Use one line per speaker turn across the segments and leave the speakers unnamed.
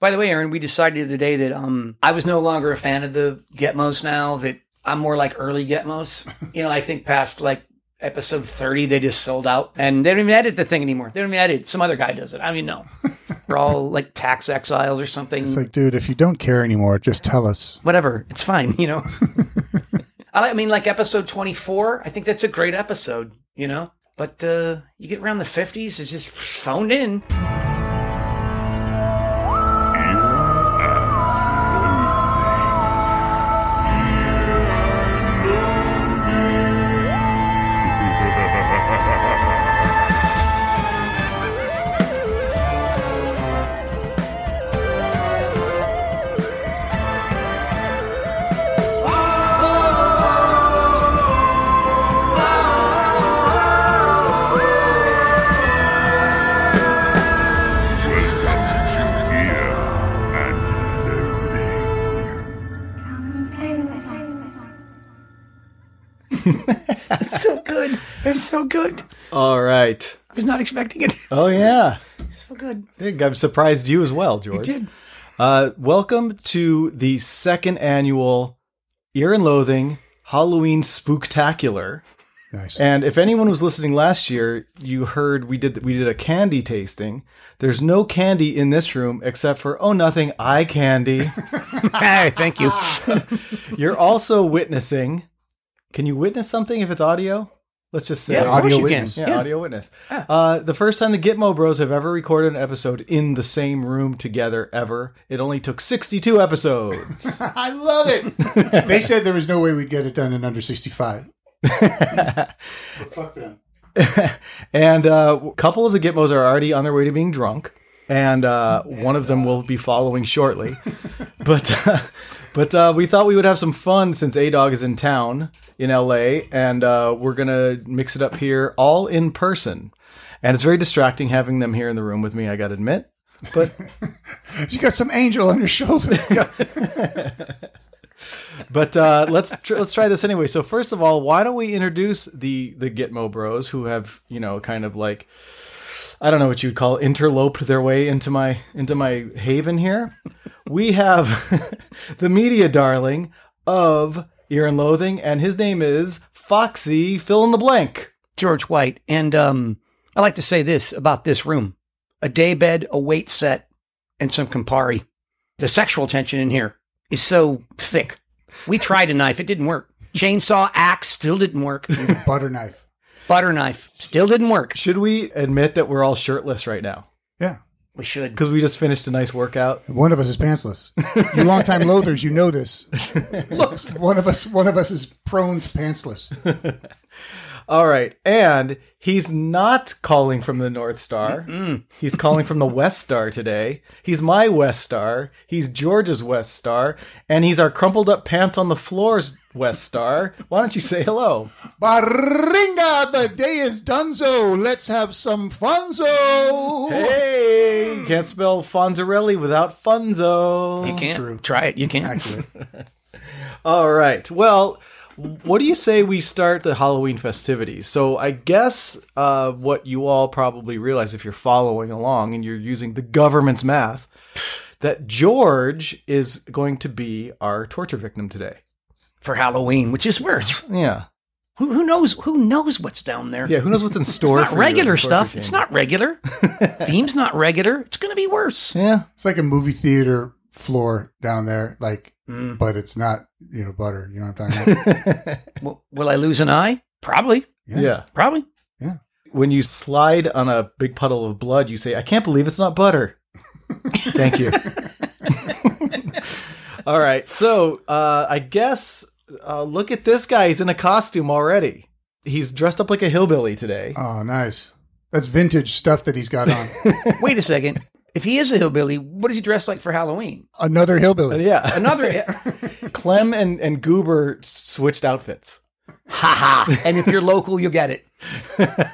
By the way, Aaron, we decided the other day that um, I was no longer a fan of the Getmos now, that I'm more like early Getmos. you know, I think past like episode 30, they just sold out and they don't even edit the thing anymore. They don't even edit. it. Some other guy does it. I mean, no. We're all like tax exiles or something.
It's like, dude, if you don't care anymore, just tell us.
Whatever. It's fine, you know? I like- I mean, like episode 24, I think that's a great episode, you know? But uh, you get around the 50s, it's just phoned in.
Welcome to Fear and Loathing.
so good. It's so good.
All right.
I was not expecting it.
Oh yeah.
So good.
Dig, I'm surprised you as well, George.
did.
Uh, welcome to the second annual Ear and Loathing Halloween Spooktacular.
Nice.
And if anyone was listening last year, you heard we did we did a candy tasting. There's no candy in this room except for oh nothing eye candy.
Hey, thank you.
You're also witnessing. Can you witness something if it's audio? Let's just say
Yeah, of
Audio
course you
witness.
can.
Yeah, audio witness. Uh, the first time the Gitmo Bros have ever recorded an episode in the same room together ever. It only took 62 episodes.
I love it. they said there was no way we'd get it done in under 65. But fuck them.
and uh, a couple of the Gitmos are already on their way to being drunk, and uh, one of them will be following shortly. but uh, but uh, we thought we would have some fun since A Dog is in town in LA, and uh, we're gonna mix it up here all in person. And it's very distracting having them here in the room with me. I gotta admit. But
You got some angel on your shoulder.
but uh, let's tr- let's try this anyway. So first of all, why don't we introduce the the Gitmo Bros who have you know kind of like I don't know what you'd call it, interloped their way into my into my haven here. We have the media darling of Ear and Loathing, and his name is Foxy Fill in the Blank.
George White. And um, I like to say this about this room a day bed, a weight set, and some Campari. The sexual tension in here is so thick. We tried a knife, it didn't work. Chainsaw, axe, still didn't work.
Butter knife.
Butter knife, still didn't work.
Should we admit that we're all shirtless right now
Yeah.
We should.
because we just finished a nice workout?
One of us is pantsless. You longtime loathers, you know this. one of us one of us is prone to pantsless.
All right. And he's not calling from the North Star. He's calling from the West Star today. He's my West Star. He's George's West Star. And he's our crumpled up pants on the floor's West Star. Why don't you say hello?
Baringa, the day is donezo. Let's have some funzo.
Hey! You can't spell Fonzarelli without Funzo.
You can't.
true.
Try it. You can't.
Accurate.
All right. Well, what do you say we start the Halloween festivities? So I guess uh, what you all probably realize if you're following along and you're using the government's math, that George is going to be our torture victim today.
For Halloween, which is worse.
Yeah.
Who, who knows? Who knows what's down there?
Yeah. Who knows what's in store?
It's
for
not
you in the
regular
torture
stuff. It's
chamber.
not regular. Theme's not regular. It's going to be worse.
Yeah.
It's like a movie theater floor down there, like but it's not, you know, butter. You know what I'm talking about?
W- will I lose an eye? Probably.
yeah.
Probably.
When you slide on a big puddle of blood, you say, "I can't believe it's not butter." Thank you. All right. So uh, I guess uh, look at this guy. He's in a costume already. He's dressed up like a hillbilly today.
Oh, nice. That's vintage stuff that he's got on.
Wait a second. If he is a hillbilly, what is he dressed like for Halloween?
Another hillbilly.
yeah.
Another
Clem and, and Goober switched outfits.
ha ha. And if you're local, you'll get it.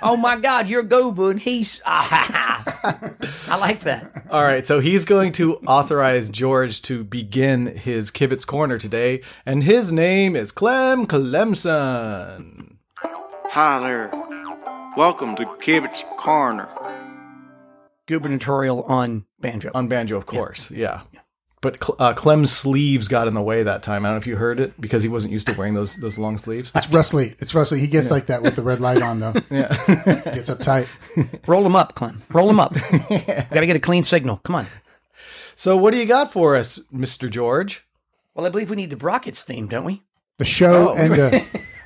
Oh my God, you're Gobu and he's ah, ha ha. I like that.
All right. So he's going to authorize George to begin his Kibitz Corner today. And his name is Clem Clemson.
Hi there. Welcome to Kibbutz Corner.
gubernatorial on banjo.
on banjo, of course. Yeah. But Cl- uh, Clem's sleeves got in the way that time. I don't know if you heard it because he wasn't used to wearing those those long sleeves.
It's Rusley. It's Rusley. He gets like that with the red light on, though.
Yeah.
He gets uptight.
Roll them up, Clem. Roll them up. Got to get a clean signal. Come on.
so what do you got for us, Mister George?
Well, I believe we need the Brockets theme, don't we?
The show and uh,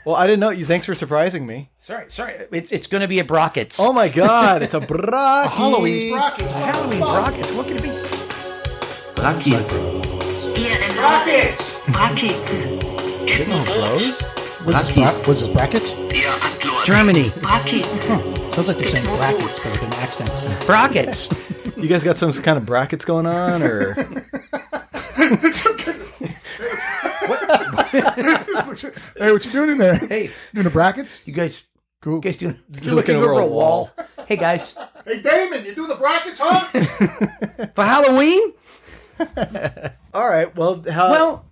Well, I didn't know you. Thanks for surprising me.
Sorry, sorry. It's it's going to be a Brockets.
Oh my God! It's a Brocky.
Halloween's Rocket.
Halloween Brockets. What could it be?
Rockets.
Hier in Rockets. Rockets.
Didn't it close?
What's his, bra- what's his brackets?
Germany.
Rockets.
Sounds like they're saying brackets, but with an accent.
Brockets.
You guys got some kind of brackets going on, or
hey, what you doing in there?
hey,
Doing the brackets?
you guys.
Cool.
You guys doing? You're looking,
over
over,
a
a wall. hey guys,
Hey, Damon, you doing the brackets, huh?
for Halloween.
all right? Well, how,
Well,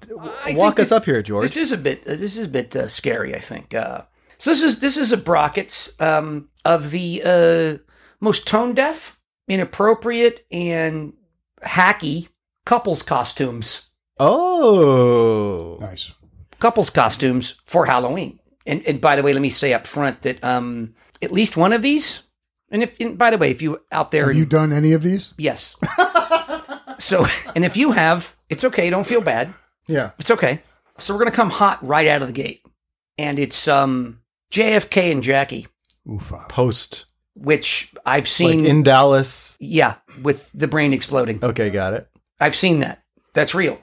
I
walk
think
us
that-
up here, George.
This is a bit. uh, This is a bit uh, scary. I think. Uh, so this is this is a Brockets um, of the uh, most tone deaf, inappropriate, and hacky couples costumes.
oh,
nice.
couples costumes for Halloween. And, and by the way, let me say up front that um, at least one of these. And if and by the way, if you out there,
Have you done any of these?
yes. so and if you have, it's okay. Don't feel bad.
yeah.
It's okay. So we're gonna come hot right out of the gate, and it's um, JFK and Jackie,
Oofa.
Post
which I've
like
seen.
in Dallas.
yeah, with the brain exploding.
Okay, got it.
I've seen that. That's real.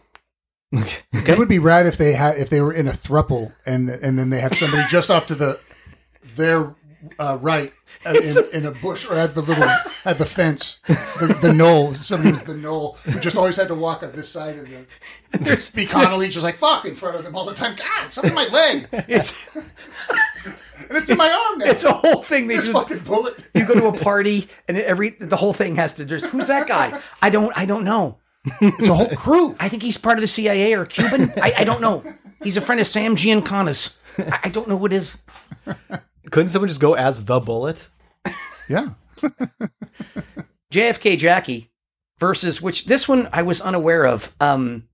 It would be rad if they had if they were in a thruple and and then they have somebody just off to the their uh, right uh, in, in a bush or at the little at the fence the, the knoll somebody was the knoll who just always had to walk on this side of the
There's-
be Connolly just like fuck in front of them all the time God something in my leg and
It's
it's in my arm now
it's a whole thing. They
this
do.
fucking bullet
you go to a party and every the whole thing has to just who's that guy i don't i don't know
it's a whole crew
i think he's part of the cia or cuban i, I don't know he's a friend of sam giancana's i, I don't know what is
Couldn't someone just go as the bullet?
yeah
jfk jackie versus which this one i was unaware of um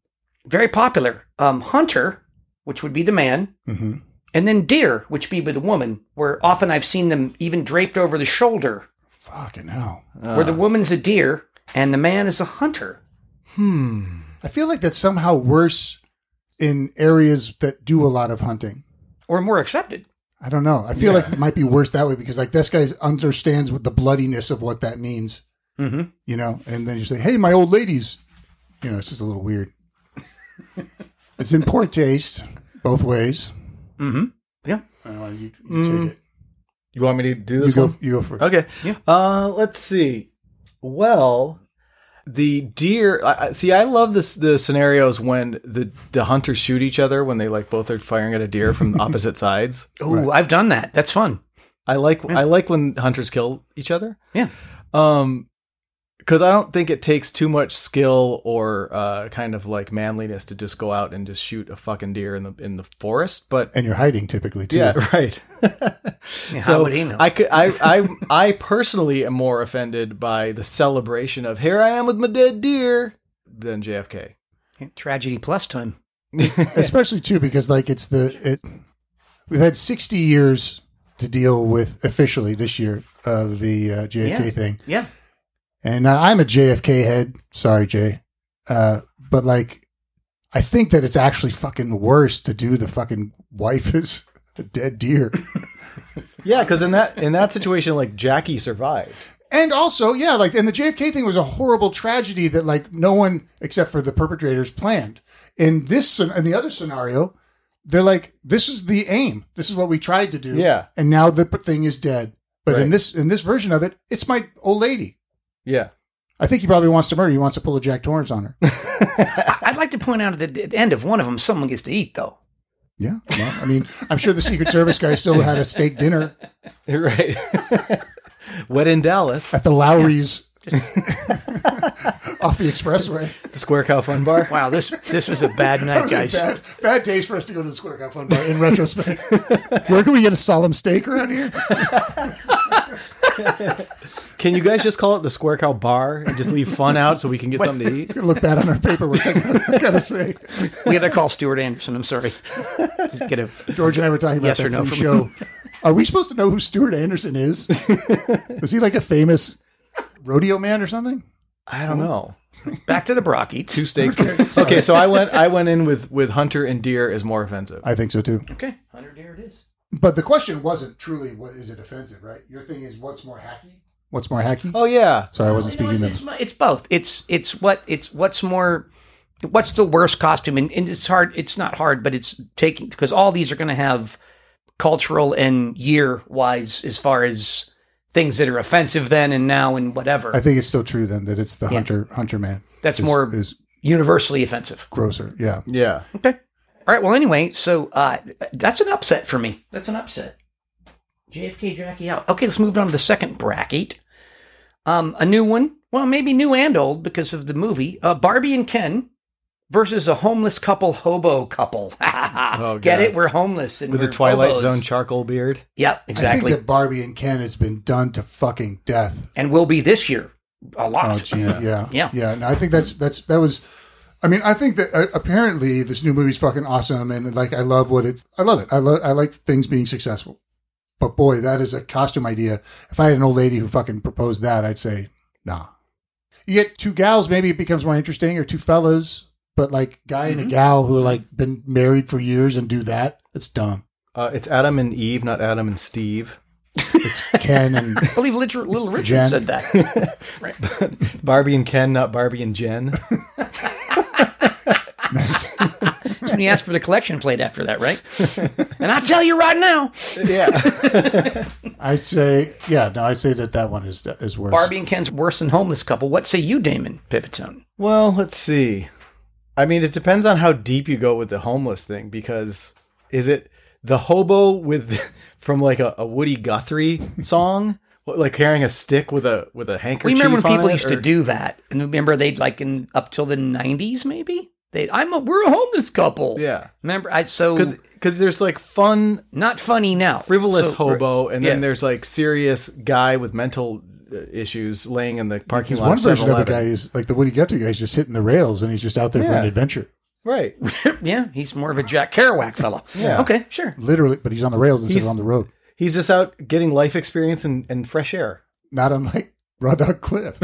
very popular um hunter which would be the man
Mhm.
and then deer which be the woman where often i've seen them even draped over the shoulder
fucking hell
where the woman's a deer and the man is a hunter
I feel like that's somehow worse in areas that do a lot of hunting
or more accepted
I don't know. I feel like it might be worse that way because like this guy understands what the bloodiness of what that means.
Mhm.
You know, and then you say, "Hey, my old ladies," you know, it's just a little weird. it's in poor taste both ways.
mm-hmm yeah
I don't know, you, you take it.
You want me to do
You
this
go.
one?
You go first.
Okay.
Yeah.
Uh, let's see. Well, the deer. I, I- see, I love this the scenarios when the the hunters shoot each other when they like both are firing at a deer from opposite sides.
Oh, I've done that. That's fun.
I like I like when hunters kill each other.
Yeah.
Um, because I don't think it takes too much skill or uh kind of like manliness to just go out and just shoot a fucking deer in the in the forest, but
And you're hiding typically too.
Yeah, right.
how would he know?
I could, I, I, I personally am more offended by the celebration of "Here I am with my dead deer" than JFK.
Tragedy plus time.
especially too because like it's the it. We've had sixty years to deal with officially this year of the uh, JFK
Yeah.
thing.
Yeah.
and uh, I'm a JFK head. Sorry, Jay, uh, but like, I think that it's actually fucking worse to do the fucking wife is a dead deer,
Yeah, because in that in that situation, like Jackie survived.
and also, yeah, like, and the JFK thing was a horrible tragedy that like no one except for the perpetrators planned. In this and the other scenario, they're like, this is the aim. This is what we tried to do.
Yeah.
and now the p- thing is dead. But in
Right.
this in this version of it, it's my old lady.
Yeah,
I think he probably wants to murder. He wants to pull a Jack Torrance on her.
I- I'd like to point out at the at the end of one of them, someone gets to eat, though.
Yeah, well, I mean, I'm sure the Secret Service guy still had a steak dinner
right. Wet in Dallas,
at the Lowry's off the expressway.
the Square Cow Fun Bar.
Wow, this this was a bad
That
night,
was a
guys.
bad, bad days for us to go to the Square Cow Fun Bar in retrospect. Where can we get a solemn steak around here?
Can you guys just call it the Square Cow Bar and just leave fun out so we can get something to eat?
It's gonna look bad on our paperwork. I gotta, I gotta say,
We gotta call Stuart Anderson. I'm sorry. Just get a
George and I were talking about
Yes
that
or no
pre
from-
show. Are we supposed to know who Stuart Anderson is? is he like a famous rodeo man or something?
I don't know.
back to the Brock eats.
Two steaks. Okay, so I went. I went in with with hunter and deer is more offensive.
I think so too.
Okay, Hunter Deer it is.
But the question wasn't truly what is it offensive, right? Your thing is what's more hacky? What's more hacky?
Oh yeah.
Sorry, I wasn't
No,
speaking
it's,
to
it's, it's both. It's it's what it's what's more. What's the worst costume? And, and it's hard. It's not hard, but it's taking because all these are going to have cultural and year wise as far as things that are offensive then and now and whatever.
I think it's so true then that it's the hunter hunter man.
That's
is-
more-
is
Universally offensive.
grosser. Yeah.
Yeah.
Okay. All right. Well, anyway, so uh, that's an upset for me. That's an upset. JFK Jackie out. Okay, let's move on to the second bracket. Um, a new one. Well, maybe new and old because of the movie. Uh, Barbie and Ken versus a homeless couple, hobo couple. Get
Oh,
God.
it? We're homeless and
With the
we're
Twilight
hobos.
Zone charcoal beard.
Yep,
I
exactly.
think that Barbie and Ken has been done to fucking death.
and will be this year a lot.
Oh, gee, yeah,
Yeah.
yeah. And I think that's that's that was. I mean, I think that uh, apparently this new movie's fucking awesome, and like I love what it's. I love it. I love. I like things being successful. But boy, that is a costume idea. If I had an old lady who fucking proposed that, I'd say nah. You get two gals, maybe it becomes more interesting, or two fellas. But like guy and a gal who are like been married for years and do that, it's dumb.
Uh, it's Adam and Eve, not Adam and Steve.
It's Ken and
I believe Little, Little Richard
Jen.
said that.
Barbie and Ken, not Barbie and Jen.
That's when he asked for the collection plate after that, right? and I tell you right now,
yeah.
I say yeah. No, I say that that one is is worse.
Barbie and Ken's worse than homeless couple. What say you, Damon Pipitone?
Well, let's see. I mean, it depends on how deep you go with the homeless thing because is it the hobo with from like a, a Woody Guthrie song, What, like carrying a stick with a with a handkerchief?
We remember when
on
people
it,
used
or-
to do that, and remember they'd like in up till the nineties, maybe they. I'm a we're a homeless couple.
yeah,
remember I so
because there's like fun
not funny now.
frivolous
So-
hobo, and then
yeah.
there's like serious guy with mental uh, issues laying in the parking
Because
lot.
one
of
version of the
7-Eleven.
guy is like the Woody Guthrie guy is just hitting the rails and he's just out there for
Yeah.
an adventure,
right?
Yeah, he's more of a Jack Kerouac fella.
Yeah.
Okay, sure.
literally. But he's on the rails instead
He's-
of on the road.
He's just out getting life experience and, and fresh air.
Not unlike Raw Dog Cliff.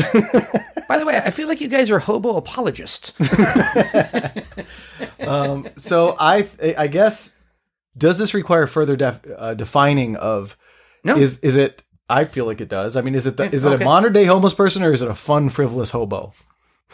By the way, I feel like you guys are hobo apologists.
Um, so I th- I guess does this require further def- uh, defining of
No.
is is it? I feel like it does. I mean, is it the,
Yeah,
is it
okay.
a modern day homeless person or is it a fun frivolous hobo?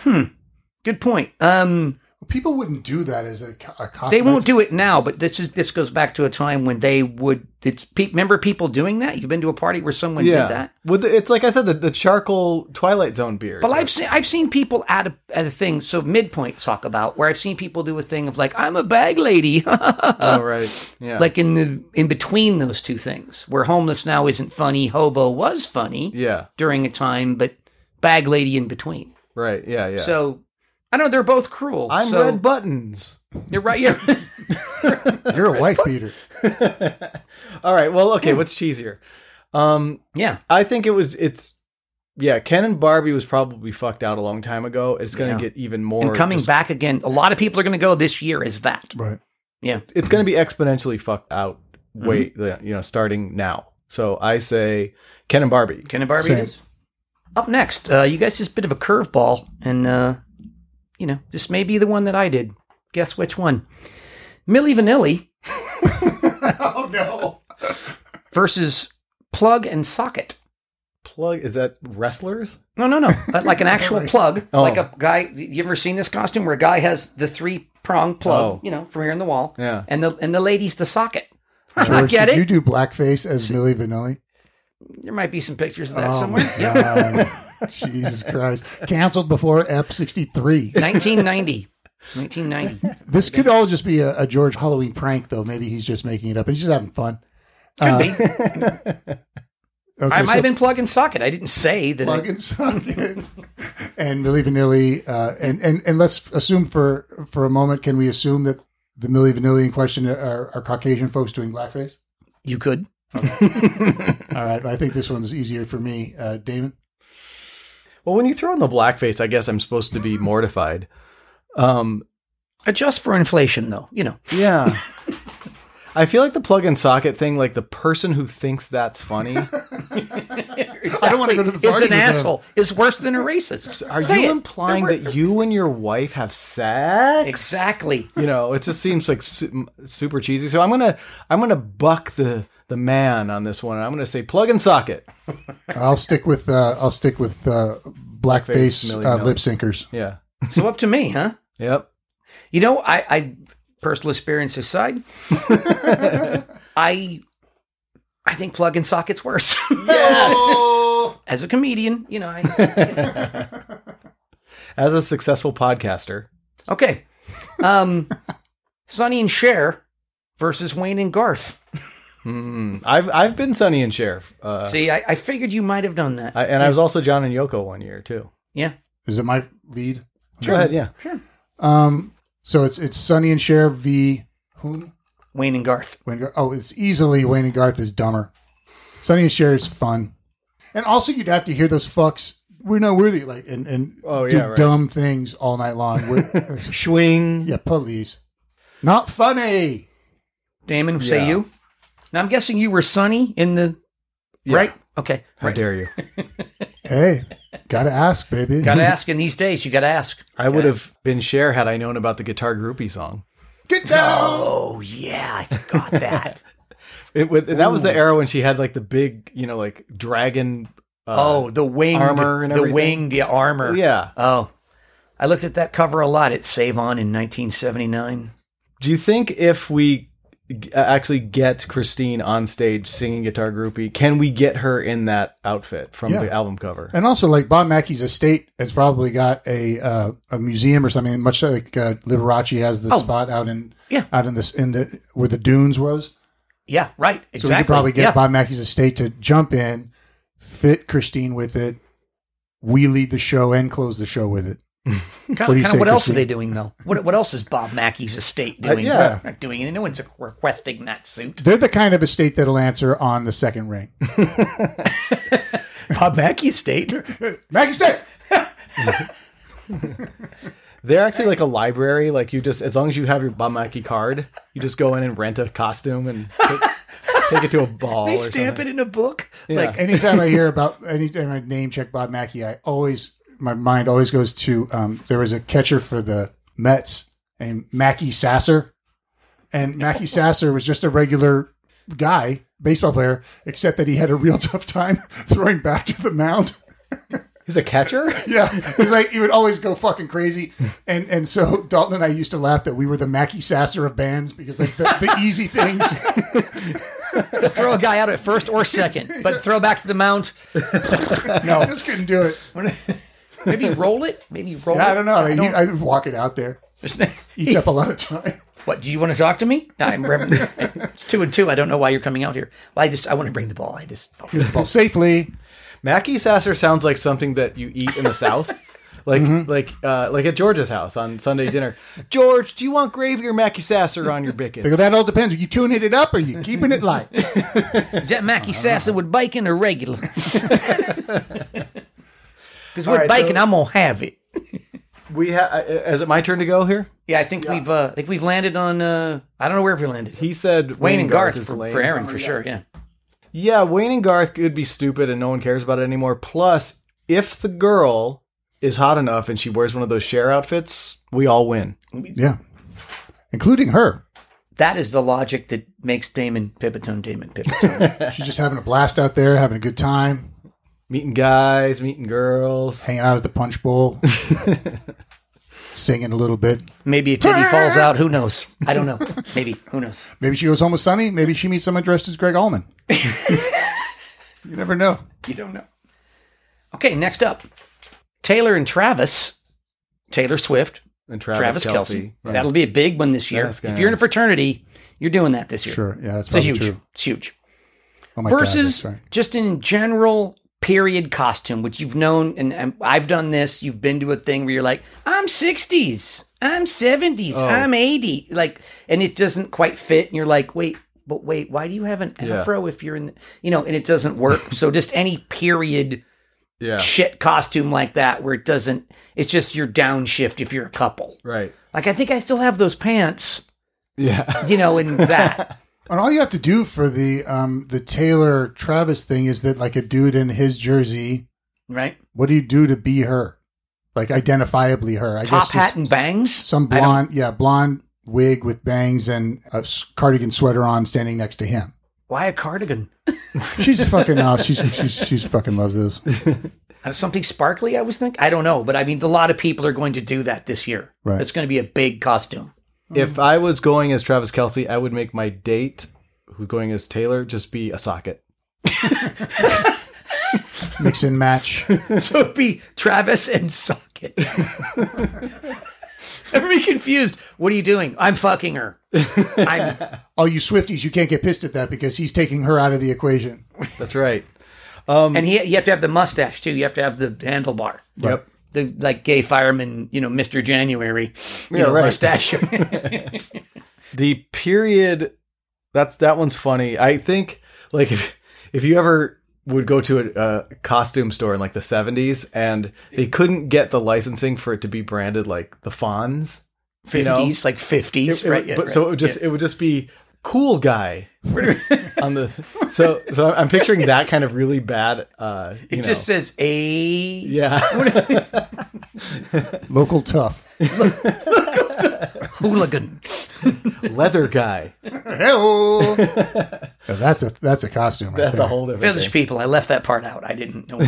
Good point. Um,
People wouldn't do that as a, co- a costume.
they won't do it now, but this is this goes back to a time when they would. It's pe- remember people doing that. You've been to a party where someone did that.
With the, it's like I said, the, the charcoal Twilight Zone beard.
But I've seen I've seen people at a at a thing. So midpoint talk about where I've seen people do a thing of like I'm a bag lady,
oh right, yeah,
uh, like in the in between those two things where homeless now isn't funny, hobo was funny
yeah,
during a time, but bag lady in between.
right, yeah, yeah.
So I don't know they're both cruel.
I'm
so
red buttons.
You're right. You're,
You're a wife beater.
All right, well, okay,
Hmm.
what's cheesier? Um,
yeah,
I think it was it's yeah, Ken and Barbie was probably fucked out a long time ago. It's gonna
Yeah.
get even more
and coming
just-
back again. A lot of people are going to go this year. Is that
Right.
yeah?
it's going to be exponentially fucked out. Wait,
Mm-hmm.
you know, starting now. So I say Ken and Barbie.
Ken and Barbie
Same.
is. Up next, uh, you guys just a bit of a curveball, and uh, you know this may be the one that I did. Guess which one? Millie Vanilli
Oh no.
versus Plug and Socket.
Plug is that wrestlers?
No, no, no. Uh, Like an actual plug,
Oh.
like a guy. You ever seen this costume where a guy has the three prong plug,
Oh.
you know, from here in the wall,
Yeah.
and the and the lady's the socket. I
George,
get
did you
it.
do blackface as Millie Vanilli?
there might be some pictures of that
Oh,
somewhere.
my
Yeah,
God. Jesus Christ. Cancelled before Ep 63.
1990. 1990.
This could all just be a, a George Halloween prank, though. Maybe he's just making it up and he's just having fun.
Could
Uh,
be.
Okay,
I might
so
have been plug and socket. I didn't say that. I-
plug and socket and Millie Vanilli. Uh, and, and and let's assume for for a moment, can we assume that the Millie Vanilli in question are, are Caucasian folks doing blackface?
you could.
All right, I think this one's easier for me, uh, Damon.
Well, when you throw in the blackface, I guess I'm supposed to be mortified. Um,
Adjust for inflation, though. You know,
yeah. I feel like the plug and socket thing, like the person who thinks that's funny.
I don't want to go to the
is
party.
an
with them.
asshole. Is worse than a racist.
Are
Say
you
it.
implying
They're-
that you and your wife have sex?
exactly?
You know, it just seems like su- super cheesy. So I'm gonna I'm gonna buck the the man on this one. and I'm gonna say plug and socket.
I'll stick with uh, I'll stick with uh, blackface
Millie
uh,
Millie.
lip syncers.
Yeah.
So up to me, huh?
Yep.
You know, I, I personal experience aside, I I think plug and sockets worse.
Yes.
As a comedian, you know. I,
As a successful podcaster,
okay, um, Sonny and Cher versus Wayne and Garth.
Mm, I've I've been Sonny and Sheriff, uh,
See, I, I figured you might have done that.
I, and I was also John and Yoko one year too.
yeah,
Is it my lead?
Go ahead, yeah.
Um. So it's it's Sonny and Cher v. Whom?
Wayne and Garth.
Wayne Gar- oh, it's easily Wayne and Garth is dumber. Sonny and Cher is fun, and also you'd have to hear those fucks. We're not worthy, like and and
Oh,
do
yeah, right.
dumb things all night long. We're-
Swing.
yeah, please, not funny.
Damon, say you. Now I'm guessing you were Sonny in the right. Okay,
How
right.
dare you?
Hey, gotta ask, baby.
Gotta ask in these days. You gotta ask.
I would have been Cher had I known about the guitar groupie song.
get down.
Oh yeah, I forgot that.
It was that was the era when she had like the big, you know, like dragon. Uh,
Oh, the winged
armor and
the
everything.
winged the armor.
yeah.
Oh, I looked at that cover a lot at Save On in 1979.
Do you think if we g- actually get Christine on stage singing guitar groupie, can we get her in that outfit from
Yeah.
the album cover?
And also, like Bob Mackey's estate has probably got a uh, a museum or something, much like uh, Liberace has the spot out in
Oh. Yeah.
out in this in the where the dunes was.
Yeah, right.
So
Exactly.
we could probably get
yeah.
Bob Mackey's estate to jump in, fit Christine with it. We lead the show and close the show with it.
Kind,
What do
what,
you
kind
say,
of what else are
Christine?
they doing though? What what else is Bob Mackey's estate
Uh,
doing?
yeah.
Not doing it. No one's requesting that suit.
They're the kind of estate that'll answer on the second ring.
Bob Mackey estate.
Mackey estate.
They're actually like a library. Like you just, as long as you have your Bamaki card, you just go in and rent a costume and take, take it to a ball.
they
or
stamp it
something.
in a book. Like
Anytime I hear about anytime I name check Bob Mackey, I always my mind always goes to um, there was a catcher for the Mets named Mackey Sasser, and Mackey Sasser was just a regular guy baseball player, except that he had a real tough time throwing back to the mound.
He's a catcher.
Yeah, it was like he would always go fucking crazy, and and so Dalton and I used to laugh that we were the Mackey Sasser of bands because like the, the easy things.
throw a guy out at first or second, but throw back to the mound.
no, just couldn't do it.
Maybe roll it. Maybe roll
Yeah,
it.
I don't know. I, I walk it out there. Eats up a lot of time.
What do you want to talk to me? I'm it's two and two. I don't know why you're coming out here. Well, I just I want to bring the ball. I just
Here's the ball safely.
Mackey Sasser sounds like something that you eat in the South. Like like uh, like at George's house on Sunday dinner. George, do you want gravy or Mackey Sasser on your
They go,
bickets?
that all depends. Are you tuning it up or are you keeping it light?
is that Mackie Sasser with bacon or regular? Because with
right,
bacon,
so-
I'm gonna have it.
We ha- uh, is it my turn to go here?
Yeah, I think we've uh, I think we've landed on uh, I don't know where we landed.
He said
Wayne, and Garth,
is
for,
lame.
for Aaron for sure. Oh, Yeah,
Yeah, Wayne and Garth could be stupid and no one cares about it anymore. Plus, if the girl is hot enough and she wears one of those share outfits, we all win.
yeah. Including her.
that is the logic that makes Damon Pipitone Damon Pipitone.
She's just having a blast out there, having a good time,
Meeting guys, meeting girls.
hanging out at the punch bowl, singing a little bit.
Maybe a titty falls out. Who knows? I don't know. Maybe who knows?
Maybe she goes home with Sonny. Maybe she meets someone dressed as Greg Allman. you never know.
You don't know. Okay, next up, Taylor and Travis. Taylor Swift,
And Travis,
Travis,
Kelce.
Kelsey.
Right.
That'll be a big one this year.
That's gonna
if you're in a fraternity, you're doing that this year.
Sure. Yeah, that's
It's a
probably
huge.
true.
It's huge.
Oh my God,
Versus
that's right.
just in general period costume, which you've known, and, and I've done this. You've been to a thing where you're like, I'm 60s, I'm 70s,
Oh.
I'm 80, like, and it doesn't quite fit. And you're like, wait, but wait, why do you have an
Yeah.
afro if you're in, the, you know, and it doesn't work. so just any period
Yeah.
shit costume like that where it doesn't it's just your downshift if you're a couple.
Right.
Like I think I still have those pants,
Yeah.
you know, in that.
And all you have to do for the um the Taylor Travis thing is that like a dude in his jersey,
right?
what do you do to be her? Like identifiably her. I
Top
guess
hat
it's
and bangs.
some
I don't-
blonde, yeah, blonde wig with bangs and a s- cardigan sweater on standing next to him.
Why a cardigan?
She's fucking off. She's she's she's fucking loves this.
Uh, Something sparkly, I was thinking. I don't know, but I mean, a lot of people are going to do that this year.
Right.
It's going to be a big costume.
If I was going as Travis Kelsey, I would make my date, who's going as Taylor, just be a socket.
Mix and match.
So it'd be Travis and Socket. Everybody confused. What are you doing? I'm fucking her. I'm,
All Oh, you Swifties, you can't get pissed at that because he's taking her out of the equation.
That's right. Um,
and he, you have to have the mustache too. You have to have the handlebar.
Yep.
The like gay fireman, you know, Mister January, you
Yeah,
know,
right.
mustache.
the period that's that one's funny i think like if, if you ever would go to a, a costume store in like the 70s and they couldn't get the licensing for it to be branded like the fawns
Fifties, like fifties,
It- it-
right? Yeah,
but
right.
so it would just it would just be cool guy on the so so i'm picturing that kind of really bad uh you
it
know
just says a
yeah
Local tough.
hooligan.
leather guy
Hello. that's a that's a costume. Right
that's
there.
a whole different
Village
thing.
people. I left that part out. I didn't know.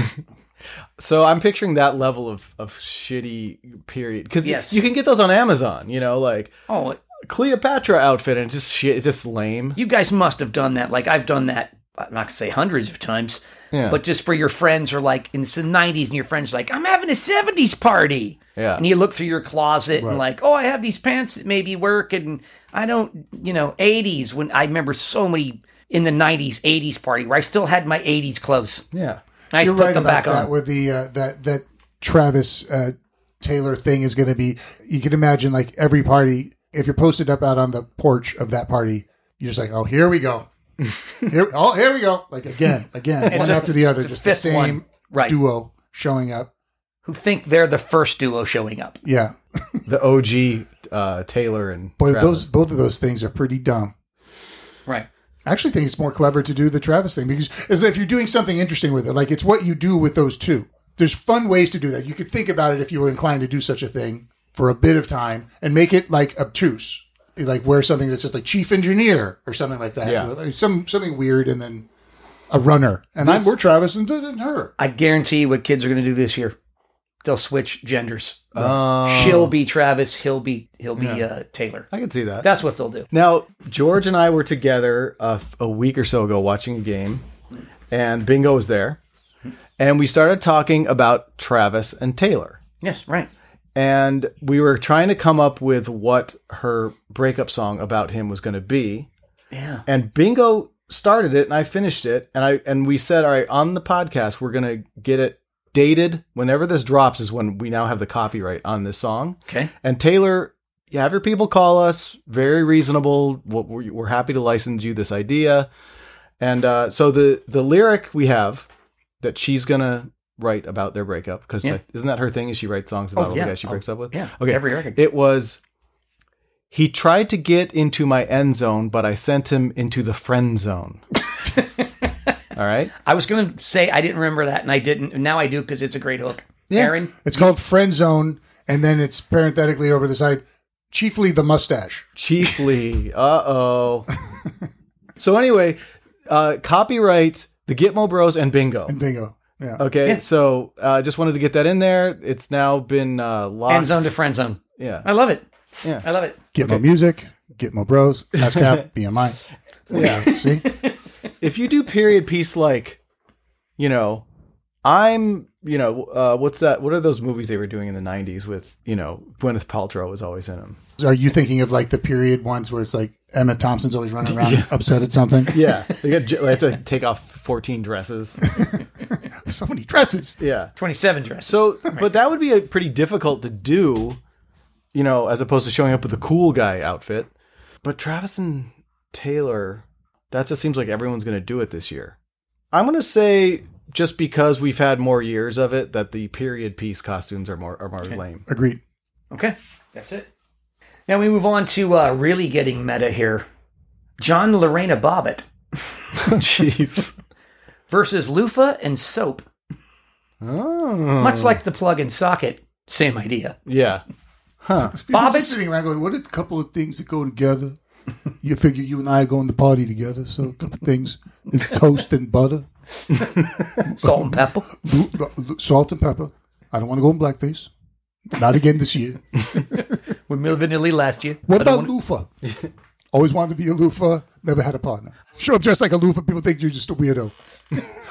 So I'm picturing that level of, of shitty period because
Yes.
you can get those on Amazon. You know, like
oh,
Cleopatra outfit and just shit, it's just lame.
you guys must have done that. Like I've done that. I'm not gonna say hundreds of times,
Yeah.
but just for your friends or like in the '90s, and your friends are like, "I'm having a '70s party."
Yeah.
and you look through your closet and like, "Oh, I have these pants that maybe work," and I don't, you know, '80s. When I remember so many in the '90s '80s party where I still had my '80s clothes.
yeah,
And I just
You're
put
right
them
about
back
that.
on.
Where the uh, that that Travis uh, Taylor thing is going to be. You can imagine like every party. If you're posted up out on the porch of that party, you're just like, oh, here we go. Here, oh, here we go. Like again, again, one
a-
after the other,
it's a
just the
fifth
same
one. Right.
duo showing up.
Who think they're the first duo showing up?
Yeah,
the OG uh, Taylor and
boy,
Travis.
those both of those things are pretty dumb.
Right.
I actually think it's more clever to do the Travis thing because as if you're doing something interesting with it, like it's what you do with those two. There's fun ways to do that. You could think about it if you were inclined to do such a thing for a bit of time and make it like obtuse, like wear something that's just like chief engineer or something like that,
Yeah.
Or, like, some something weird, and then a runner. And I'm we're Travis and, and her.
I guarantee you what kids are going to do this year. They'll switch genders.
Oh.
She'll be Travis. He'll be he'll be uh, Taylor.
I can see that.
That's what they'll do.
Now George and I were together a, f- a week or so ago watching a game, and Bingo was there, and we started talking about Travis and Taylor.
Yes, right.
and we were trying to come up with what her breakup song about him was going to be.
Yeah.
And Bingo started it, and I finished it, and I and we said, all right, on the podcast, we're going to get it dated. Whenever this drops is when we now have the copyright on this song.
Okay.
And Taylor, you have your people call us. Very reasonable. We're- We're we're happy to license you this idea. And uh, so the the lyric we have that she's gonna write about their breakup because
Yeah.
isn't that her thing? Is she writes songs about all
yeah.
the guys she
Oh,
breaks up with?
yeah.
Okay.
Every record.
It was. He tried to get into my end zone, but I sent him into the friend zone. all right.
I was going to say I didn't remember that, and I didn't. and Now I do because it's a great hook.
Yeah.
Aaron,
It's called friend zone, and then it's parenthetically over the side, chiefly the mustache.
Chiefly. Uh oh. so anyway, uh, copyright the Gitmo Bros and Bingo.
Bingo. Yeah.
Okay, so uh, just wanted to get that in there. It's now been uh, locked.
end zone to friend zone. I
Yeah,
love it.
Yeah.
I love it.
Get my music. Get my bros. ASCAP. BMI. Yeah. See.
if you do period piece like, you know, I'm, you know, uh, what's that? What are those movies they were doing in the '90s with, you know, Gwyneth Paltrow was always in them.
Are you thinking of like the period ones where it's like Emma Thompson's always running around upset at something?
Yeah, they, got, they have to take off 14 dresses.
So many dresses.
Yeah.
Twenty-seven dresses.
So, but that would be a pretty difficult to do, you know, as opposed to showing up with a cool guy outfit. But Travis and Taylor, that just seems like everyone's going to do it this year. I'm going to say just because we've had more years of it that the period piece costumes are more are more lame.
Agreed.
Okay, that's it. Now we move on to uh, really getting meta here. John Lorena Bobbitt
Jeez.
versus Lufa and Soap.
Oh.
Much like the plug and socket, same idea.
Yeah. Huh.
People
Bobbit's-
just sitting around going, "What are a couple of things that go together?" You figure you and I go in the party together, so a couple of things is toast and butter,
Salt and pepper.
lu- lu- salt and pepper. I don't want to go in blackface. Not again this year.
We moved in Italy last year.
What about loofah? Always wanted to be a loofah, never had a partner. Sure, I'm dressed like a loofah. People think you're just a weirdo.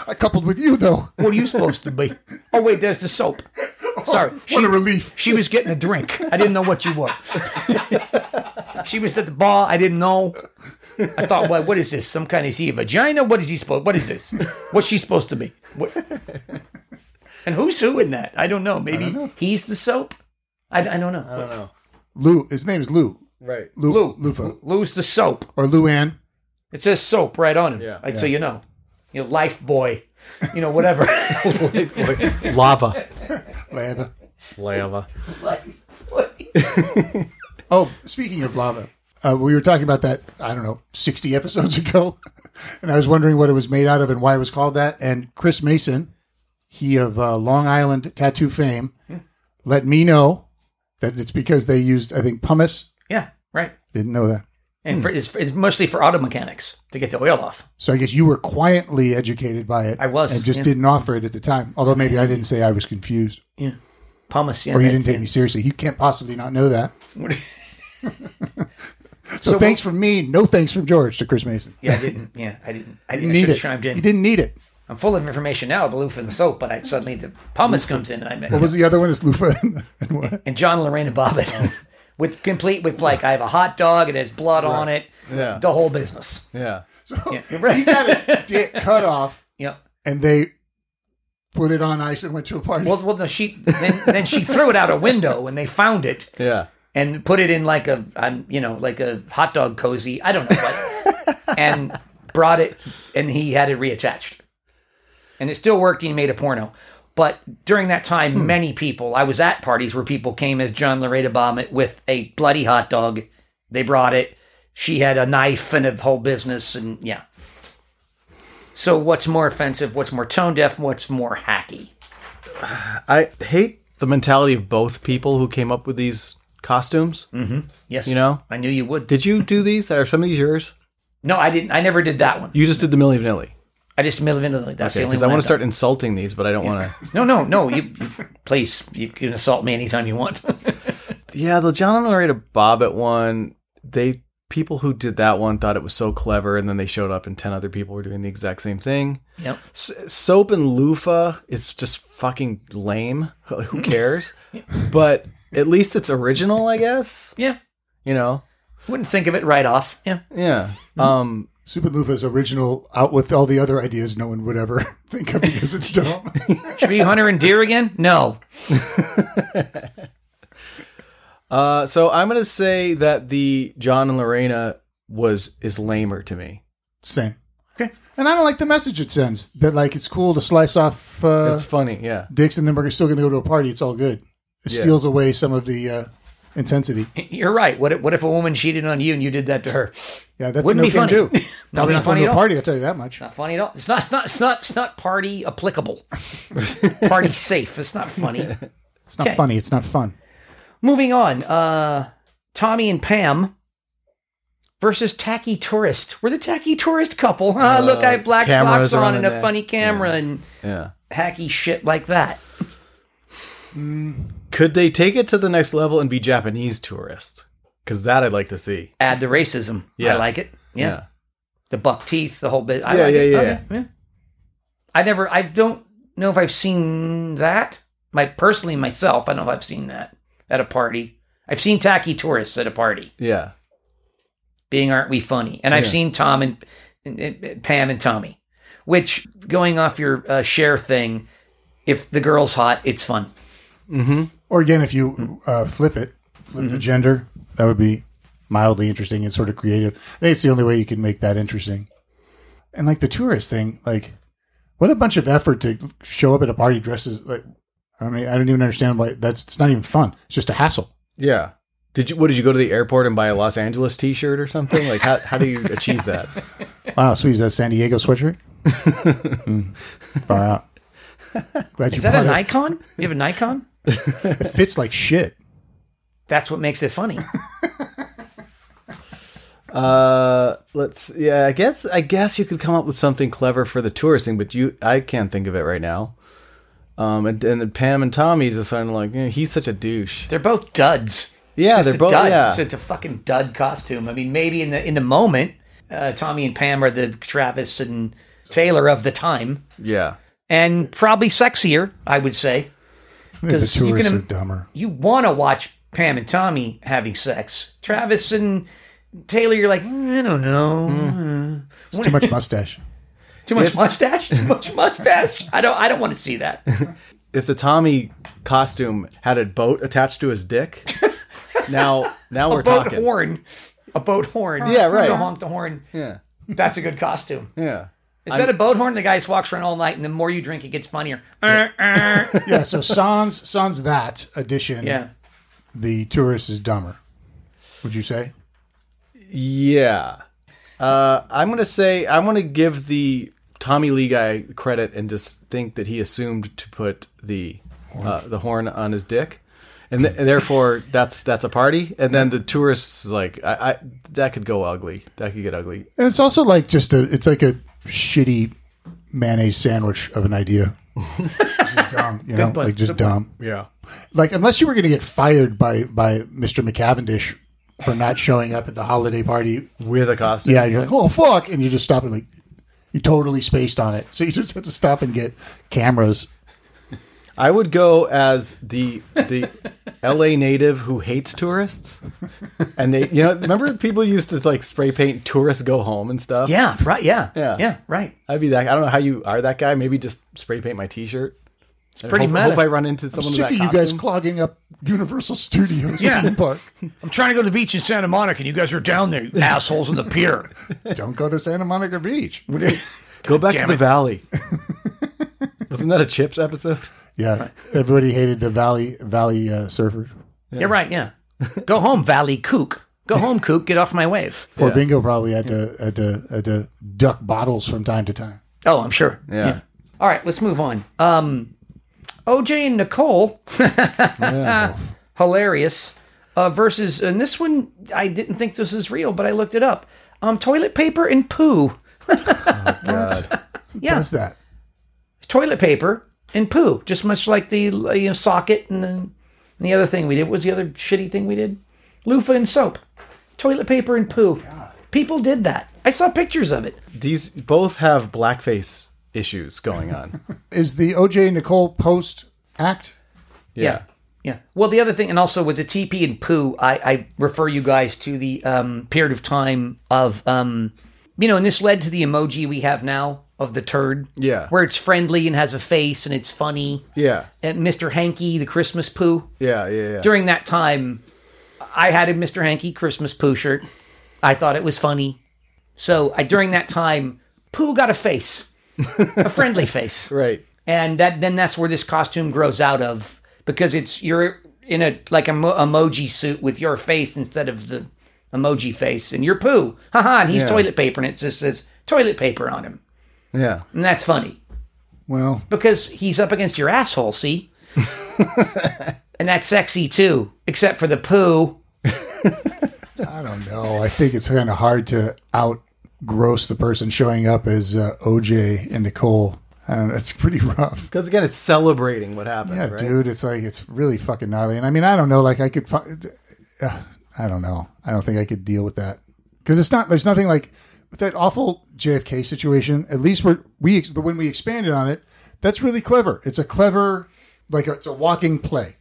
I coupled with you though.
What are you supposed to be? Oh wait, there's the soap. Sorry,
What a relief.
She was getting a drink. I didn't know what you were. she was at the bar. I didn't know. I thought, well, what is this? Some kind of is he a vagina? What is he supposed? What is this? What's she supposed to be? What? And who's who in that? I don't know. Maybe he's the soap. I, I don't know.
I don't know.
Lou, his name is Lou.
Right.
Lou,
Lou.
loofah,
Lou's the soap.
or Lou Ann.
It says soap right on him.
Yeah.
like so you know, you know, life boy, you know, whatever.
Lava.
Lava.
Lava.
Oh, speaking of lava, uh, we were talking about that, I don't know, 60 episodes ago. And I was wondering what it was made out of and why it was called that. And Chris Mason, he of uh, Long Island tattoo fame, let me know that it's because they used, I think, pumice.
yeah, right.
Didn't know that.
And
Hmm.
for, it's, it's mostly for auto mechanics to get the oil off.
So I guess you were quietly educated by it.
I was,
And just
yeah.
didn't offer it at the time. Although maybe I didn't say I was confused
Pumice. Yeah,
or Oh, you
that-
didn't take me seriously. You can't possibly not know that. So, thanks from me, no thanks from George to Chris Mason.
Yeah, I didn't. Yeah, I didn't. I
You
didn't. I
need
should
it.
have chimed in.
You didn't need it.
I'm full of information now, the loofah and the soap, but I suddenly the pumice comes in. And,
What
I,
was Oh. the other one? It's Lufa and, and what?
and John Lorena Bobbitt, with complete with like I have a hot dog. It has blood on it.
Yeah.
the whole business.
Yeah.
So
you're
he
right.
got his dick cut off,
Yeah.
and they put it on ice and went to a party.
Well, well, no, she then then she threw it out a window and they found it
Yeah.
and put it in like a I'm you know like a hot dog cozy. I don't know what, and brought it and he had it reattached, and it still worked. He made a porno. But during that time,
Hmm.
many people, I was at parties where people came as John Loretta Bobbitt with a bloody hot dog. They brought it. She had a knife and a whole business. And yeah. So, what's more offensive? What's more tone deaf? What's more hacky?
I hate the mentality of both people who came up with these costumes.
Yes.
You know?
I knew you would.
Did you do these? Are some of these yours?
No, I didn't. I never did that one.
You just did the Milli Vanilli.
I just middle of That's the only
Because
one. I've
I
done.
want to start insulting these, but I don't want to.
No, no, no. You, you please, you can assault me anytime you want.
Yeah, the John and Loretta Bobbitt one. They people who did that one thought it was so clever, and then they showed up, and ten other people were doing the exact same thing.
yep.
S- soap and loofah is just fucking lame. Who cares? but at least it's original, I guess.
Yeah.
You know.
Wouldn't think of it right off. Yeah.
Yeah. Um.
Super Lufa's original, out with all the other ideas no one would ever think of because it's dumb.
Should we hunter and deer again? No.
Uh, so I'm gonna say that the John and Lorena was is lamer to me.
Same. Okay. And I don't like the message it sends that like it's cool to slice off uh,
It's funny, yeah.
dicks and then we're still going to go to a party. It's all good. It
Yeah.
steals away some of the uh, intensity.
You're right. What if, what if a woman cheated on you and you did that to her?
Yeah, that's
Wouldn't
a
be
no thing
funny.
to do.
Not
Probably
be
not going
funny
to
at
a
all.
party. I'll tell you that much.
Not funny at all. It's not. It's not. It's not. It's not party applicable. party safe. It's not funny.
It's not
Okay.
funny. It's not fun.
Moving on. Uh, Tommy and Pam versus tacky tourist. We're the tacky tourist couple. Ah, look,
Uh,
I have black
cameras
socks on
are
and
on
a
the
funny
neck.
camera and
Yeah.
hacky shit like that.
Could they take it to the next level and be Japanese tourists? Because that I'd like to see.
Add the racism.
Yeah.
I like it. Yeah. The buck teeth, the whole bit. I
Yeah,
like
yeah,
it.
yeah.
Okay, yeah. I never, I don't know if I've seen that. My Personally, myself, I don't know if I've seen that at a party. I've seen tacky tourists at a party
yeah, yeah.
being Aren't We Funny? And I've seen Tom and, and- and Pam and Tommy, which going off your uh, share thing, if the girl's hot, it's fun.
Or again, if
Hmm.
you uh, flip it, flip
Mm-hmm.
the gender, that would be mildly interesting and sort of creative. I think it's the only way you can make that interesting. And like the tourist thing, like What a bunch of effort to show up at a party dressed as like. I mean, I don't even understand why that's. It's not even fun. It's just a hassle.
Yeah. Did you? What did you go to the airport and buy a Los Angeles T-shirt or something? Like how how do you achieve that?
Wow, sweet. Is that a San Diego sweatshirt? Mm. Far out. Glad you
Is that
bought
a
it.
Nikon? You have a Nikon?
It fits like shit.
That's what makes it funny.
Uh, let's. Yeah, I guess I guess you could come up with something clever for the tourist thing, but you I can't think of it right now. Um, and, and Pam and Tommy's just kind of like eh, he's such a douche.
They're both duds.
Yeah,
it's just
they're
a
both-
dud.
yeah.
So it's a fucking dud costume. I mean, maybe in the in the moment, uh, Tommy and Pam are the Travis and Taylor of the time,
Yeah.
and probably sexier, I would say.
The tourists
you can
are
im-
dumber.
You want to watch Pam and Tommy having sex. Travis and Taylor, you're like, "Mm, I don't know,
It's too much mustache.
too much mustache, too much mustache. I don't, I don't want to see that.
If the Tommy costume had a boat attached to his dick, now now we're
a boat
talking.
horn, a boat horn.
Yeah, right.
To honk the horn.
Yeah.
That's a good costume.
Yeah.
Instead of boat horn, the guy just walks around all night, and the more you drink, it gets funnier.
Yeah. So Sans Sans that edition.
yeah.
The tourist is dumber. Would you say?
Yeah. Uh, I'm gonna say I want to give the Tommy Lee guy credit and just think that he assumed to put the uh, the horn on his dick, and, th- and therefore that's that's a party. And then the tourists is like I, I that could go ugly. That could get ugly.
And it's also like just a. It's like a shitty mayonnaise sandwich of an idea. It's just dumb, you know,
point,
like just dumb.
Yeah.
Like unless you were going to get fired by by Mr. McCavendish for not showing up at the holiday party
With a costume.
Yeah, and you're like, oh fuck, and you just stop and like, you totally spaced on it. So you just have to stop and get cameras.
I would go as the the L.A. native who hates tourists, and they you know remember people used to like spray paint tourists go home and stuff.
Yeah, right. Yeah.
Yeah.
Yeah, right.
I'd be that. I don't know how you are that guy. Maybe just spray paint my T-shirt. It's
pretty
hope,
meta.
hope I run into someone
Sick of
with
you
that
guys
costume.
clogging up Universal Studios
Yeah.
yeah. the park.
I'm trying to go to the beach in Santa Monica, and you guys are down there, you assholes in the pier.
Don't go to Santa Monica Beach.
Go back to
damn
the
it.
valley. Wasn't that a Chips episode?
Yeah, everybody hated the Valley Valley uh, surfers.
Yeah, right. Yeah. Go home, Valley Kook. Go home, Kook. Get off my wave.
Poor Bingo probably had to had to had to duck bottles from time to time.
Oh, I'm sure.
Yeah.
All right, let's move on. Um, OJ and Nicole, hilarious. Uh, versus, and this one I didn't think this was real, but I looked it up. Um, toilet paper and poo.
What?
Yeah.
Does that?
toilet paper and poo, just much like the you know socket and the, and the other thing we did. What was the other shitty thing we did? Loofah and soap, toilet paper and poo. People did that. I saw pictures of it.
These both have blackface issues going on.
Is the OJ Nicole post act?
Yeah. Yeah. Well, the other thing, and also with the TP and poo, I, I refer you guys to the um, period of time of, um, you know, and this led to the emoji we have now of the turd.
Yeah.
Where it's friendly and has a face and it's funny.
Yeah.
And Mr. Hanky, the Christmas poo.
Yeah. Yeah. yeah.
During that time, I had a Mr. Hanky Christmas poo shirt. I thought it was funny. So I, during that time, poo got a face, a friendly face
right.
and that then that's where this costume grows out of because it's you're in a like a mo- emoji suit with your face instead of the emoji face and you're poo haha and he's
Yeah.
toilet paper and it just says toilet paper on him
Yeah.
and that's funny
Well,
because he's up against your asshole see and that's sexy too except for the poo
I don't know. I think it's kind of hard to out gross the person showing up as uh, OJ and Nicole. I don't know, it's pretty rough.
Because again, it's celebrating what happened.
Yeah,
right?
dude, it's like it's really fucking gnarly. And I mean, I don't know. Like, I could, fi- uh, I don't know. I don't think I could deal with that because it's not. There's nothing like with that awful JFK situation. At least we're, we the when we expanded on it, that's really clever. It's a clever, like it's a walking play.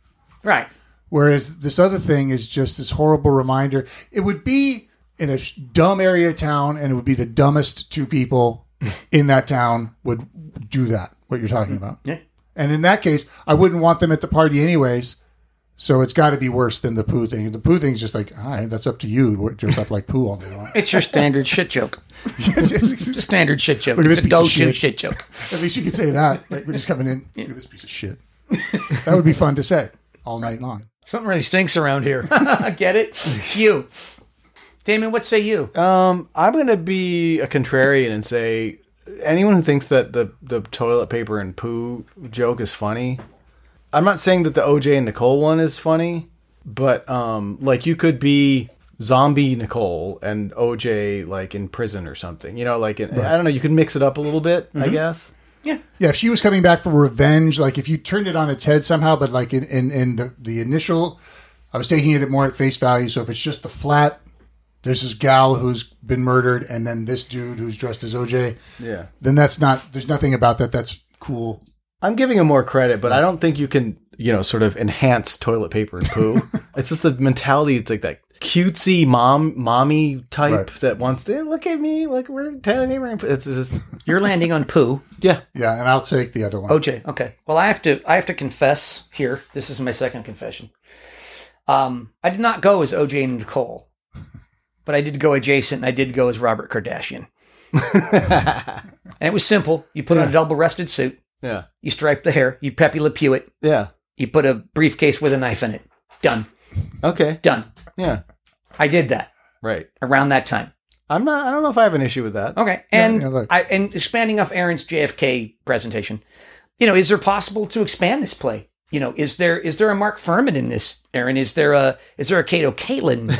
right
Whereas this other thing is just this horrible reminder. It would be in a sh- dumb area of town, and it would be the dumbest two people in that town would do that. What you're talking about,
Yeah.
And in that case, I wouldn't want them at the party anyways. So it's got to be worse than the poo thing. The poo thing's just like, all right, that's up to you. We're dressed up like poo all day long.
It's your standard shit joke. It's a
At
standard shit joke.
Look at
It's
this
a
piece of
go-to
shit.
shit. joke.
least you can say that. Like we're just coming in. Look at this piece of shit. That would be fun to say all night long.
Something really stinks around here. Get it? It's you. Damon, what say you?
I'm going to be a contrarian and say anyone who thinks that the, the toilet paper and poo joke is funny. I'm not saying that the OJ and Nicole one is funny, but um, like you could be zombie Nicole and OJ like in prison or something. You know, like in, I don't know. You could mix it up a little bit, I guess.
Yeah, if she was coming back for revenge, like if you turned it on its head somehow, but like in in, in the, the initial, I was taking it at more at face value. So if it's just the flat, there's this gal who's been murdered, and then this dude who's dressed as OJ.
Yeah.
Then that's not. There's nothing about that that's cool.
I'm giving him more credit, but I don't think you can, you know, sort of enhance toilet paper and poo. it's just the mentality. It's like that cutesy mom, mommy type
Right.
that wants to "Eh, look at me, look we're toilet paper. And poo." It's just
You're landing on poo.
yeah.
Yeah, and I'll take the other one.
OJ. Okay. Well, I have to. I have to confess here. This is my second confession. Um, I did not go as OJ and Nicole, but I did go adjacent, and I did go as Robert Kardashian. and it was simple. You put on a double-breasted suit.
Yeah,
You stripe the hair. You Pepe Le Pew it.
yeah,
You put a briefcase with a knife in it. Done.
okay,
Done.
yeah,
I did that
right.
around that time.
I'm not. I don't know if I have an issue with that.
Okay, and
yeah, look.
I and expanding off Aaron's JFK presentation, you know, is there possible to expand this play? You know, is there is there a Mark Furman in this? Aaron, is there a is there a Cato Caitlin?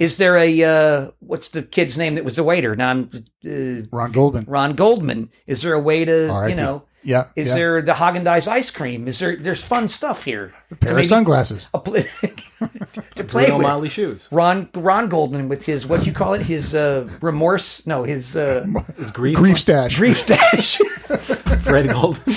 is there a uh, what's the kid's name that was the waiter? Now I'm uh,
Ron Goldman.
Ron Goldman. Is there a way to
R.I.P.
you know?
Yeah.
Is
yeah.
there the Haagen Dazs ice cream? Is there there's fun stuff here?
a pair of sunglasses?
A pl- to play
Bruno
with.
Miley shoes.
Ron Ron Goldman with his what do you call it? His uh, remorse? No, his uh,
Is grief,
Grief stash.
grief stash.
red gold?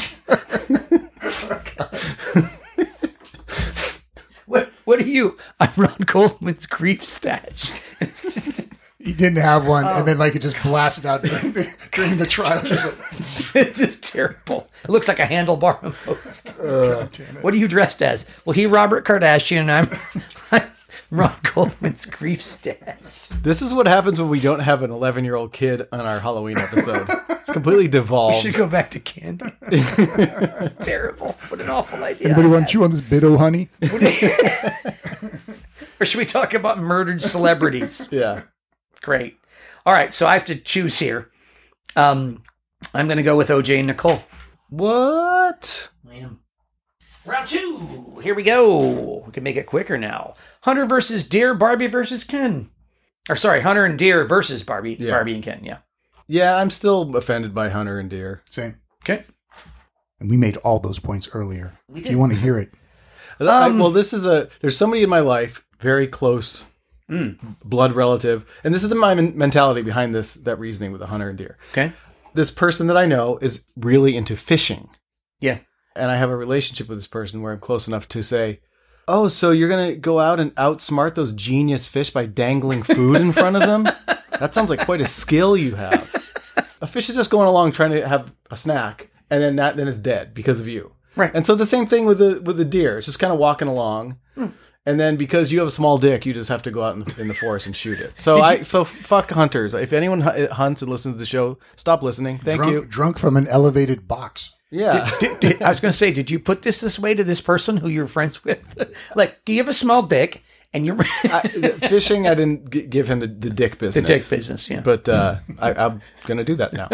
What What are you? I'm Ron Goldman's grief stash.
He didn't have one, and then like it just blasted out during the, during the trial. It was like,
it's just terrible. It looks like a handlebar of most.
Uh,
What are you dressed as? Well, he Robert Kardashian, and I'm, I'm Ron Goldman's grief stash.
This is what happens when we don't have an 11 year old kid on our Halloween episode. It's completely devolved.
Should go back to candy. It's terrible. What an awful idea.
Anybody want to chew on this bit, oh honey?
or should we talk about murdered celebrities?
yeah.
Great. All right, so I have to choose here. Um, I'm going to go with OJ and Nicole.
What?
I am. Round two. Here we go. We can make it quicker now. Hunter versus Deer, Barbie versus Ken. Or sorry, Hunter and Deer versus Barbie,
Yeah.
Barbie and Ken. Yeah.
Yeah, I'm still offended by Hunter and Deer.
Same.
Okay.
And we made all those points earlier. If you want to hear it,
I-
Um,
well, this is a there's somebody in my life very close blood relative, and this is the, my men- mentality behind this that reasoning with the hunter and deer.
Okay.
This person that I know is really into fishing,
Yeah.
and I have a relationship with this person where I'm close enough to say, "Oh, so you're gonna go out and outsmart those genius fish by dangling food in front of them? That sounds like quite a skill you have." A fish is just going along trying to have a snack, and then that then it's dead because of you.
Right.
And so the same thing with the with the deer. It's just kind of walking along, and then because you have a small dick, you just have to go out in the, in the forest and shoot it. So I so fuck hunters. If anyone hu- uh, hunts and listens to the show, stop listening. Thank
drunk,
you.
drunk from an elevated box.
Yeah.
Did- did- I was going to say, did you put this this way to this person who you're friends with? like, do you have a small dick and you're
I, fishing, I didn't g- give him the, the dick
the
business.
dick business? Yeah.
But uh, I, I'm gonna do that now.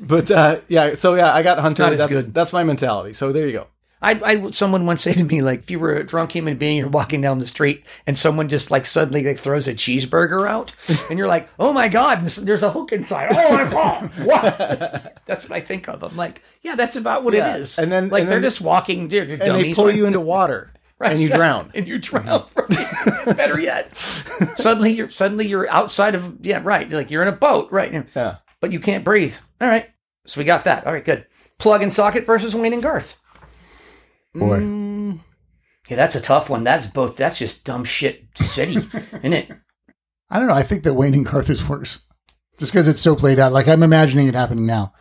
But uh, yeah, so yeah, I got hunter.
not as
That's
good.
that's my mentality. So there you go.
I, I someone once said to me like if you were a drunk human being you're walking down the street and someone just like suddenly like throws a cheeseburger out and you're like oh my god this- there's a hook inside oh my god what that's what I think of I'm like yeah that's about what
Yeah.
it is
And then-
like
and
they're
then-
just walking they're, they're
And
dummies
they pull
right?
you into water, and you drown.
and you drown right? better yet suddenly you're suddenly you're outside of yeah right like you're in a boat right
Yeah.
but you can't breathe all right so we got that all right good plug and socket versus Wayne and Garth. Mm.
Boy,
Yeah, that's a tough one. That's both. That's just dumb shit city, isn't it?
I don't know. I think that Wayne and Garth is worse, just because it's so played out. Like I'm imagining it happening now,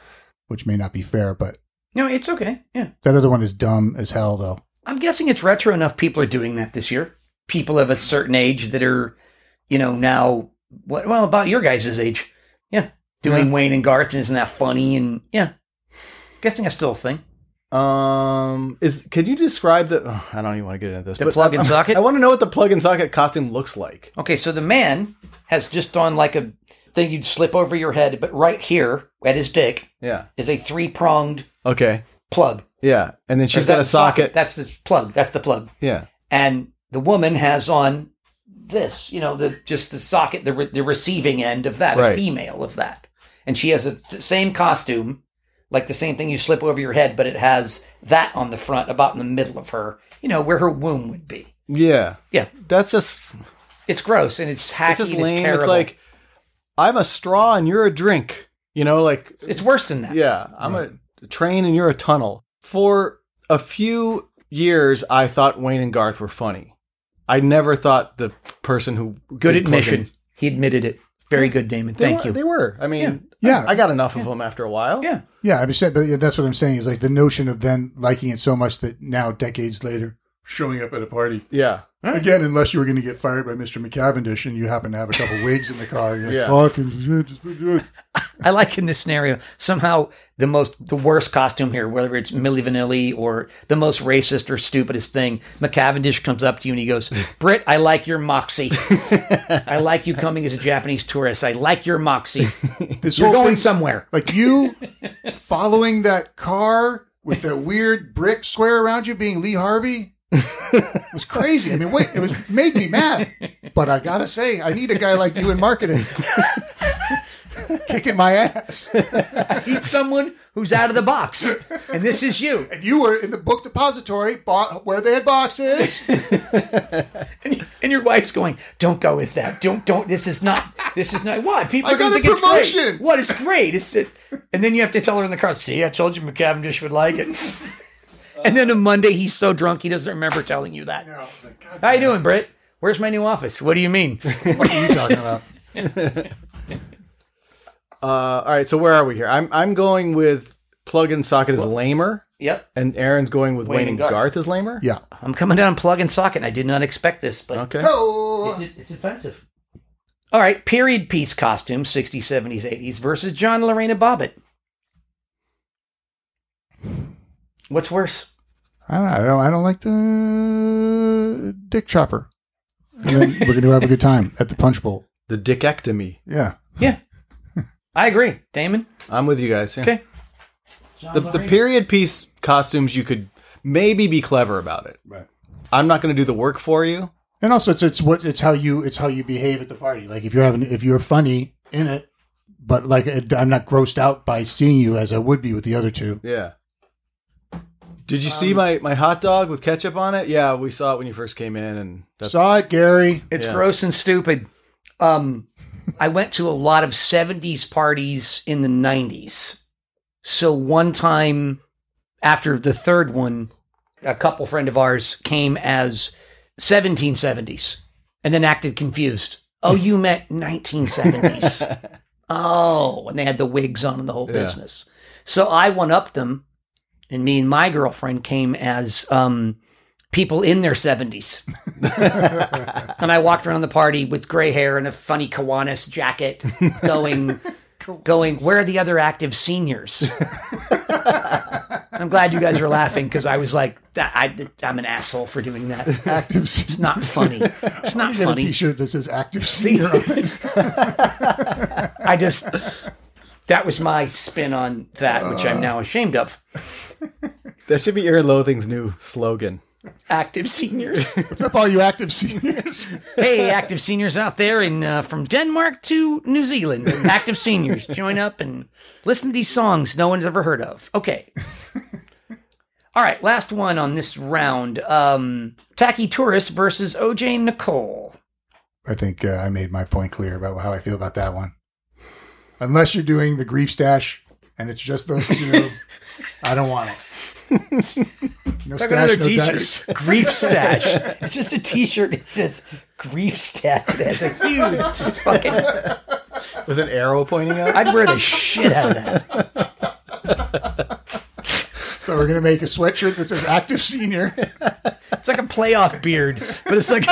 which may not be fair, but
No, it's okay. Yeah,
that other one is dumb as hell, though.
I'm guessing it's retro enough people are doing that this year. People of a certain age that are, you know, now what well, about your guys' age. Yeah. Doing Wayne and Garth and isn't that funny and yeah. Guessing that's still a thing.
Um, is can you describe the? oh, I don't even want to get into this.
The plug and
I-
socket?
I want to know what the plug and socket costume looks like.
Okay, so the man has just on like a thing you'd slip over your head, but right here at his dick
Yeah.
is a three pronged
Okay.
plug.
Yeah. And then she's
Is that
got a socket.
That's the plug. That's the plug.
yeah.
And the woman has on this, you know, the just the socket, the re- the receiving end of that, a
Right.
female of that, and she has a th- same costume, like the same thing you slip over your head, but it has that on the front, about in the middle of her, you know, where her womb would be.
Yeah.
Yeah,
That's just
it's gross and it's hacky
it's just
and it's
lame.
terrible.
It's like I'm a straw and you're a drink. You know, like
it's worse than that.
Yeah, I'm a train and you're a tunnel. For a few years, I thought Wayne and Garth were funny. I never thought the person who
Good
did
admission.
plugins-
He admitted it. Very good, Damon.
They
Thank
were-
you.
They were. I mean,
Yeah. Yeah.
I, I got enough of them after a while.
Yeah.
Yeah, I'm saying, but yeah, that's what I'm saying is like the notion of then liking it so much that now decades later showing up at a party
yeah.
again, unless you were going to get fired by Mr. McCavendish and you happen to have a couple wigs in the car, you're like,
Yeah.
fuck, it was good, just do it.
I like in this scenario somehow the most the worst costume here, whether it's Milli Vanilli or the most racist or stupidest thing. McCavendish comes up to you and he goes, "Britt, I like your moxie. I like you coming as a Japanese tourist. I like your moxie.
This
You're
whole
going
thing,
somewhere."
like you following that car with that weird brick square around you, being Lee Harvey. was crazy. I mean, wait, it was made me mad. But I gotta say, I need a guy like you in marketing, kicking my ass.
Need someone who's out of the box, and this is you.
And you were in the book depository bought where they had boxes.
And your wife's going, "Don't go with that. Don't don't. This is not. This is not. What people
I
are going to
got a
think it's great.
promotion!"
What is great? It's it. And then you have to tell her in the car. See, I told you McCavendish would like it. and then on Monday he's so drunk he doesn't remember telling you that.
I was like, God,
How you doing, Britt? Where's my new office? What do you mean?
what are you talking about?
Uh, all right. So where are we here? I'm I'm going with plug and socket is lamer,
yep.
and Aaron's going with Wayne, and Garth. is lamer.
Yeah.
I'm coming down plug and socket. and I did not expect this, but
Okay.
Oh,
it's, it's offensive. All right, period piece costume, 60s, 70s, 80s versus John Lorena Bobbitt. What's worse?
I don't, know, I don't. I don't like the dick chopper. And then we're going to have a good time at the punch bowl.
The dickectomy.
Yeah.
Yeah. I agree. Damon?
I'm with you guys. yeah.
Okay.
The, the period piece costumes, you could maybe be clever about it.
Right.
I'm not going to do the work for you.
And also, it's it's what it's how you it's how you behave at the party. Like if you're having if you're funny in it, but like it- I'm not grossed out by seeing you as I would be with the other two.
Yeah. Did you see my, my hot dog with ketchup on it? Yeah, we saw it when you first came in, and that's
Saw it, Gary.
It's
Yeah.
gross and stupid. Um, I went to a lot of 70s parties in the 90s. So one time after the third one, a couple friend of ours came as 1770s and then acted confused. Oh, you meant 1970s. oh, and they had the wigs on and the whole
Yeah.
business. So I one upped them, and me and my girlfriend came as um, people in their 70s. and I walked around the party with gray hair and a funny Kiwanis jacket, going, going. Where are the other active seniors? I'm glad you guys are laughing because I was like, "That- I, I'm an asshole for doing that. It's
Active. It's
not funny. It's not
Get a
funny.
T-shirt that says "Active Senior." on it.
I just that was my spin on that, which
Uh.
I'm now ashamed of.
that should be Aaron Lothing's new slogan.
Active seniors.
What's up, all you active seniors?
hey, active seniors out there in uh, from Denmark to New Zealand, active seniors, join up and listen to these songs no one's ever heard of. Okay. All right, last one on this round: um, Tacky Tourist versus OJ Nicole.
I think uh, I made my point clear about how I feel about that one. Unless you're doing the grief stash and it's just those two, I don't want it. No stash, no dice.
grief stash. It's just a T-shirt that says grief stash. It has a huge, it's just fucking.
With an arrow pointing out?
I'd wear the shit out of that.
So we're gonna make a sweatshirt that says active senior.
It's like a playoff beard, but it's like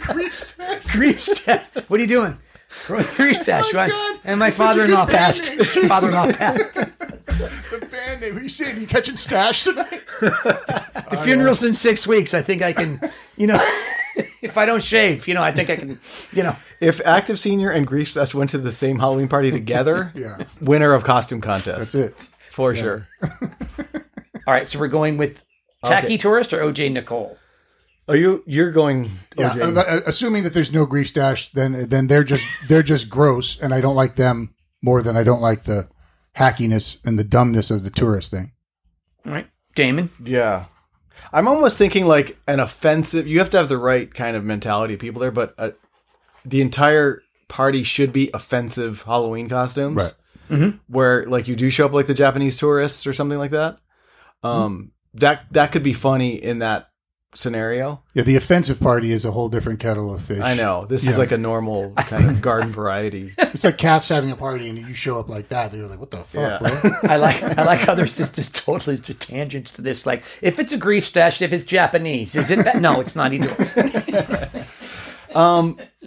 grief stash. What are you doing? Grief stash, right?
Oh God,
and my
it's such a
father-in-law
good band
passed.
name.
father-in-law passed.
the band name. What are you saying? You catching stash tonight?
The funeral's in six weeks. I think I can, you know, if I don't shave, you know, I think I can, you know.
If Active Senior and Grief Stash went to the same Halloween party together,
Yeah.
winner of costume contest.
That's it.
For sure.
All right, so we're going with Tacky
Okay.
Tourist or OJ Nicole.
Oh, you you're going
Yeah.
OJ.
uh, Assuming that there's no grief stash, then then they're just they're just gross, and I don't like them more than I don't like the hackiness and the dumbness of the tourist thing.
All right, Damon.
Yeah. I'm almost thinking like an offensive. You have to have the right kind of mentality of people there, but uh, the entire party should be offensive Halloween costumes.
Right.
Where like you do show up like the Japanese tourists or something like that. Um that that could be funny in that scenario.
Yeah, the offensive party is a whole different kettle of fish.
I know. This is
Yeah.
like a normal kind of garden variety.
It's like cats having a party, and you show up like that. They're like, "What the fuck,
Yeah.
bro?"
I like I like how there's just, just totally just tangents to this. Like, if it's a grief stash, if it's Japanese, is it that? No, it's not either.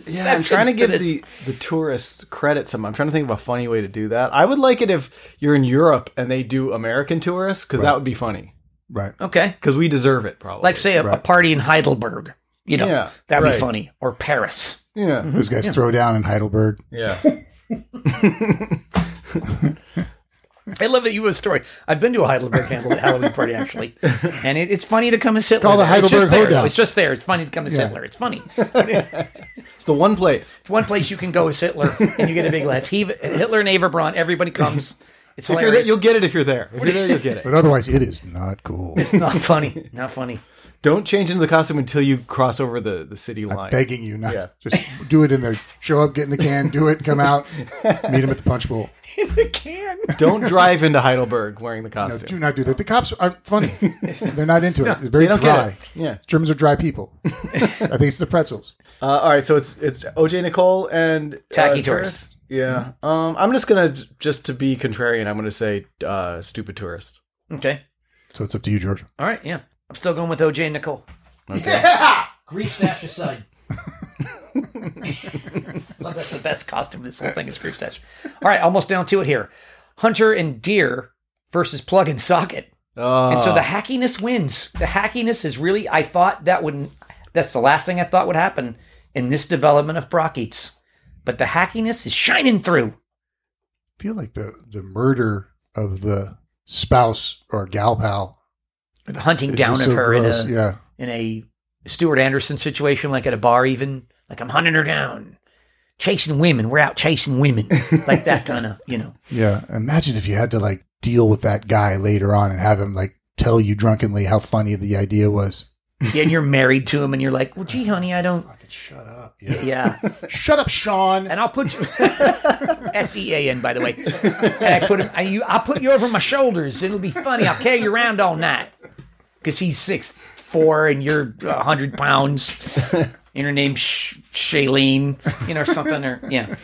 Yeah, I'm trying to
exceptions
give
to
the, the tourists credit some. I'm trying to think of a funny way to do that. I would like it if you're in Europe and they do American tourists because that would be funny
Right.
Uh-huh.
Okay,
because we deserve it probably.
like say a, a party in Heidelberg. You know,
Yeah,
that'd
right.
be funny. Or Paris.
yeah,
Those guys throw down in Heidelberg.
yeah.
I love that you have a story. I've been to a Heidelberg Handel- Halloween party actually, and it, it's funny to come as Hitler.
called a
there. it's just
Heidelberg
there.
Hoedown.
It's just there. It's funny to come as
Yeah.
Hitler. It's funny.
It's the one place.
It's one place you can go as Hitler and you get a big laugh. He, Hitler and Averbraun, everybody comes. It's
If you're there,
hilarious.
you'll get it if you're there. If you're there, you'll get it.
But otherwise, it is not cool.
it's not funny. Not funny.
Don't change into the costume until you cross over the, the city line.
Begging you not.
Yeah.
Just do it in there. Show up, get in the can, do it, come out, meet him at the punch bowl.
In the can.
Don't drive into Heidelberg wearing the
No, do
costume.
not do that. The cops aren't funny. They're not into it. They're very
they don't
dry.
get it. Yeah.
Germans are dry people. I think it's the pretzels.
Uh, all right. So it's it's OJ Nicole and uh,
Tacky tourists.
tourists. Yeah. Um. I'm just gonna just to be contrarian. I'm gonna say uh, stupid tourist.
Okay.
So it's up to you, George.
All right. Yeah. I'm still going with OJ and Nicole. Grief stash aside. Well, that's the best costume. This whole thing is grief stash. All right. Almost down to it here. Hunter and deer versus plug and socket.
Uh,
And so the
Ah.
hackiness wins. The hackiness is really, I thought that would, that's the last thing I thought would happen in this development of Brock Eats. But the hackiness is shining through.
I feel like the, the murder of the spouse or gal pal.
The hunting
is
down
just
of
so
her
gross.
in a
yeah.
in a Stuart Anderson situation, like at a bar, even like I'm hunting her down, chasing women. We're out chasing women, like that kind of, you know.
Yeah. Imagine if you had to like deal with that guy later on and have him like tell you drunkenly how funny the idea was.
Yeah, and you're married to him, and you're like, well, gee, honey, I don't.
Fucking shut up. Yeah.
Yeah,
Shut up, Sean.
and I'll put you S E A N by the way. And I put him, I, you, I'll put you over my shoulders. It'll be funny. I'll carry you around all night because he's six four and you're a hundred pounds. And her name's Sh- Shailene, you know, or something, or yeah.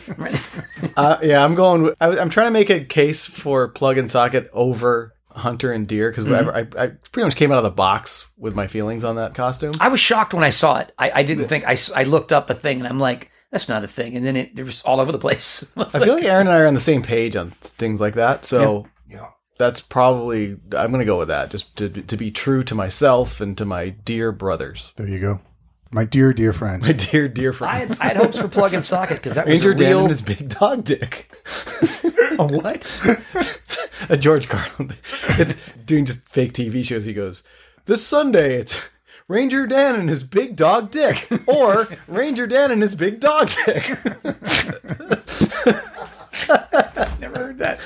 Uh, yeah, I'm going. With, I, am trying to make a case for plug and socket over Hunter and Deer because I, I pretty much came out of the box with my feelings on that costume.
I was shocked when I saw it. I, I didn't think I, s- I looked up a thing and I'm like, that's not a thing. And then it, it was all over the place. I was
I
like,
feel like Aaron and I are on the same page on things like that, so
Yeah.
that's probably I'm going to go with that just to to be true to myself and to my dear brothers,
There you go. My dear, dear friends.
my dear dear
I
friends.
had, I had hopes for plug and socket because that was
Ranger
a
Dan
real
and his big dog dick,
a what?
a George Carlin. It's doing just fake TV shows. He goes this Sunday. It's Ranger Dan and his big dog dick, or Ranger Dan and his big dog dick.
Never heard that.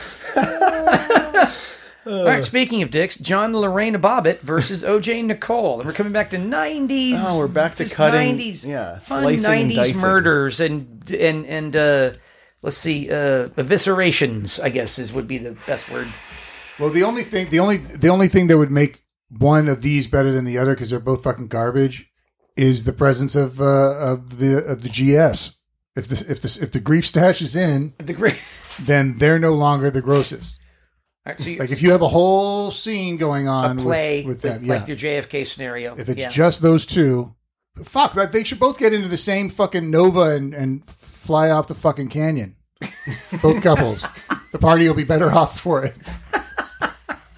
All right. Speaking of dicks, John Lorraine Bobbitt versus O.J. Nicole, and we're coming back to '90s.
Oh, we're back to
just
cutting-
'90s,
yeah,
fun
slicing and
'90s
dicing.
murders and and and uh, let's see, uh, eviscerations. I guess is would be the best word.
Well, the only thing, the only, the only thing that would make one of these better than the other because they're both fucking garbage is the presence of uh, of the of the GS. If the if the if the grief stash is in,
The great.
then they're no longer the grossest.
All right, so you,
Like if you have a whole scene going
a
on with-
play
with,
with,
them, yeah.
like your JFK scenario,
if it's
yeah.
just those two, fuck that. They should both get into the same fucking Nova and and fly off the fucking canyon. both couples, the party will be better off for it.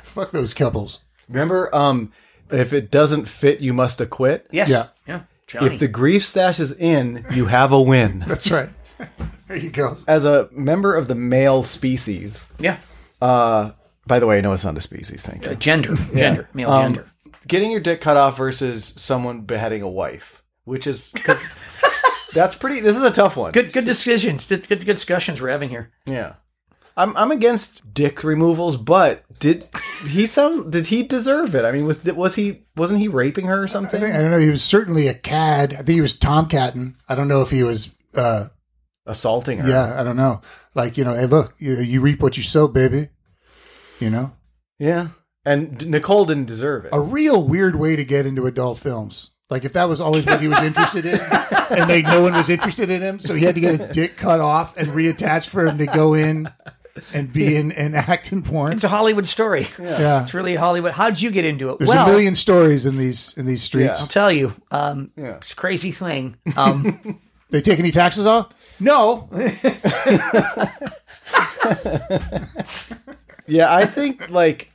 fuck those couples.
Remember, um, if it doesn't fit, you must acquit.
yes,
yeah.
yeah, Johnny,
If the grief stash is in, you have a win.
That's right. there you go.
As a member of the male species,
yeah,
uh, by the way, no, it's not a species. Thank you.
Uh, gender, gender, male
Um,
gender.
Getting your dick cut off versus someone beheading a wife, which is 'cause that's pretty. This is a tough one.
Good, good discussions. Good, good discussions we're having here.
Yeah. I'm I'm against dick removals, but did he sound did he deserve it? I mean, was was he wasn't he raping her or
I
something?
think I don't know. He was certainly a cad. I think he was tomcatting. I don't know if he was. uh
Assaulting her.
Yeah, I don't know. Like you know, hey, look, you, you reap what you sow, baby. You know,
Yeah. And D- Nicole didn't deserve it.
a real weird way to get into adult films. Like if that was always what he was interested in, and they no one was interested in him, so he had to get his dick cut off and reattached for him to go in and be in and act in porn.
It's a Hollywood story.
yeah,
It's really Hollywood. How would you get into it?
there's
well,
a million stories in these in these streets.
Yeah.
I'll tell you. Um,
Yeah.
It's a crazy thing. Um,
They take any taxes off? No.
Yeah, I think like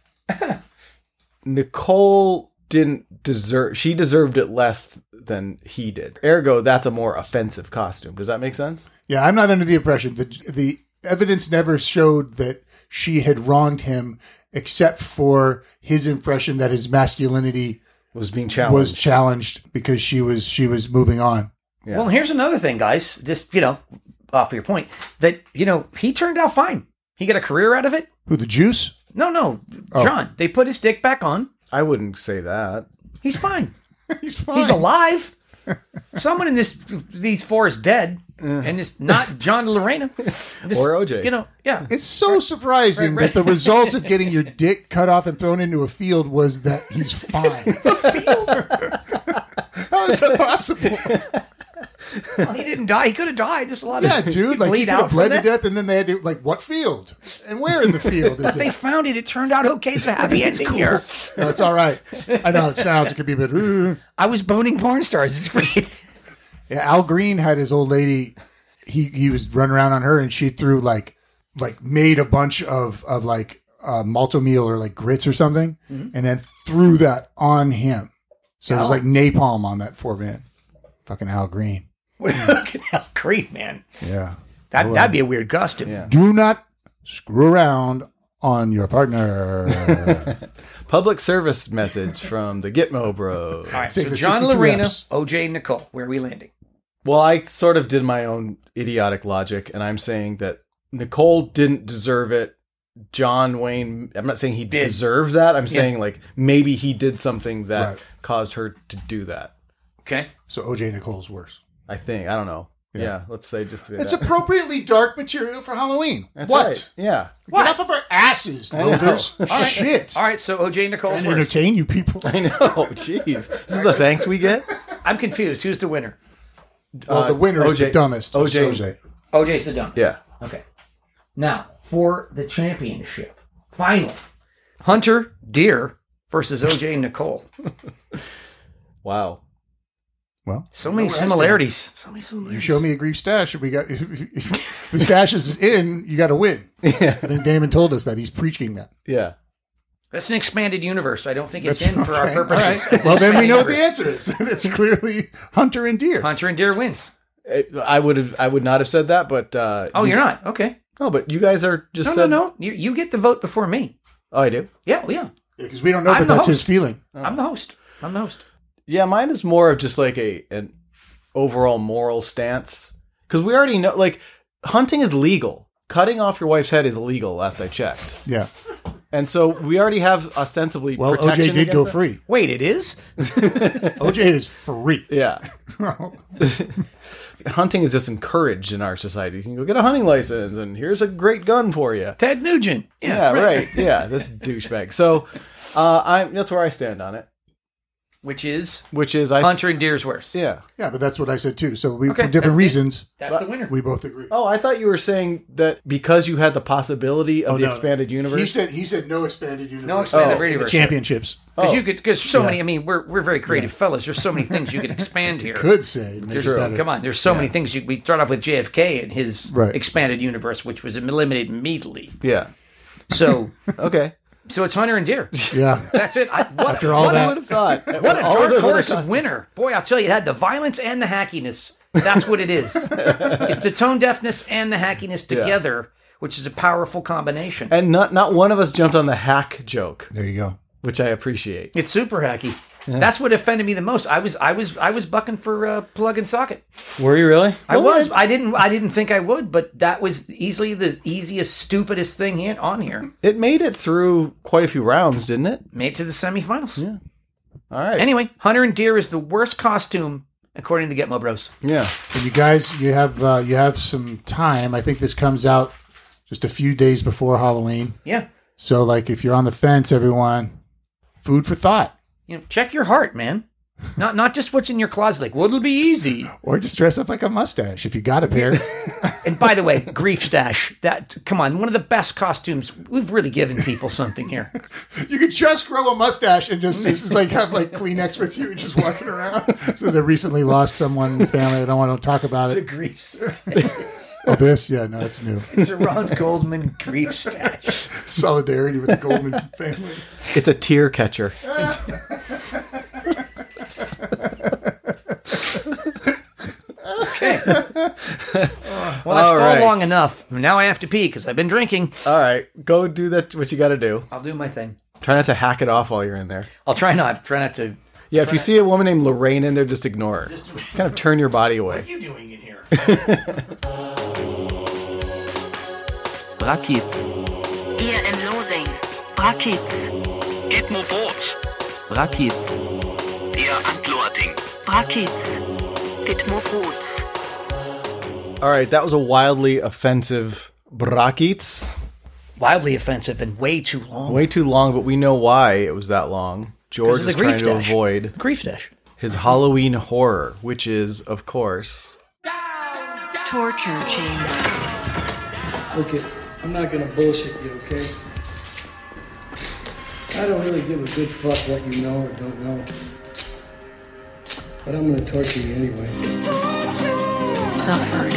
Nicole didn't deserve she deserved it less than he did. Ergo, that's a more offensive costume. Does that make sense?
Yeah, I'm not under the impression that the evidence never showed that she had wronged him, except for his impression that his masculinity
Was being challenged.
was challenged because she was she was moving on.
Yeah.
Well, here's another thing, guys. Just you know, off of your point, that you know he turned out fine. He got a career out of it.
Who the juice?
No, no, John. They put his dick back on.
I wouldn't say that.
He's fine.
He's fine.
He's alive. Someone in this these four is dead, and it's not John Lorena
Or OJ.
You know, yeah.
It's so surprising that the result of getting your dick cut off and thrown into a field was that he's fine. How is that possible?
Well, he didn't die. He could have died. Just a lot
Yeah,
of
dude. Like he
bleed
could have
out.
bled
From
to
that.
death, and then they had to like, what field and where in the field is
They
it?
found it. It turned out okay. It's a happy ending here.
No, it's all right. I know it sounds. It could be a bit. "Ooh."
I was boning porn stars. It's great.
Yeah, Al Green had his old lady. He he was running around on her, and she threw like like made a bunch of of like uh, malto meal or like grits or something,
Mm-hmm.
and then threw that on him. So it was
Al?
like napalm on that four van. Fucking Al Green.
Look at how great, man.
Yeah. um,
That that'd be a weird costume.
Yeah.
Do not screw around on your partner.
Public service message from the Gitmo Bros.
All right.
Take
So
the
John
62
Lorena,
reps.
OJ, and Nicole. Where are we landing?
Well, I sort of did my own idiotic logic, and I'm saying that Nicole didn't deserve it. John Wayne, I'm not saying he
Did.
deserves that. I'm saying like maybe he did something that
Right.
caused her to do that.
Okay.
so OJ Nicole's worse.
I think I don't know. Yeah, let's say just say
It's
that.
appropriately dark material for Halloween.
That's
what?
right. Yeah,
What?
Get off of our asses, loaders. Shit.
All right. So OJ and Nicole's
Trying to
worst.
entertain you people.
I know. Jeez, this is the thanks we get. Uh,
I'm confused. Who's the winner?
Well, the winner is the
OJ
dumbest. It's
OJ.
OJ.
OJ's the dumbest.
Yeah.
Okay. Now for the championship. Finally, Hunter Deer versus OJ and Nicole.
Wow.
Well,
So many similarities. So many
you
similarities.
show me a grief stash, and we got if the stash is in. You got to win.
Yeah.
I think Damon told us that he's preaching that.
Yeah.
That's an expanded universe. I don't think it's
That's-
in for our
okay.
purposes. It's an
Well, then we
expanded
know what the
universe.
answer is. it's clearly Hunter and Deer.
Hunter and Deer wins.
I- I would have. I would not have said that, but uh,
Oh,
you-
you're not okay.
No, but you guys are just
No, no,
said-
no. You you get the vote before me.
Oh, I do.
Yeah, yeah.
Because we don't know
I'm
that
the
that's his
host.
feeling.
I'm the host. I'm the host.
Yeah, mine is more of just like a an overall moral stance because we already know like hunting is legal. Cutting off your wife's head is illegal. Last I checked,
Yeah.
and so we already have ostensibly.
Well,
protection
OJ did
against
go
that.
free.
Wait, it is.
OJ is free.
Yeah, hunting is just encouraged in our society. You can go get a hunting license, and here's a great gun for you.
Ted Nugent.
Yeah, right. Yeah, this douchebag. So, uh, I'm that's where I stand on it.
which is
which is I
Hunter and Deersworth.
yeah.
Yeah, but that's what I said too. So we,
Okay,
for different
that's it.
reasons,
That's the winner.
we both agree.
Oh, I thought you were saying that because you had the possibility of
Oh,
the
no.
expanded universe.
He said he said no expanded universe.
No expanded
Oh.
universe.
championships.
Because you could, because so
Oh, Yeah.
many. I mean, we're we're very creative fellas. There's so many things you could expand here.
Could say. Maybe
There's-
that-
Come on, there's so many things. You, we start off with JFK and his
Right.
expanded universe, which was eliminated immediately.
yeah.
So,
Okay.
so it's Hunter and Deer.
Yeah.
That's it. I, what,
After all
what,
I
that,
would have thought.
what a
all
dark
those other
horse
costumes-
winner, boy! I'll tell you, it had the violence and the hackiness. That's what it is. it's the tone deafness and the hackiness together, which is a powerful combination.
And not not one of us jumped on the hack joke,
there you go.
which I appreciate.
It's super hacky. That's what offended me the most. I was I was I was bucking for uh, plug and socket.
Were you really?
I was. I didn't. I didn't think I would, but that was easily the easiest, stupidest thing he had on here.
It made it through quite a few rounds, didn't it?
Made it to the semifinals.
All right.
Anyway, Hunter and Deer is the worst costume according to Getmo Bros.
yeah.
And you guys, you have uh, you have some time. I think this comes out just a few days before Halloween.
Yeah.
So like, if you're on the fence, everyone, food for thought,
You know, check your heart, man. Not not just what's in your closet. Like, what'll be easy.
or just dress up like a mustache if you got a pair.
And by the way, grief stash. That come on, one of the best costumes. We've really given people something here.
you could just grow a mustache and just, just like have like Kleenex with you and just walking around. So they recently lost someone in the family. I don't want to talk about it.
grief stash.
Oh, this, yeah, no, it's new.
It's a Ron Goldman grief stash.
Solidarity with the Goldman family.
It's a tear catcher.
Okay. well, I've
All
stalled
right.
long enough. Now I have to pee because I've been drinking.
All right. Go do that what you got to do.
I'll do my thing.
Try not to hack it off while you're in there.
I'll try not. Try not to.
Yeah, if you see a woman named Lorraine in there, just ignore her. kind of turn your body away.
you doing in here?
Brackets.
Here in Losing. Brackets.
Edmo Boards.
Brackets.
Ihr Antloerding.
Brackets. Gitmo Boots.
All right. That was a wildly offensive brackets.
Wildly offensive and way too long.
Way too long, but we know why it was that long. George
of the
is trying
grief
to
dash.
avoid
Grief stash.
his Halloween horror, which is, of course,
Torture chamber.
Look, it, I'm not gonna bullshit you, okay? I don't really give a good fuck what you know or don't know. But I'm gonna torture you anyway.
Suffering.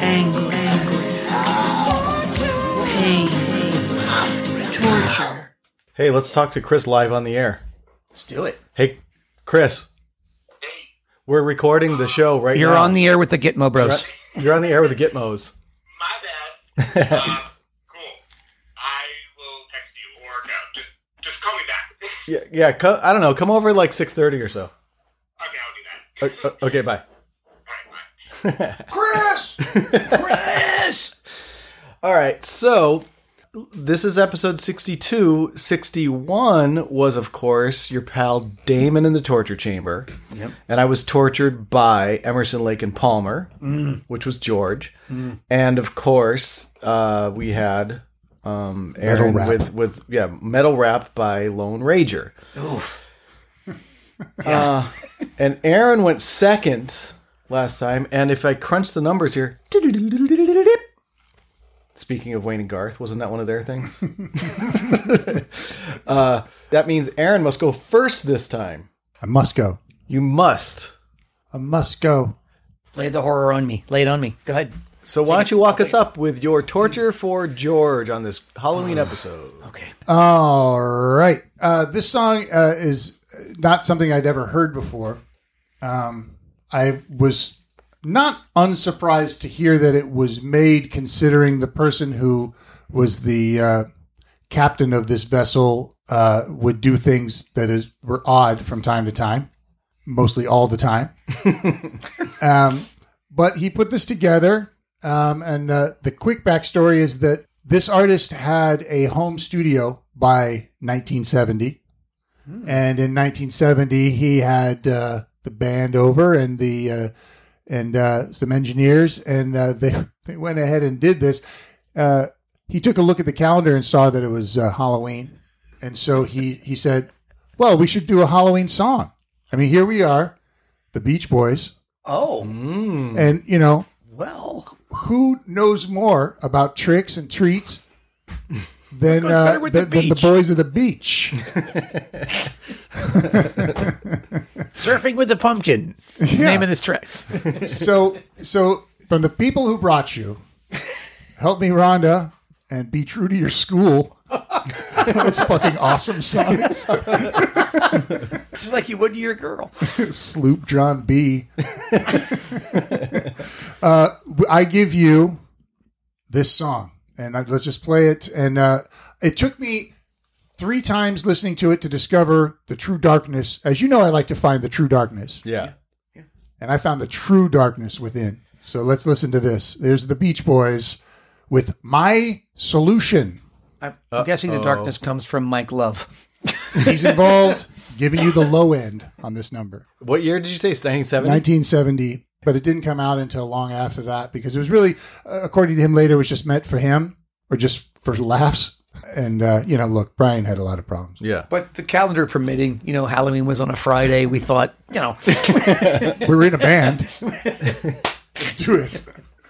Anger. Pain. Torture.
Hey, let's talk to Chris live on the air.
Let's do it.
Hey, Chris. We're recording the show right
You're
now.
on the air with the Gitmo Bros.
You're on the air with the Gitmos.
My bad. uh, cool. I will text you or no, just just call me back. okay,
Yeah, yeah. Co- I don't know. Come over like six thirty or so.
I'll do that.
O- o- okay, bye.
Alright, bye.
Chris!
Yes.
All right. So this is episode 62. 61 was, of course, your pal Damon in the torture chamber. Yep. And I was tortured by Emerson, Lake, and Palmer, which was George. And of course, uh, we had um, Aaron
Rap.
with with yeah metal rap by Lone Ranger. Uh,
Oof.
And Aaron went second last time. And if I crunch the numbers here, speaking of Wayne and Garth, wasn't that one of their things? uh, that means Aaron must go first this time.
I must go.
You must.
I must go.
Lay the horror on me. Lay it on me. Go ahead.
So why don't you walk us up with your torture for George on this Halloween episode?
Okay.
All right. Uh, this song uh, is not something I'd ever heard before. Um, I was not unsurprised to hear that it was made, considering the person who was the uh, captain of this vessel uh, would do things that is, were odd from time to time, mostly all the time. um, but he put this together. Um, and uh, the quick backstory is that this artist had a home studio by 1970. And in 1970, he had uh, the band over and the uh, and uh, some engineers, and uh, they they went ahead and did this. Uh, he took a look at the calendar and saw that it was uh, Halloween, and so he he said, Well, we should do a Halloween song. I mean, here we are, the Beach Boys,
Oh,
and you know
well.
who knows more about tricks and treats than uh,
better with
than-
the
than the
beach?
boys of the beach?
Surfing with the Pumpkin. It's the
Yeah.
name of this track.
so so from the people who brought you, help me, Rhonda, and be true to your school. That's fucking awesome songs.
It's just like you would to your girl.
Sloop John B. uh, I give you this song, and I, let's just play it. And uh, it took me three times listening to it to discover the true darkness. As you know, I like to find the true darkness,
Yeah.
and I found the true darkness within. So let's listen to this. There's the Beach Boys with "My Solution."
I'm guessing the darkness comes from Mike Love.
He's involved, giving you the low end on this number.
What year did you say? 1970?
1970, but it didn't come out until long after that because it was really, uh, according to him later, it was just meant for him or just for laughs. And, uh, you know, look, Brian had a lot of problems.
Yeah.
But the calendar permitting, you know, Halloween was on a Friday. We thought, you know,
We were in a band. Let's do it.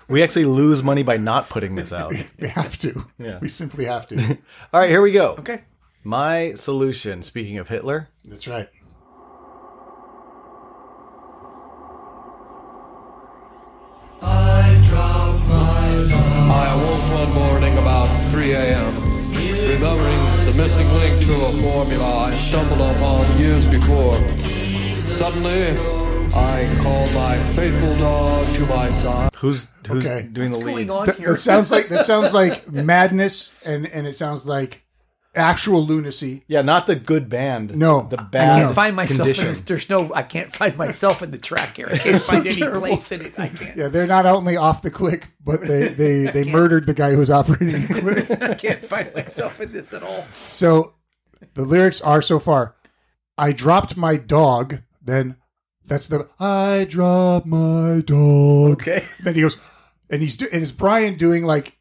We actually lose money by not putting this out.
We have to.
Yeah.
We simply have to.
All right, here we go.
okay.
My solution, speaking of Hitler,
That's right.
I awoke one morning about 3 a.m., remembering the missing link to a formula I stumbled upon years before. Suddenly, I called my faithful dog to my side.
who's who's
Okay.
doing the lead?
on
That, that sounds like that sounds like madness and, and it sounds like actual lunacy.
Yeah, not the good band.
No.
the
I
bad.
I can't find myself
condition.
in this. There's no. I can't find myself in the track here. I can't find any
terrible.
place in it. I can't.
Yeah, they're not only off the click, but they, they, they murdered the guy who was operating the click.
I can't find myself in this at all.
So the lyrics are so far I dropped my dog, then that's the I dropped my dog.
Okay.
Then he goes, and he's do, and is Brian doing like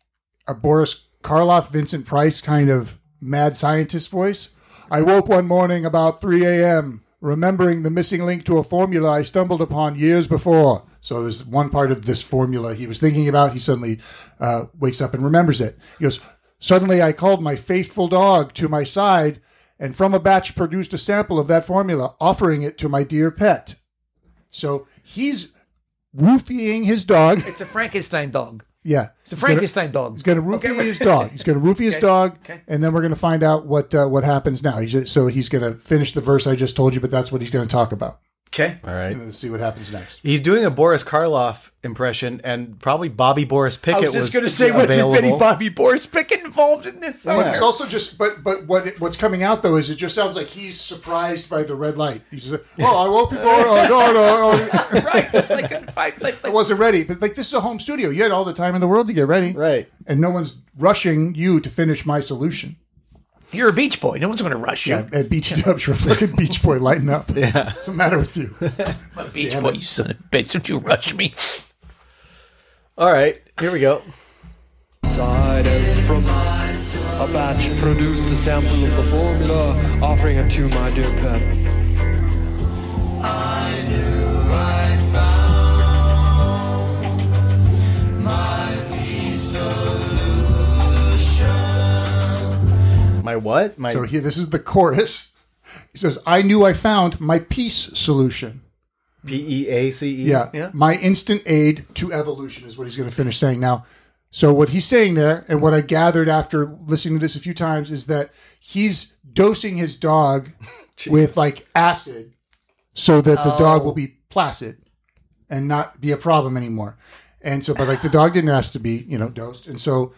a Boris Karloff, Vincent Price kind of mad scientist voice? I woke one morning about 3 a.m. remembering the missing link to a formula I stumbled upon years before. So it was one part of this formula he was thinking about. He suddenly uh, wakes up and remembers it. He goes, Suddenly I called my faithful dog to my side and from a batch produced a sample of that formula, offering it to my dear pet. So he's roofying his dog.
It's a Frankenstein dog.
Yeah.
It's a Frankenstein dog.
He's going to roofie his dog. He's going to roofie his dog,
Okay.
and then we're going to find out what uh, what happens now. He's just, so he's going to finish the verse I just told you, but that's what he's going to talk about.
Okay.
All right,
And let's see what happens next.
he's doing a Boris Karloff impression, and probably Bobby Boris
I
Pickett
was just going to
was
say, was it
available.
Benny Bobby Boris Pick involved in this Oh, song?
But it's also just, but but what it, what's coming out though is it just sounds like he's surprised by the red light. He's just, oh, I woke people. Oh, no, no, oh,
right. It's like a fight. Like,
I
like,
wasn't ready. But like this is a home studio. You had all the time in the world to get ready,
Right.
And no one's rushing you to finish my solution.
you're a beach boy. No one's going to rush you.
Yeah, at BT Dubs, you're a fucking Beach Boy. Lighten up. Yeah, what's the matter with you?
I'm a beach boy, you son of a bitch. Don't you rush me.
All right, here we go.
Side and from a batch produced a sample of the formula, offering it to my dear pet.
My what? My
So here, this is the chorus. He says, "I knew I found my peace solution.
P E A C E.
Yeah, my instant aid to evolution is what he's going to finish saying now. So what he's saying there, and what I gathered after listening to this a few times, is that he's dosing his dog with like acid, so that the dog will be placid and not be a problem anymore. And so, but like the dog didn't ask to be, you know, dosed, and so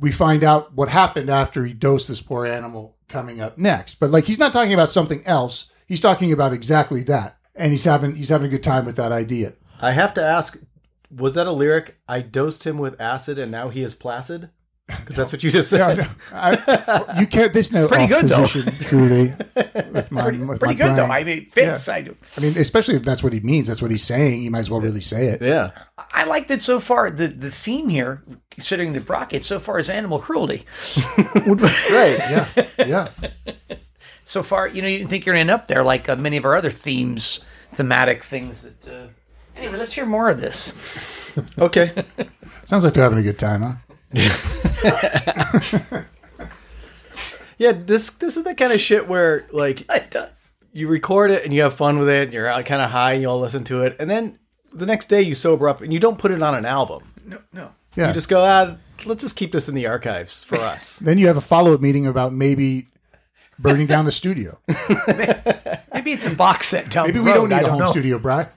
we find out what happened after he dosed this poor animal coming up next. But like he's not talking about something else. He's talking about exactly that. And he's having he's having a good time with that idea.
I have to ask, was that a lyric? I dosed him with acid, and now he is placid. Because that's what you just said.
No, no, I, you can't this no
Pretty
off
good, though.
position, truly. With my, with
Pretty
my
good, though.
brain.
I mean, it fits. I do.
I mean, especially if that's what he means, that's what he's saying. You might as well really say it.
Yeah.
I like that so far. The the theme here, considering the bracket, so far is animal cruelty.
Right.
Yeah, yeah.
so far, you know, you didn't think you're going to end up there like uh, many of our other themes, thematic things that. Uh, anyway, let's hear more of this.
Okay.
Sounds like they're having a good time, huh?
Yeah, this this is the kind of shit where like
It does.
you record it and you have fun with it, and you're kind of high, and you all listen to it, and then the next day you sober up and you don't put it on an album.
No, no.
Yeah.
You just go, ah, let's just keep this in the archives for us.
then you have a follow up meeting about maybe burning down the studio.
Maybe it's a box set down
Maybe
the
we
road,
don't need
I
a home
know.
studio, Bry.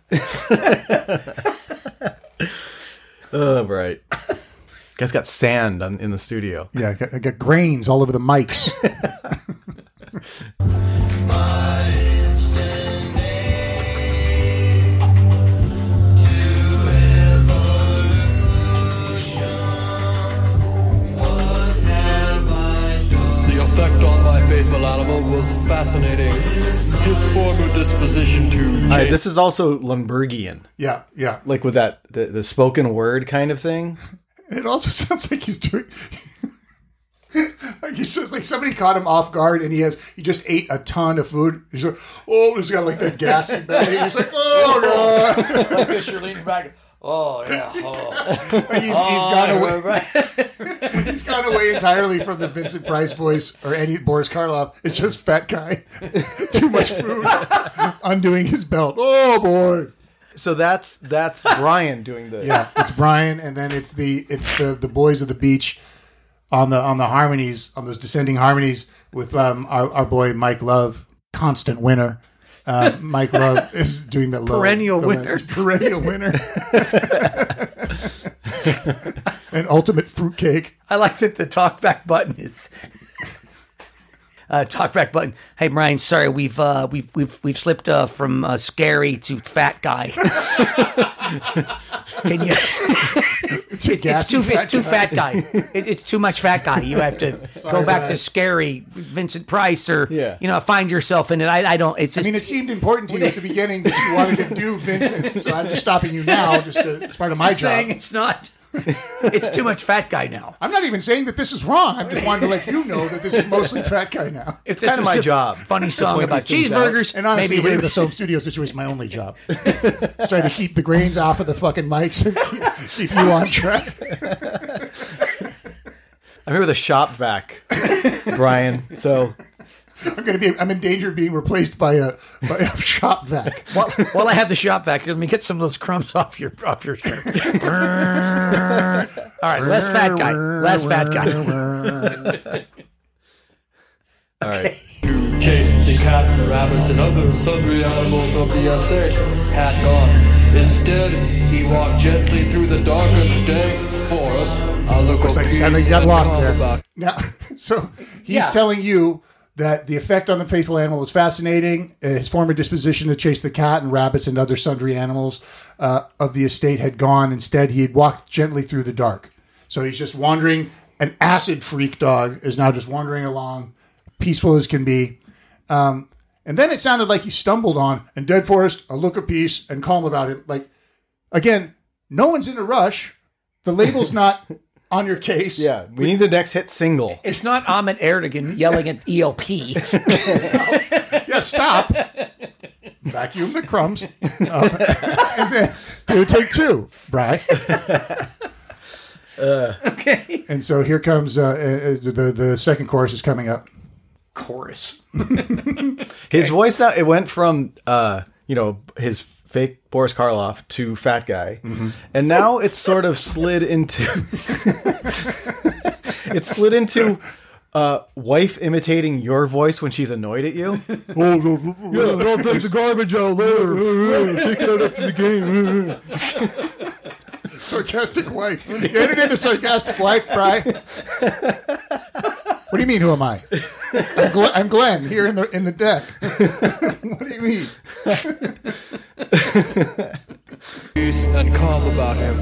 oh, right. Guys got sand on, in the studio.
Yeah, I got, I got grains all over the mics.
The effect on my faithful animal was fascinating. His former disposition to
Uh, this is also Lumbergian,
yeah, yeah.
like with that the, the spoken word kind of thing.
It also sounds like he's doing. Like he's just like somebody caught him off guard, and he has he just ate a ton of food. He's like, oh, he's got like that gassy belly. He's like, oh god,
Like this, you're leaning back. Oh yeah. Oh.
Like, he's, he's gone away.
Right.
He's gone away entirely from the Vincent Price voice or any Boris Karloff. It's just fat guy, too much food, undoing his belt. Oh boy.
So that's that's Brian doing the
yeah, it's Brian, and then it's the it's the the boys of the beach on the on the harmonies on those descending harmonies with um our, our boy Mike Love, constant winner. Uh, Mike Love is doing the low,
Perennial
the-
winner.
perennial winner, and ultimate fruitcake.
I like that the talk back button is. Uh, talk back button. Hey Brian, sorry we've uh, we've we've we've slipped uh, from uh, scary to fat guy. Can you? It- it's
gassy
too
fat
it's too
guy.
fat guy. It, it's too much fat guy. You have to go back
Brian.
to scary Vincent Price or
Yeah.
you know find yourself in it. I, I don't. It's
I
just
mean, it seemed important to you at the beginning that you wanted to do Vincent, so I'm just stopping you now. Just to, it's part of my
saying
job.
it's not. It's too much fat guy now.
I'm not even saying that this is wrong. I'm just wanting to let you know that this is mostly fat guy now.
If this
kinda
was
my
a
job
funny song
point
about
these things out.
cheeseburgers,
And honestly,
maybe
here
we
in this home studio situation, my only job. Just trying to keep the grains off of the fucking mics and keep you on track.
I remember the shop vac, Brian. So
I'm gonna be. I'm in danger of being replaced by a by a shop vac.
while, while I have the shop back, let me get some of those crumbs off your off your shirt. All right, less fat guy, less fat guy.
all right.
to chase the cat, the rabbits, and other sundry animals of the estate had gone. Instead, he walked gently through the darkened dank forest. A look
Looks
of
like
peace
sounded got
and
lost
calm
there.
about-
Now, so he's
Yeah.
telling you that the effect on the faithful animal was fascinating. Uh, His former disposition to chase the cat and rabbits and other sundry animals uh, of the estate had gone. Instead, he had walked gently through the dark. So he's just wandering. An acid freak dog is now just wandering along, peaceful as can be. Um, and then it sounded like he stumbled on and dead forest, a look of peace and calm about him. Like again, no one's in a rush. The label's not on your case.
Yeah, we need the next hit single.
It's not Ahmet Erdogan yelling at E ELP.
yeah, stop. Vacuum the crumbs. Um, and then do take two, Bry.
Okay,
And so here comes uh, uh, uh, the the second chorus is coming up.
chorus.
His voice now it went from uh, you know, his fake Boris Karloff to fat guy. And now it's sort of slid into it slid into uh, wife imitating your voice when she's annoyed at you.
I'll take the garbage out later. take it out after the game. sarcastic wife. You entered into sarcastic wife, Bry. What do you mean? Who am I? I'm, Gl- I'm Glenn here in the in the deck. what do you mean?
peace and calm about him.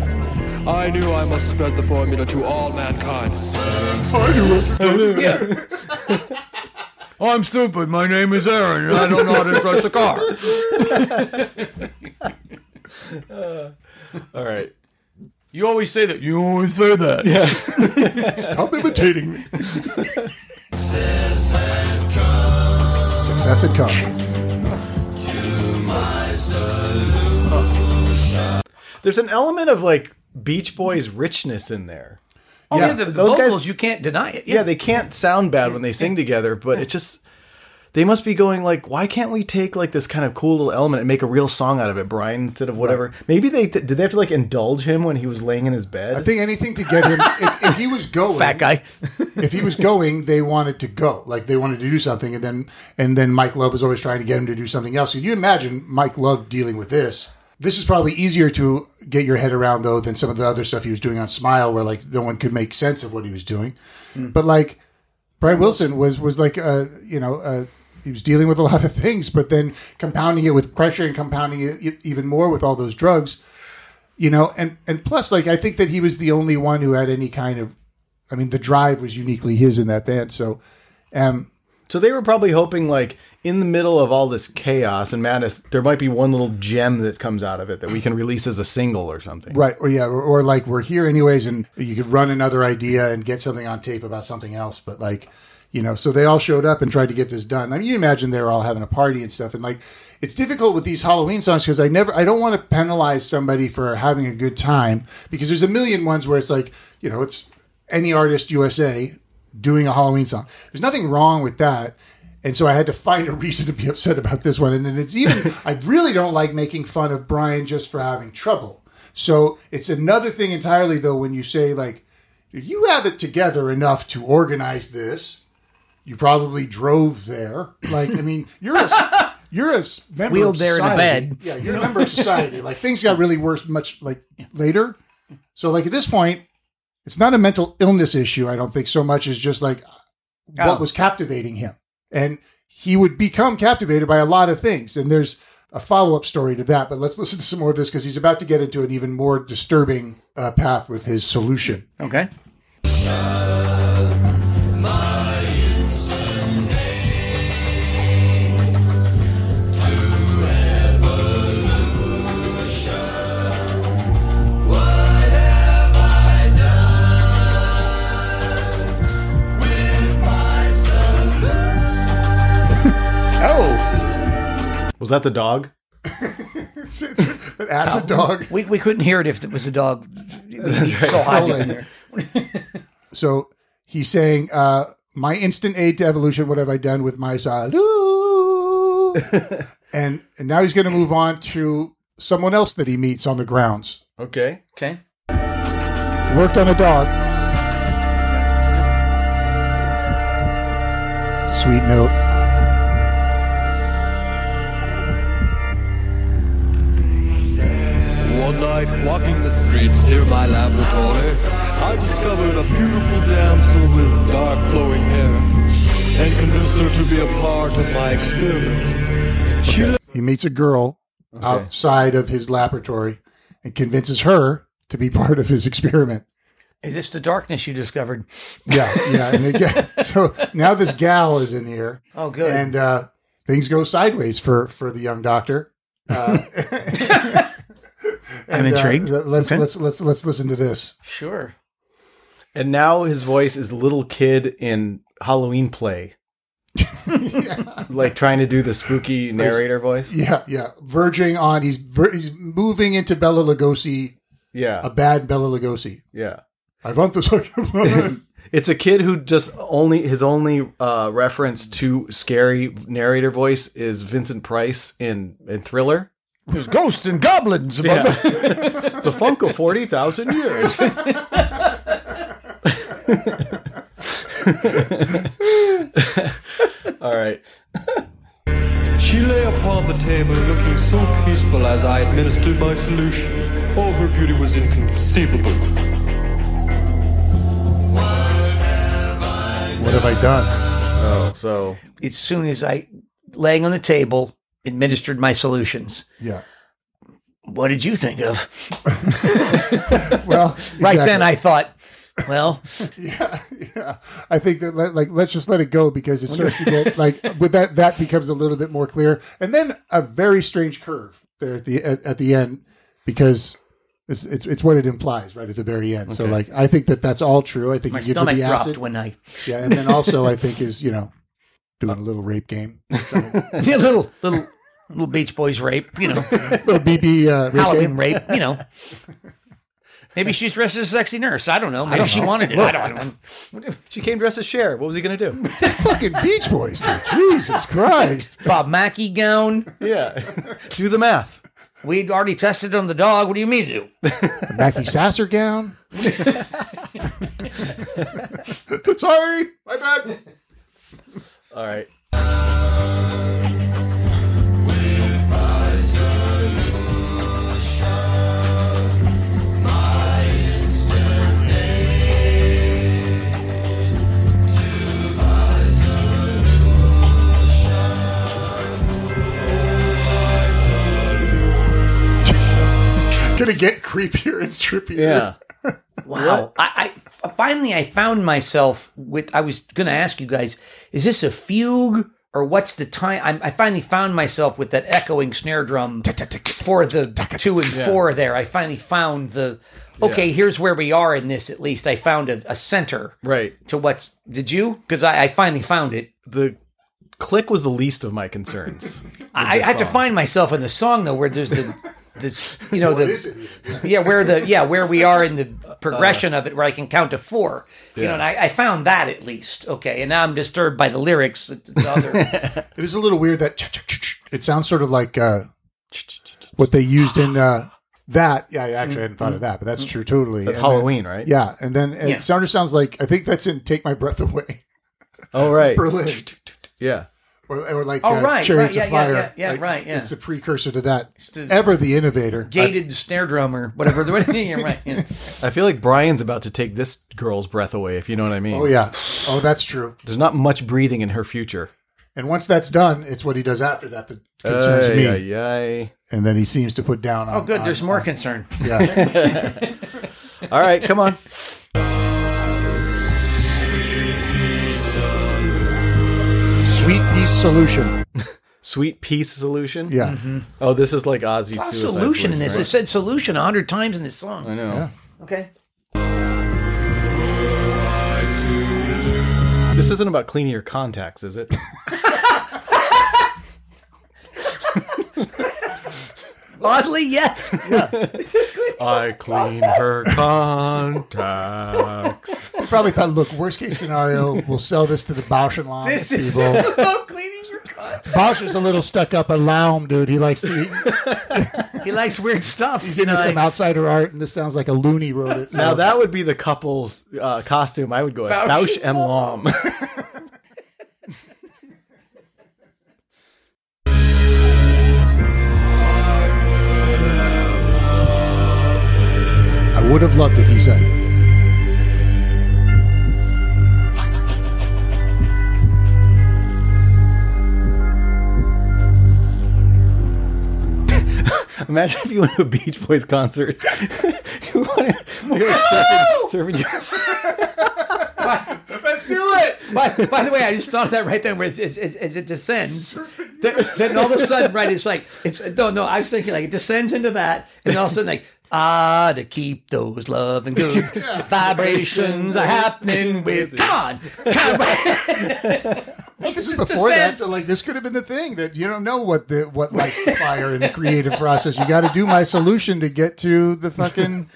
I knew I must spread the formula to all mankind.
I'm stupid. My name is Aaron. I don't know how to drive a car.
All right.
Uh, You always say that. You always say that.
Stop imitating me. Acid Cup.
There's an element of like Beach Boys richness in there.
Oh
Yeah,
yeah, the, the
those guys-
vocals you can't deny it.
Yeah, they can't sound bad when they sing together, but it just they must be going like, why can't we take like this kind of cool little element and make a real song out of it, Brian, instead of whatever? Maybe they did they have to like indulge him when he was laying in his bed.
I think anything to get him. If, if he was going,
fat guy.
if he was going, they wanted to go. Like they wanted to do something, and then and then Mike Love was always trying to get him to do something else. Could you imagine Mike Love dealing with this? This is probably easier to get your head around though than some of the other stuff he was doing on Smile, where like no one could make sense of what he was doing. But like Brian Wilson was was like uh you know uh he was dealing with a lot of things, but then compounding it with pressure and compounding it e- even more with all those drugs. You know, and and plus, like I think that he was the only one who had any kind of I mean, the drive was uniquely his in that band. So, um,
so they were probably hoping like in the middle of all this chaos and madness, there might be one little gem that comes out of it that we can release as a single or something.
right, or yeah, or, or like we're here anyways, and you could run another idea and get something on tape about something else. But like, you know, so they all showed up and tried to get this done. I mean, you imagine they were all having a party and stuff, and like, it's difficult with these Halloween songs because I never, I don't want to penalize somebody for having a good time because there's a million ones where it's like, you know, it's any artist USA doing a Halloween song. There's nothing wrong with that. And so I had to find a reason to be upset about this one. And then it's even, I really don't like making fun of Brian just for having trouble. So it's another thing entirely, though, when you say, like, you have it together enough to organize this. You probably drove there. Like, I mean, you're a. You're a s- member
Wheeled
of
there in a
society.
bed.
Yeah, you're a member of society. Like things got really worse much like later. So like at this point, it's not a mental illness issue. I don't think so much as just like what
Oh.
was captivating him. And he would become captivated by a lot of things. And there's a follow up story to that, but let's listen to some more of this because he's about to get into an even more disturbing uh, path with his solution.
Okay. Oh,
Was that the dog?
It's, it's an acid dog.
we, we couldn't hear it if it was a dog. It was so high
Roll
down
in.
there.
So he's saying, uh, my instant aid to evolution, what have I done with my salute? and, and now he's going to move on to someone else that he meets on the grounds.
Okay.
Okay.
Worked on a dog. It's a sweet note.
One night, walking the streets near my laboratory, I discovered a beautiful damsel with dark flowing hair and convinced her to be a part of my experiment. She led
He meets a girl outside of his laboratory and convinces her to be part of his experiment.
Is this the darkness you discovered?
Yeah, yeah. And again, so now this gal is in here,
Oh, good.
and uh, things go sideways for for the young doctor. Uh,
I'm
and, uh,
intrigued.
let's
Okay.
let's let's let's listen to this.
sure.
And now his voice is little kid in Halloween play. Like trying to do the spooky narrator voice.
Yeah, yeah. Verging on, he's ver- he's moving into Bella Lugosi, a
Yeah.
bad Bella Lugosi.
Yeah.
I want this.
It's a kid who just only his only uh, reference to scary narrator voice is Vincent Price in, in Thriller.
There's ghosts and goblins.
Yeah. the funk of 40,000 years. All right.
She lay upon the table, looking so peaceful as I administered my solution. Oh, her beauty was inconceivable.
what have I done?
Oh, so
as soon as I laying on the table administered my solutions.
Yeah.
What did you think of?
Well,
Right
exactly.
then I thought, well,
yeah, yeah. I think that let, like let's just let it go because it starts to get like with that that becomes a little bit more clear, and then a very strange curve there at the at, at the end because it's, it's it's what it implies right at the very end. So like I think that that's all true. I think
my
he gives her
stomach
the
dropped
acid,
when I
yeah, and then also I think is you know doing a little rape game.
yeah, little little little Beach Boys rape, you know,
little BB uh, rape
Halloween
game.
rape, you know. Maybe she's dressed as a sexy nurse. I don't know. Maybe she wanted it. I don't know.
She came dressed as Cher. What was he going to do?
Fucking Beach Boys, dude. Jesus Christ.
Bob Mackey gown.
yeah. do the math.
We'd already tested on the dog. What do you mean to do?
The Mackie Sasser gown. Sorry, my bad.
All right.
It's gonna get creepier and strippier.
Yeah.
Wow. I, I finally I found myself with I was gonna ask you guys, is this a fugue or what's the time I, I finally found myself with that echoing snare drum for the two and four there. I finally found the okay, here's where we are in this at least. I found a, a center
Right.
to what's did you? Because I, I finally found it.
The click was the least of my concerns.
I, I have to find myself in the song though where there's the this you know the
is it
yeah where the yeah where we are in the progression of it where i can count to four you know and I, I found that at least okay and now i'm disturbed by the lyrics It's the other-
It is a little weird that ch- ch- ch- ch- it sounds sort of like uh, what they used in uh, that. Yeah, I actually
Mm-hmm.
hadn't thought of that, but that's true totally.
That's
And then-
Halloween, right?
yeah, and then and
Yeah.
it sounded sounds like I think that's in "Take My Breath Away"
Oh, right.
Berlin,
Yeah.
or, or like
Oh,
uh,
right,
"Chariots
right,
of
yeah, yeah,
Fire."
yeah, yeah,
Like,
right, yeah.
It's a precursor to that.
the-
Ever the innovator.
gated snare drummer whatever the yeah, right yeah.
I feel like Brian's about to take this girl's breath away, if you know what I mean.
Oh yeah. Oh, that's true.
There's not much breathing in her future.
And once that's done, it's what he does after that that concerns
Ay,
me.
ay, ay.
And then he seems to put down. On,
oh good
on-
there's more concern
Yeah.
All right, come on.
Sweet peace solution.
Sweet peace solution.
Yeah.
Mm-hmm.
Oh, this is like Ozzy's
a
Suicide
solution
Solution,
in this
right?
it said solution a hundred times in this song
I know.
okay
This isn't about cleaning your contacts, is it?
oddly yes This is good.
I clean her contacts.
probably thought, look, worst case scenario, we'll sell this to the Bausch and Lomb
this is
people.
about cleaning your cut
Bausch is a little stuck up a loam, dude. He likes to. He,
he likes weird stuff
he's into some outsider art, and this sounds like a loony wrote it. So.
Now that would be the couple's uh, costume. I would go as
Bausch
Bausch and Lom.
I would have loved it. He said.
Imagine if you went to a Beach Boys concert. you wanna- you're like surfing, surfing your-
Let's do it.
By, by the way, I just thought of that right then, where as, as, as, as it descends, then, then all of a sudden, right, it's like it's no, no. I was thinking like it descends into that, and then all of a sudden, like ah, to keep those love and good vibrations are happening with. Come on, come on.
This is before that,
Defense.
so like this could have been the thing that you don't know what the what lights the fire in the creative process. You got to do my solution to get to the fucking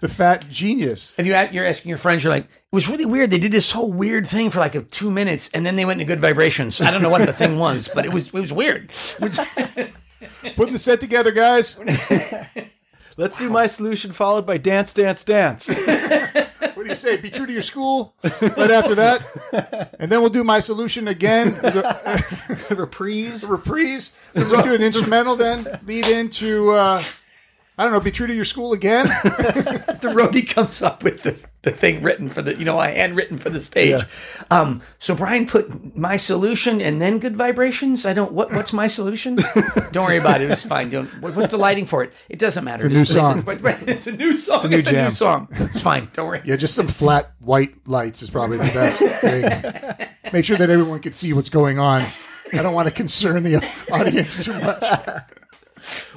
the fat genius.
and you a- you're asking your friends, you're like, it was really weird. They did this whole weird thing for like a two minutes, and then they went into good vibrations. I don't know what the thing was, but it was it was weird. It was-
Putting the set together, guys.
Let's do my solution followed by dance, dance, dance.
What do you say? Be true to your school. Right after that, and then we'll do my solution again.
Reprise.
reprise. Let's just do an instrumental then. Lead into uh, I don't know. Be true to your school again.
the roadie comes up with the, the thing written for the you know handwritten for the stage. Um, so Brian put my solution and then good vibrations. I don't what what's my solution? don't worry about it. It's fine. Don't what, what's the lighting for it? It doesn't matter.
It's a new
Just leave it.
song.
But- but it's a new song. It's a new,
jam.
song. It's fine. Don't worry.
Yeah, just some flat white lights is probably the best thing. Make sure that everyone can see what's going on. I don't want to concern the audience too much.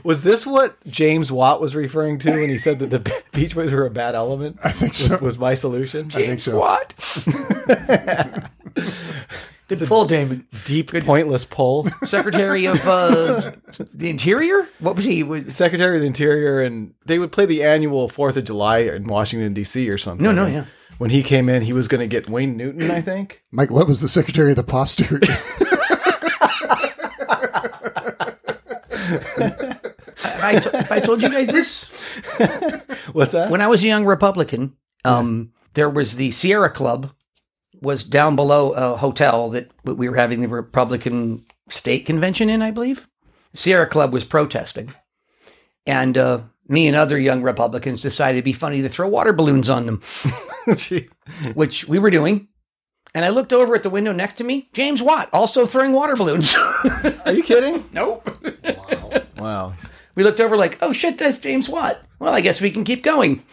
Was this what James Watt was referring to when he said that the Beach Boys were a bad element?
I think so.
Was my solution?
I think so.
What? Good pull, Damon.
Deep, pointless pull.
Secretary of uh, the Interior? What was he? Was,
Secretary of the Interior, and they would play the annual Fourth of July in Washington D.C. or something.
No, no,
And
yeah.
When he came in, he was going to get Wayne Newton, I think.
Mike Love was the secretary of the postured.
if I, to- if I told you guys this,
What's that?
when I was a young Republican, um, there was the Sierra Club was down below a hotel that we were having the Republican state convention in, I believe. Sierra Club was protesting, and uh, me and other young Republicans decided it'd be funny to throw water balloons on them,
Gee.
which we were doing. And I looked over at the window next to me, James Watt, also throwing water balloons.
Are you kidding?
nope.
Wow.
We looked over like, oh shit, that's James Watt. Well, I guess we can keep going.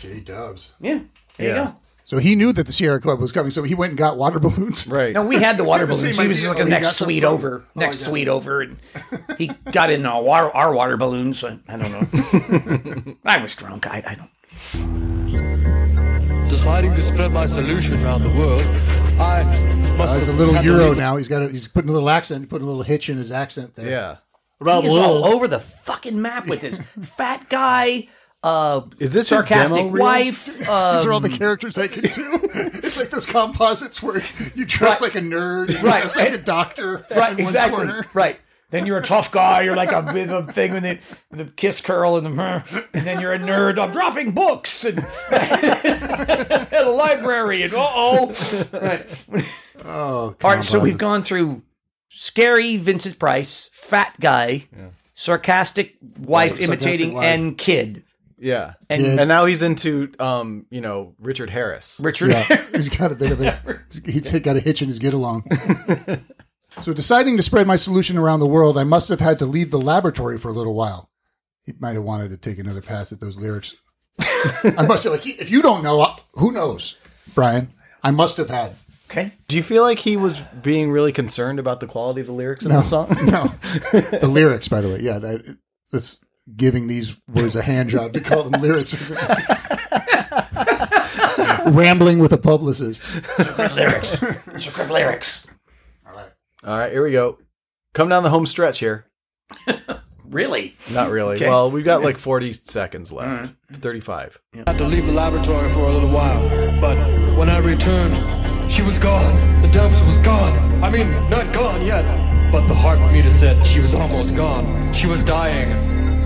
J Dubs.
Yeah, there
Yeah.
you go.
So he knew that the Sierra Club was coming, so he went and got water balloons.
Right.
No, we had the water
the
balloons.
same
He was just
idea.
like the
Oh, he got
next
some
suite
from-
over,
Oh,
next
yeah.
suite over, and he got in all our, our water balloons. I, I don't know. I was drunk. I, I don't.
Deciding to spread my solution around the world, I must
Uh, he's a
have
little
had to
Euro
leave-
now. He's got a, he's putting a little accent, putting a little hitch in his accent there.
Yeah.
Rob
He is all
Will.
over the fucking map with this fat guy. Uh,
Is this his
sarcastic
demo reel?
wife? Uh,
These are all the characters I can do. it's like those composites where you dress
Right.
like a nerd, you
Right.
dress like a doctor. in
right,
one
exactly.
corner.
Right. Then you're a tough guy. You're like a bit of a thing with the, with the kiss curl and the, and then you're a nerd. I'm dropping books and at a library and uh oh. Right.
Oh,
All right, so we've
composites.
gone through scary Vincent Price, fat guy, sarcastic wife
Sarcastic
imitating,
wife.
and kid.
Yeah.
And
Yeah.
And now he's into, um, you know, Richard Harris.
Richard,
Yeah, he's got a bit of a he's got a hitch in his get along. so deciding to spread my solution around the world, I must have had to leave the laboratory for a little while. He might have wanted to take another pass at those lyrics. I must have like he- if you don't know, who knows, Brian? I must have had.
okay,
Do you feel like he was being really concerned about the quality of the lyrics in the song?
No, the lyrics, by the way. Yeah, I, that's giving these words a hand job to call them lyrics. Rambling with a publicist.
secret lyrics, secret lyrics.
All right, here we go. Come down the home stretch here.
Really?
Not really.
Okay.
Well, we've got like 40 seconds left. 35.
had to leave the laboratory for a little while, but when I returned, she was gone. The dumps was gone. I mean, not gone yet, but the heart meter said she was almost gone. She was dying.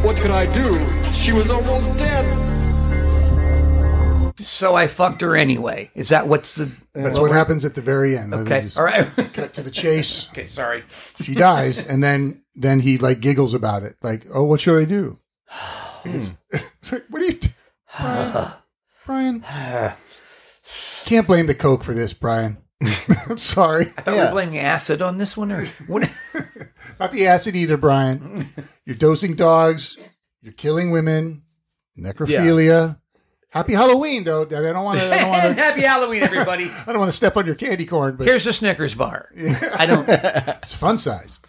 What could I do? She was almost dead.
So I fucked her anyway. Is that what's the
That's what happens at the very end. Let me
okay?
just
All right.
Cut to the chase.
okay, sorry.
She dies, and then then he like giggles about it, like, "Oh, what should I do?" Like, it's, it's like, what do you, t- Brian? Brian, can't blame the coke for this, Brian. I'm sorry,
I thought we
Yeah.
were blaming acid on this one, or what?
not the acid either, Brian. You're dosing dogs. You're killing women. Necrophilia. Happy Halloween, though. Dad. I don't want to. I don't want
and happy
to.
Halloween, everybody.
I don't want to step on your candy corn, but
Here's a Snickers bar. I don't.
it's fun size.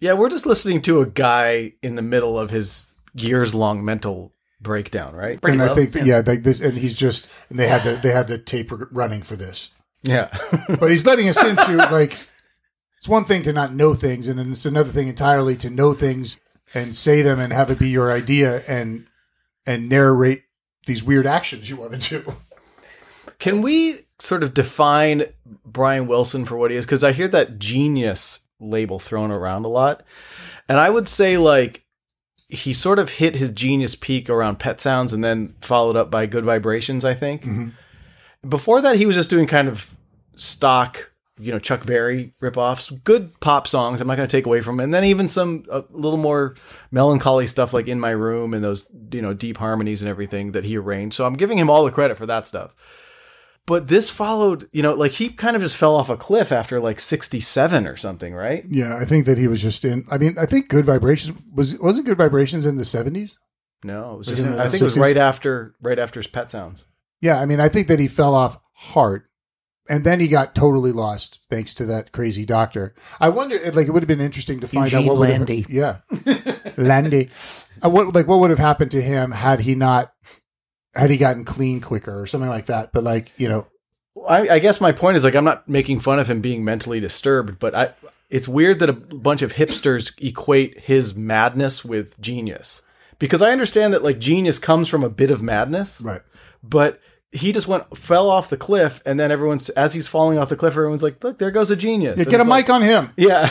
Yeah, we're just listening to a guy in the middle of his years long mental breakdown, right?
Pretty
and I
well.
think that, yeah, like this, and he's just and they had the they had the tape r- running for this,
Yeah.
but he's letting us into like it's one thing to not know things, and then it's another thing entirely to know things and say them and have it be your idea and and narrate these weird actions you want to do.
Can we sort of define Brian Wilson for what he is? Because I hear that genius label thrown around a lot. And I would say, like, he sort of hit his genius peak around Pet Sounds and then followed up by Good Vibrations, I think. Before that, he was just doing kind of stock, you know, Chuck Berry ripoffs, good pop songs. I'm not going to take away from him. And then even some a little more melancholy stuff like In My Room and those, you know, deep harmonies and everything that he arranged. So I'm giving him all the credit for that stuff but this followed you know like he kind of just fell off a cliff after like 67 or something right
Yeah, I think that he was just in. I mean, I think Good Vibrations was wasn't Good Vibrations in the seventies.
no it was
Was
just,
it in
i
the
think it was
60s?
right after right after his pet sounds
Yeah, I mean, I think that he fell off hard. And then he got totally lost thanks to that crazy doctor. I wonder, like, it would have been interesting to find out
Eugene
what would
Landy.
Have, yeah, Landy. Uh, what like what would have happened to him had he not had he gotten clean quicker or something like that? But like you know,
I, I guess my point is like I'm not making fun of him being mentally disturbed, but I it's weird that a bunch of hipsters equate his madness with genius because I understand that like genius comes from a bit of madness,
Right.
but he just went fell off the cliff, and then everyone's as he's falling off the cliff, everyone's like, "Look, there goes a genius."
Yeah,
And
get a
it's like-
mic on him.
yeah,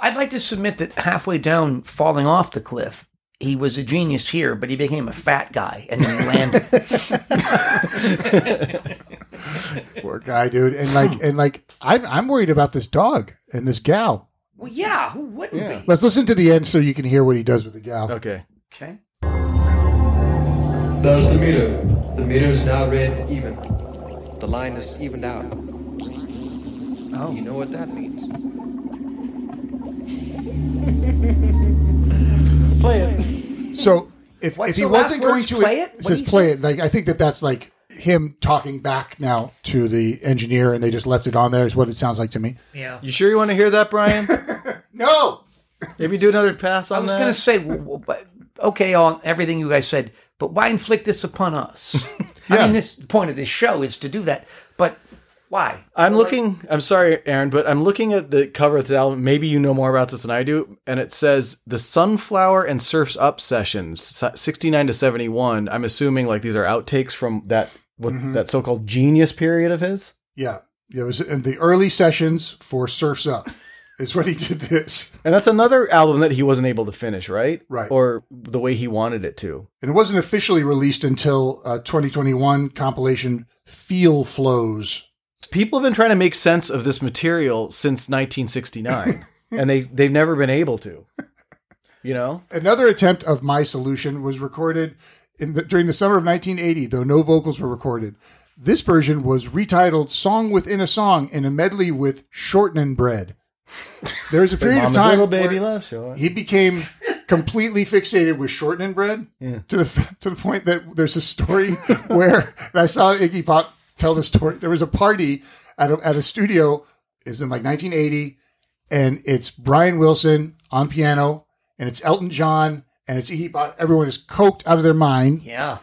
I'd like to submit that halfway down, falling off the cliff, he was a genius here, but he became a fat guy and then landed.
Poor guy, dude. And like, and like, I'm I'm worried about this dog and this gal.
well, yeah, who wouldn't be?
Let's listen to the end so you can hear what he does with the gal.
okay.
Okay.
There's the meter. The meter is now read even. The line is evened out.
Oh.
You know what that means. Play it.
So if
What's
if he
the
wasn't
last
going
words?
to
Play it? What
says
did he
play it. Like I think that that's like him talking back now to the engineer, and they just left it on there. Is what it sounds like to me.
Yeah.
You sure you want to hear that, Brian?
No,
Maybe do another pass on
I was
that.
going to say, w- w- but- okay, on everything you guys said, but why inflict this upon us? I
Yeah.
mean, this the point of this show is to do that, but why?
I'm looking. I'm sorry, Aaron, but I'm looking at the cover of the album. Maybe you know more about this than I do. And it says the Sunflower and Surfs Up sessions, si- 69 to 71. I'm assuming like these are outtakes from that what that so-called genius period of his.
yeah, it was in the early sessions for Surfs Up. Is what he did this,
And that's another album that he wasn't able to finish, right?
Right.
Or the way he wanted it to.
and it wasn't officially released until uh, 2021 compilation Feel Flows.
People have been trying to make sense of this material since 1969, and they they've never been able to. You know?
Another attempt of my solution was recorded in the, during the summer of 1980, though no vocals were recorded. This version was retitled "Song Within a Song" in a medley with "Shortening Bread." There was a period of
Mama's
time
little baby
where-
love sure.
he became completely fixated with shortening bread to the f- to the point that there's a story where and I saw Iggy Pop tell the story. There was a party at a, at a studio is in like 1980, and it's Brian Wilson on piano, and it's Elton John, and it's Iggy Pop. Everyone is coked out of their mind,
Yeah.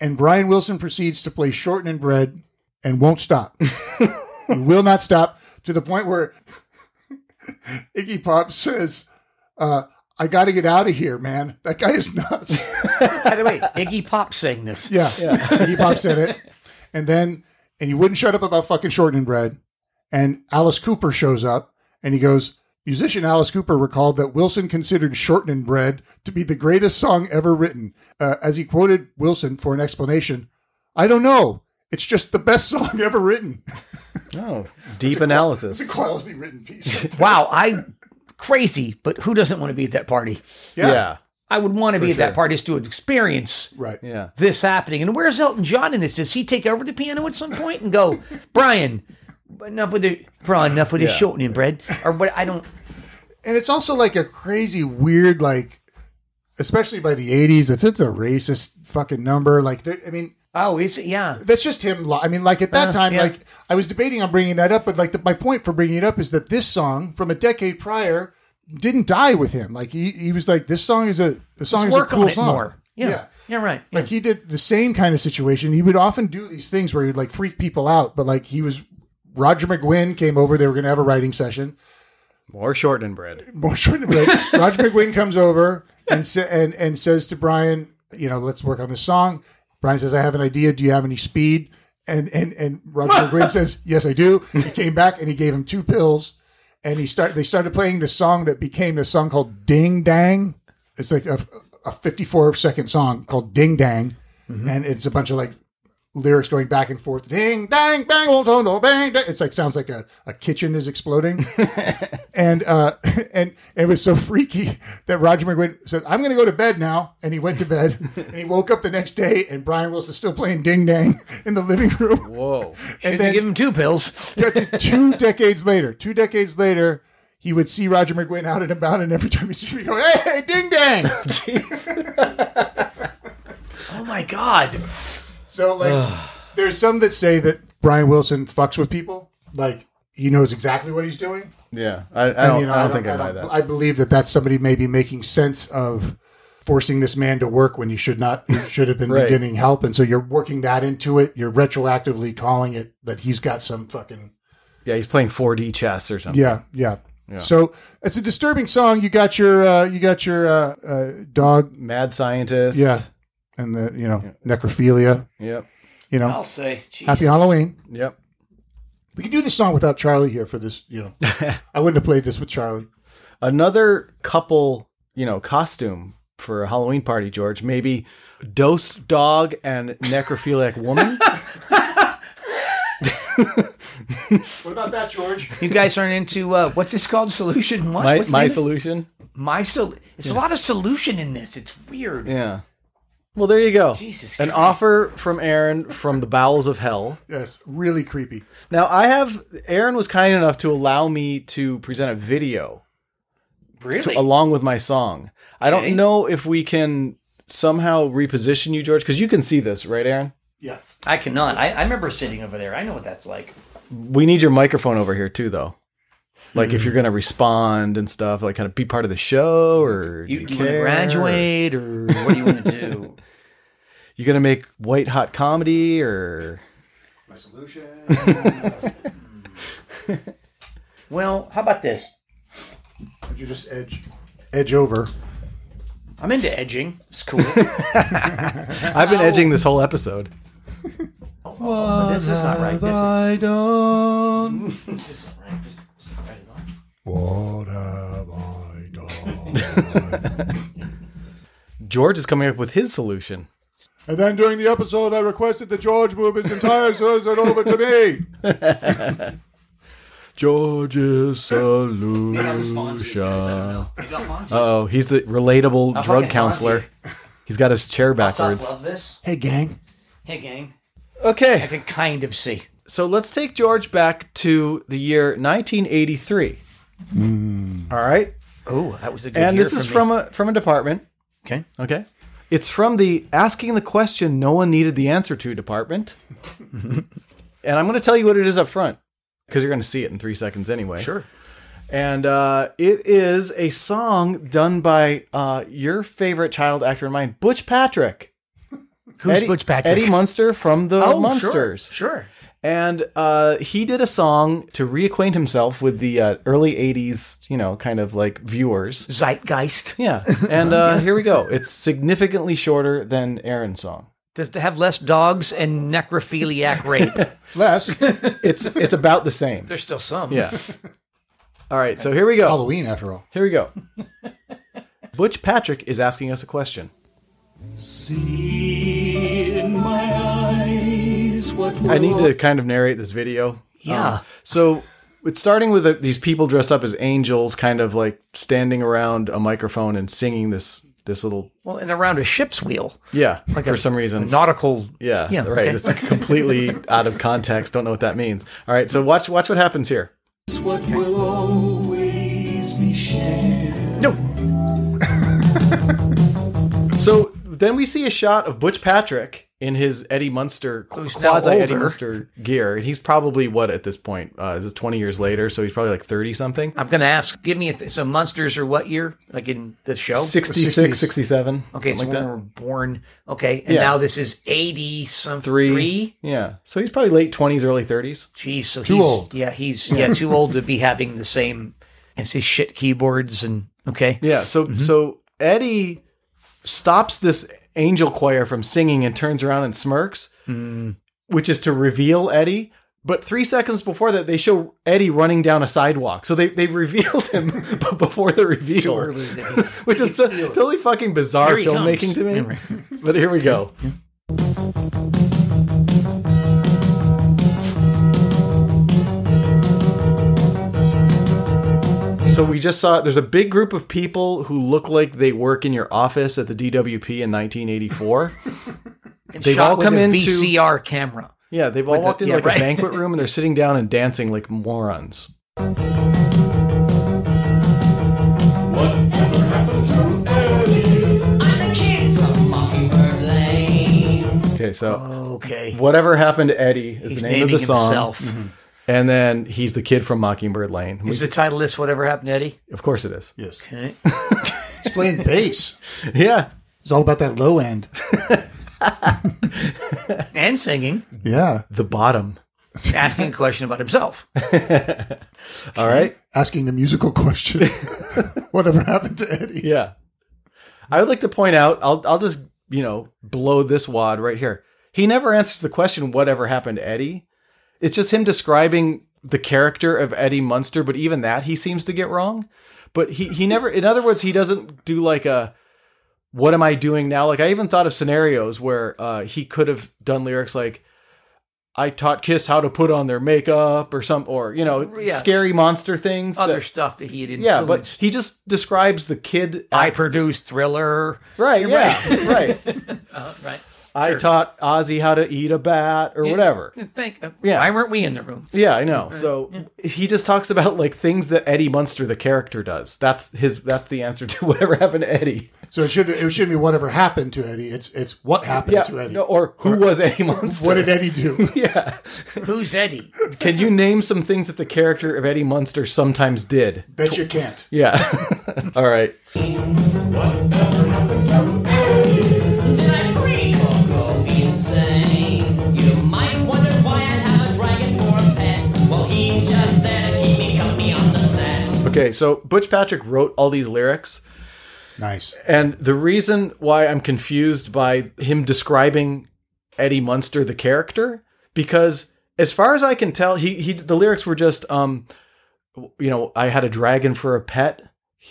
and Brian Wilson proceeds to play shortening bread and won't stop. he will not stop to the point where Iggy Pop says, uh, I got to get out of here, man. That guy is nuts.
By the way, Iggy Pop sang this.
yeah. Iggy Pop said it. And then, and you wouldn't shut up about fucking shortening bread. And Alice Cooper shows up and he goes, Musician Alice Cooper recalled that Wilson considered Shortening Bread to be the greatest song ever written. Uh, as he quoted Wilson for an explanation, I don't know. It's just the best song ever written.
Oh, deep analysis.
It's a quality written piece.
Wow, I crazy, but who doesn't want to be at that party?
Yeah.
yeah.
I would want to be at
sure.
that party just to experience
Right.
Yeah.
this happening. And where's Elton John in this? Does he take over the piano at some point and go, Brian? Enough with the Brian. Enough with the shortening bread, or what? I don't.
and it's also like a crazy weird like especially by the 80s it's it's a racist fucking number like there- i mean
Oh, is it? Yeah.
that's just him li- i mean like at that
Uh,
time
yeah.
like i was debating on bringing that up but like the, my point for bringing it up is that this song from a decade prior didn't die with him like he, he was like this song is a the song
Let's
is
work
a cool
on it
song
more. Yeah. yeah. right. Yeah.
like he did the same kind of situation. He would often do these things where he'd like freak people out, but like he was Roger McGuinn came over. They were going to have a writing session,
More shortening bread.
more short and break. Roger McGuinn comes over and sa- and and says to Brian, you know, let's work on this song. Brian says, I have an idea. Do you have any speed? And and and Roger McGuinn says, Yes, I do. He came back and he gave him two pills, and he start they started playing this song that became this song called Ding Dang. It's like a a fifty four second song called Ding Dang, and it's a bunch of like lyrics going back and forth. Ding dang bang old tone oh, bang. dang. It's like sounds like a, a kitchen is exploding and uh, and it was so freaky that Roger McGuinn said, "I'm going to go to bed now," and he went to bed. and he woke up the next day, and Brian Wilson's still playing Ding Dang in the living room.
Whoa.
Shouldn't
then-
you give him two pills?
Got to two decades later, two decades later, he would see Roger McGuinn out and about, and every time he see him, he'd go, "Hey, Ding Dang!"
Oh my god.
So like, there's some that say that Brian Wilson fucks with people, like. He knows exactly what he's doing.
Yeah. Oh, I, I
And,
don't,
you know,
I don't think I buy
don't-
that.
I believe that that's somebody maybe making sense of forcing this man to work when you should not you should have been
Right.
getting help and so you're working that into it you're retroactively calling it that he's got some fucking
Yeah, he's playing 4D chess or something.
yeah yeah,
Yeah.
so it's a disturbing song you got your uh, you got your uh, uh, dog
Mad scientist.
yeah and the you know necrophilia
Yep.
you know
I'll say. Jesus.
happy halloween
Yep.
we could do this song without charlie here for this you know i wouldn't have played this with charlie
Another couple, you know, costume for a Halloween party, George. Maybe dosed dog and necrophiliac woman.
what about that george
You guys aren't into uh, what's this called? Solution what?
My,
What's the
my
name of this?
solution.
My sol. It's a lot of solution in this. It's weird.
Yeah. Well, there you go.
Jesus
An
Christ.
offer from Aaron from the bowels of hell.
yes really creepy
Now, I have Aaron was kind enough to allow me to present a video to-
Really?
along with my song. I
Okay.
don't know if we can somehow reposition you, George, because you can see this, right, Aaron?
yeah
I cannot. I, I remember sitting over there. I know what that's like.
We need your microphone over here too, though. Like if you're gonna respond and stuff, like kind of be part of the show, or do
You,
you,
you want
care,
to
or
graduate, or what do you want to do?
you gonna make white hot comedy, or
my solution
well, how about this?
you just edge edge over
I'm into edging. It's cool.
I've been edging this whole episode.
But this is not right. This is,
I done
this isn't right. This this isn't right at all.
What have I done?
George is coming up with his solution.
and then during the episode, I requested that George move his entire sermon over to me.
George's solution. Oh, he's the relatable
I'll
drug
fucking
counselor.
haunt
He's got his chair backwards.
Love this.
Hey, gang.
Hey, gang. I
Okay,
can kind of see.
so let's take George back to the year 1983. All right.
Oh, that was a good.
and
year
this
for
is
me.
from a from a department.
okay.
Okay, it's from the asking the question no one needed the answer to department. and I'm going to tell you what it is up front because you're going to see it in three seconds anyway.
Sure.
And uh, it is a song done by uh, your favorite child actor and mine, Butch Patrick.
Who's
Eddie,
Butch Patrick?
Eddie Munster from the
Oh,
Munsters.
Sure. sure.
And uh, he did a song to reacquaint himself with the uh, early 80s, you know, kind of like viewers.
Zeitgeist.
Yeah, and uh, here we go. It's significantly shorter than Aaron's song.
Does it have less dogs and necrophiliac rape?
Les, it's
It's it's about the same.
There's still some.
Yeah. All right, so here we go.
Halloween after all.
Here we go. Butch Patrick is asking us a question. I need to kind of narrate this video. Um,
Yeah.
So it's starting with uh these people dressed up as angels, kind of like standing around a microphone and singing this this little
well, and around a ship's wheel,
yeah for
a-
some reason
nautical.
Yeah,
Yeah,
right.
okay.
It's completely out of context. Don't know what that means. All right, so watch watch what happens here.
No.
So then we see a shot of Butch Patrick in his Eddie Munster
Who's Oh, now
quasi Eddie
older.
Munster gear, and he's probably what at this point uh, this is twenty years later, so he's probably like thirty something.
I'm gonna ask. Give me a th- so monsters are what year? Like in the show?
66, 67.
okay, so when
something like
we
that.
were born. Okay, and
Yeah.
now this is eighty some
Three.
three.
Yeah. So he's probably late 20s, early 30s.
Geez, so
Too
he's,
old.
Yeah, he's yeah too old to be having the same as his shit keyboards and okay.
Yeah. So
Mm-hmm.
so Eddie stops this angel choir from singing and turns around and smirks,
Mm.
which is to reveal Eddie. But three seconds before that, they show Eddie running down a sidewalk. So they they revealed him but before the reveal,
Too early that he's-
which is t- totally fucking bizarre
Here he
filmmaking
comes.
to me. But here we go. So we just saw there's a big group of people who look like they work in your office at the DWP in 1984.
and
They've
shot
all
with
come
a
into-
VCR camera.
Yeah, they've all
the-
walked into
yeah,
like a
right.
banquet room and they're sitting down and dancing like morons. Okay, so
Okay,
whatever happened to Eddie is
Uh, he's
the name of
naming
the song, Mm-hmm.
himself.
and then he's the kid from Mockingbird Lane. We-
Is the title of this "Whatever Happened, to Eddie"?
of course it is.
Yes.
Okay.
playing bass.
Yeah.
It's all about that low end.
and singing,
Yeah.
The bottom.
asking a question about himself.
All right.
Asking the musical question. Whatever happened to Eddie?
Yeah. I would like to point out, I'll, I'll just, you know, blow this wad right here. He never answers the question, whatever happened to Eddie? It's just him describing the character of Eddie Munster, but even that he seems to get wrong. But he, he never, in other words, he doesn't do like a, what am I doing now? Like, I even thought of scenarios where uh, he could have done lyrics like, I taught Kiss how to put on their makeup or some, or, you know,
Yes.
scary monster things.
Other
that-
stuff that he had
yeah, but
influenced.
he just describes the kid
I produced Thriller.
Right. Yeah. Right.
Right.
I taught Ozzy how to eat a bat or whatever.
Think.
Yeah.
uh, Why weren't we in the room?
Yeah, I know. So he just talks about like things that Eddie Munster, the character, does. That's his. That's the answer to whatever happened to Eddie.
So it should it shouldn't be whatever happened to Eddie. It's it's what happened
Yeah.
to Eddie.
no, or who was Eddie Munster?
what did Eddie do?
yeah.
Who's Eddie?
Can you name some things that the character of Eddie Munster sometimes did?
Bet you can't.
Yeah. All right.
Did I freak or go insane? You might wonder why I have a dragon for a pet. Well, he's just there to keep me company on the set.
Okay. So Butch Patrick wrote all these lyrics.
Nice.
And the reason why I'm confused by him describing Eddie Munster the character because as far as I can tell he he the lyrics were just um you know I had a dragon for a pet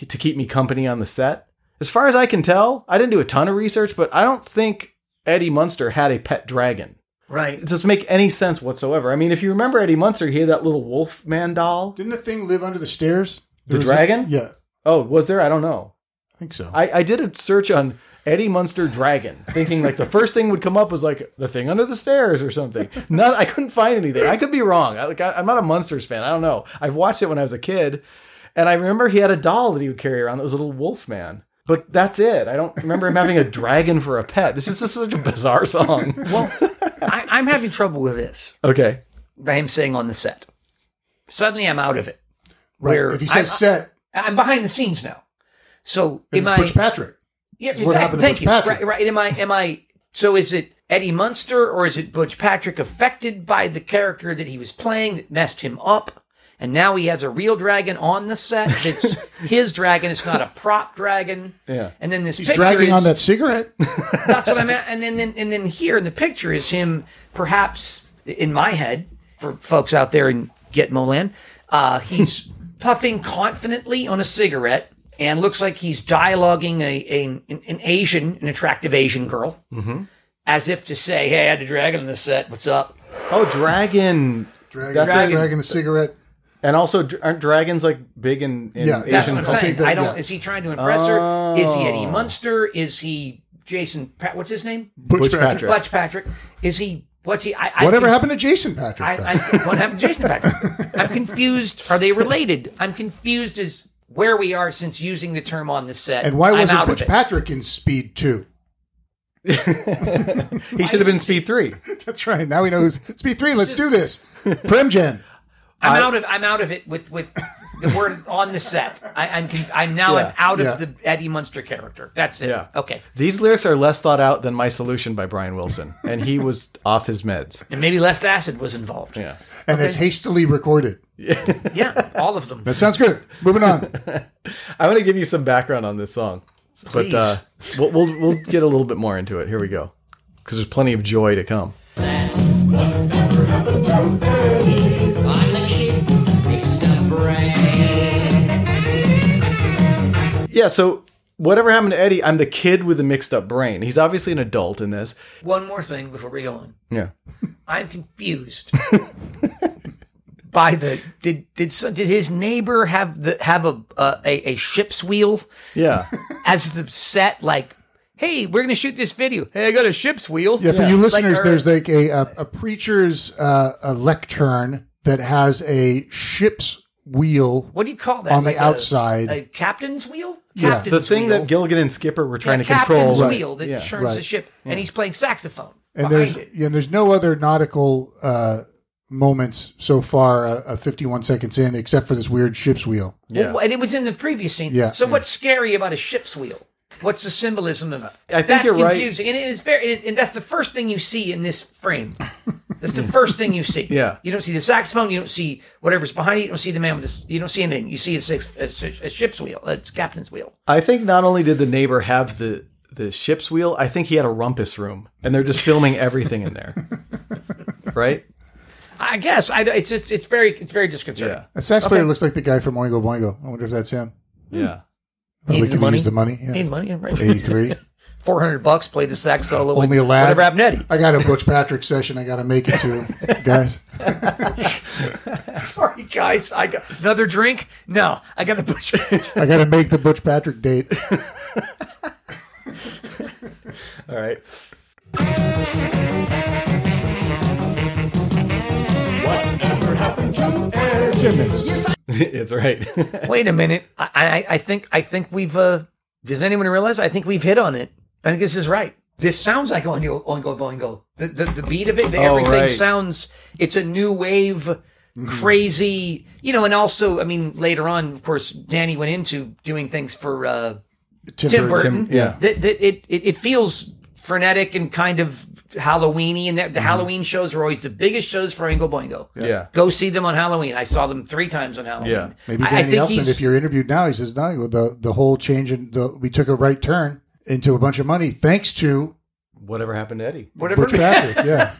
to keep me company on the set. As far as I can tell, I didn't do a ton of research but I don't think Eddie Munster had a pet dragon.
Right.
It doesn't make any sense whatsoever. I mean, if you remember Eddie Munster, he had that little wolf man doll.
Didn't the thing live under the stairs?
The
There was a-
dragon?
yeah,
Oh, was there? I don't know.
I think so.
I, I did a search on Eddie Munster Dragon, thinking like the first thing would come up was like the thing under the stairs or something. Not, I couldn't find anything. I could be wrong. I, like I, am not a Munsters fan. I don't know. I've watched it when I was a kid, and I remember he had a doll that he would carry around that was a little wolf man. But that's it. I don't remember him having a dragon for a pet. This is just such a bizarre song.
Well, I, I'm having trouble with this.
Okay.
By him saying on the set. Suddenly, I'm out of it. Where
if he says set,
I, am behind the scenes now. So am
it's
I?
Butch Patrick.
yeah,
what happened to
Thank
Butch
you.
Patrick.
Right, right. Am I? Am I? So is it Eddie Munster or is it Butch Patrick affected by the character that he was playing that messed him up? And now he has a real dragon on the set. It's his dragon. It's not a prop dragon.
Yeah.
And then this
He's
picture
dragging
is-
on that cigarette.
That's what I meant. And then, then and then here in the picture is him, perhaps in my head, for folks out there in Gitmo land, uh, he's puffing confidently on a cigarette and looks like he's dialoguing a, a an, an Asian, an attractive Asian girl,
Mm-hmm.
as if to say, "Hey, I had a dragon on the set. What's up?"
Oh, dragon.
Dragging,
That's
dragging,
it.
the cigarette.
And also, dr- aren't dragons like big in, in
Yeah,
That's
Asian
what I'm
culture.
culture?
saying.
Okay, good,
I don't.
yeah. Oh.
Is he trying to impress her? Is he Eddie Munster? Is he Jason? Pat, what's his name?
Butch,
Butch
Patrick.
Patrick.
Butch Patrick. Is he? What's he? I, I
Whatever
think-
happened to Jason Patrick?
I,
then?
I, what happened to Jason Patrick? I'm confused. Are they related? I'm confused as where we are since using the term on the set.
and why
I'm
wasn't
out of
Butch
it.
Patrick in Speed Two?
He should have been Speed 3.
That's right. Now we know who's Speed Three. Let's do this. Primgen.
I'm out of. I'm out of it with with the word on the set. I, I'm con- I'm now
Yeah,
I'm out
yeah.
of the Eddie Munster character. That's it.
Yeah.
Okay.
These lyrics are less thought out than My Solution by Brian Wilson, and he was off his meds.
And maybe less acid was involved.
Yeah.
and it's hastily recorded.
Yeah, all of them.
That sounds good. Moving on.
I'm going to give you some background on this song. But
Please.
uh, we'll, we'll, we'll get a little bit more into it. Here we go. Because there's plenty of joy to come.
I'm the kid who fixed a brain.
Yeah, so whatever happened to Eddie, I'm the kid with the mixed up brain. He's obviously an adult in this.
One more thing before we go on.
Yeah.
I'm confused by the did did so- did his neighbor have the have a uh, a, a ship's wheel
Yeah.
as the set like hey we're gonna shoot this video hey i got a ship's wheel
Yeah, for you listeners,
Like, or-
there's like a a, a preacher's uh, a lectern that has a ship's wheel.
what do you call that
On the
Like a-
outside.
a, captain's wheel
Yeah.
captain's
The thing
wheel.
that Gilligan and Skipper were trying
yeah,
to control.
captain's
Right.
wheel that
Yeah.
turns
Right.
the ship and he's playing saxophone
And
behind
there's
it
yeah, and there's no other nautical uh, moments so far, uh, uh, 51 seconds in, except for this weird ship's wheel.
Well, and it was in the previous scene.
Yeah. Mm.
So what's scary about a ship's wheel? What's the symbolism of?
I think
that's
you're right.
confusing, and it is very. and- and that's the first thing you see in this frame. That's the first thing you see.
Yeah.
You don't see the saxophone. You don't see whatever's behind it. You don't see the man with this. You don't see anything. You see a, six, a, sh- a ship's wheel, a captain's wheel.
I think not only did the neighbor have the the ship's wheel, I think he had a rumpus room, and they're just filming everything in there, right?
I guess. I. It's just. It's very. It's very disconcerting.
A sax
Okay.
player looks like the guy from Oingo Boingo. I wonder if that's him.
Yeah.
Probably
Needed
could
money.
use the money. Yeah.
Need money, yeah, right.
83.
Four hundred bucks. Play the sax solo. with-
Only a lad.
With Rabnetti.
I got a Butch Patrick session. I got to make it to guys.
Sorry, guys. I got another drink. No, I got to push.
I got to make the Butch Patrick date.
All right.
Timmons.
it's right.
Wait a minute. I, I, I think I think we've. Uh, does anyone realize? I think we've hit on it. I think this is right. This sounds like Oingo Oingo Boingo. The the, the beat of it, the,
Oh,
everything
right.
sounds. It's a new wave, crazy. You know, and also, I mean, later on, of course, Danny went into doing things for uh,
Tim
Tim,
Burton.
Burton.
Tim- yeah.
That, that it, it it feels frenetic and kind of Halloweeny, and that the Halloween shows were always the biggest shows for Oingo Boingo.
Yeah.
Go see them on Halloween. I saw them three times on Halloween.
Yeah.
Maybe
I- I
Danny
think
Elfman,
he's-
if you're interviewed now, he says, no, the, the whole change in the, we took a right turn into a bunch of money thanks to
Whatever happened to Eddie?
Whatever.
Butch Patrick. Yeah.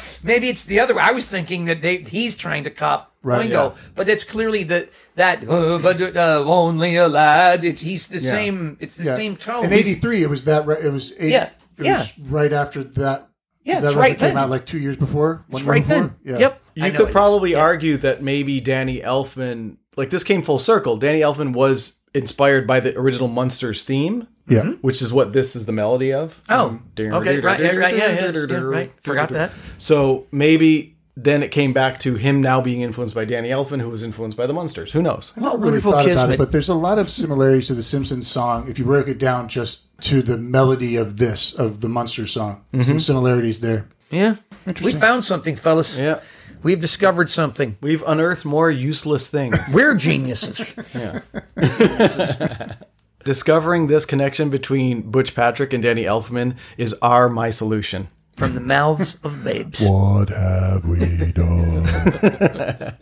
Maybe it's the other way. I was thinking that they, he's trying to cop
Right,
Wingo, but it's clearly the that uh, but uh, only a lad. It's he's the
Yeah.
same. It's the
Yeah.
same tone.
In
He's-
'83, it was that. Right, it was. 80,
Yeah.
It
Yeah.
was right after that.
Yeah, it's
that record
right
came
then.
out like two years before. One
It's
year
right
before?
then.
Yeah.
Yep. I
You
know it
could
is.
probably argue that maybe Danny Elfman, like this came full circle. Danny Elfman was inspired by the original Munsters theme,
Yeah.
which is what this is the melody of.
Mm-hmm.
Um,
Oh, okay, right, yeah, right, yeah, yes, yeah, right. Forgot that.
So maybe then it came back to him now being influenced by Danny Elfman, who was influenced by the Munsters. Who knows?
What a
I really
wonderful
thought about it,
kismet.
but there's a lot of similarities to the Simpsons song. If you broke it down just to the melody of this of the Munster song, some similarities there.
yeah, we found something, fellas.
Yeah,
We've discovered something.
we've unearthed more useless things.
We're geniuses.
Discovering this connection between Butch Patrick and Danny Elfman is our my solution.
From the mouths of babes.
What have we done?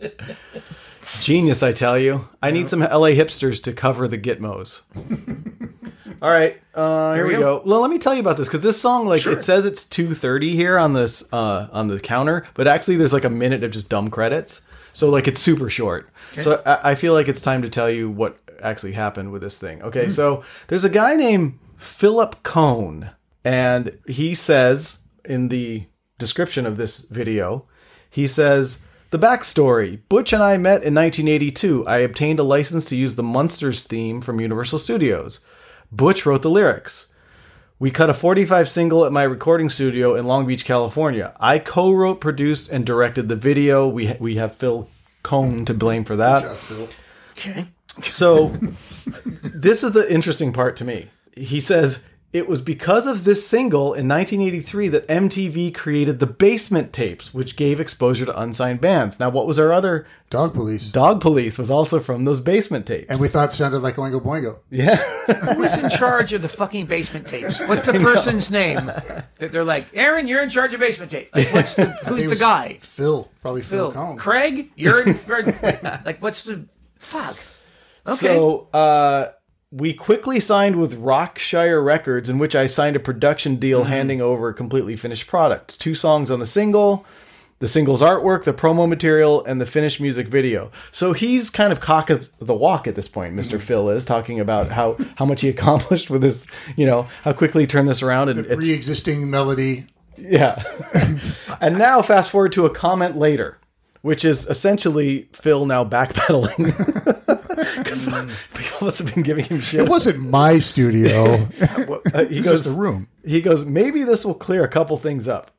Genius, I tell you. I need some LA hipsters to cover the Gitmos. All right, uh, here, we go. Well, let me tell you about this because this song, like, it says it's two thirty here on this uh, on the counter, but actually there's like a minute of just dumb credits, so like it's super short. So I, I feel like it's time to tell you what actually happened with this thing. Okay, so there's a guy named Philip Cohn, and he says in the description of this video, he says, The backstory Butch and I met in 1982. I obtained a license to use the Munsters theme from Universal Studios. Butch wrote the lyrics. We cut a 45 single at my recording studio in Long Beach, California. I co wrote, produced, and directed the video. We, ha- we have Phil Cohn to blame for that.
Okay.
So this is the interesting part to me. He says it was because of this single in 1983 that MTV created the Basement Tapes, which gave exposure to unsigned bands. Now, what was our other
Dog police.
Dog Police was also from those Basement Tapes.
And we thought it sounded like Oingo Boingo.
Who is in charge of the fucking basement tapes? What's the person's name? That they're like, Aaron, you're in charge of basement tape. Like, what's the,
I think
who's
it
the
was
guy?
Phil, probably Phil,
Phil.
Cohn.
Craig, you're in. like, what's the fuck? Okay.
So uh, we quickly signed with Rockshire Records, in which I signed a production deal handing over a completely finished product. Two songs on the single, the single's artwork, the promo material, and the finished music video. So he's kind of cock of the walk at this point, mister Phil is, talking about how, how much he accomplished with this, you know, how quickly he turned this around. And it's,
Pre-existing melody.
yeah. and now fast forward to a comment later, which is essentially Phil now backpedaling. Because people must have been giving him shit.
It wasn't my studio.
Uh, he goes
just a room.
He goes, maybe this will clear a couple things up.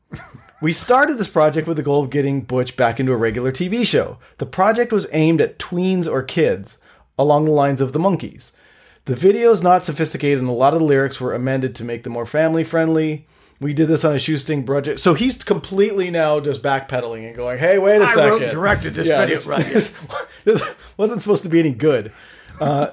We started this project with the goal of getting Butch back into a regular TV show. The project was aimed at tweens or kids, along the lines of the monkeys. The video's not sophisticated, and a lot of the lyrics were amended to make them more family friendly. We did this on a shoestring budget. So he's completely now just backpedaling and going, hey, wait a
I
second.
wrote and directed this video, right.
This, this wasn't supposed to be any good. Uh,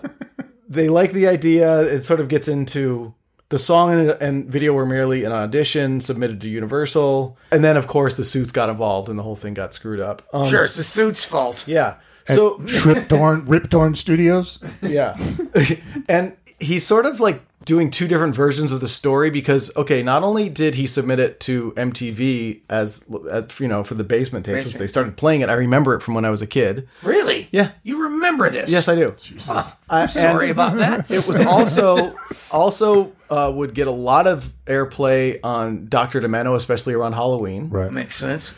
they like the idea. It sort of gets into the song and, and video were merely an audition submitted to Universal. And then, of course, the suits got involved and the whole thing got screwed up. Um,
sure, it's the suit's fault.
Yeah.
At
So
Trip Dorn, Rip Dorn Studios.
yeah. and he's sort of like doing two different versions of the story because okay, not only did he submit it to MTV as at, you know for the basement tapes, which they started playing it. I remember it from when I was a kid.
Really?
Yeah.
You remember this?
Yes, I do. I-
am
and
sorry about that.
It was also also uh, would get a lot of airplay on Dr. Demento, especially around Halloween.
Right.
Makes sense.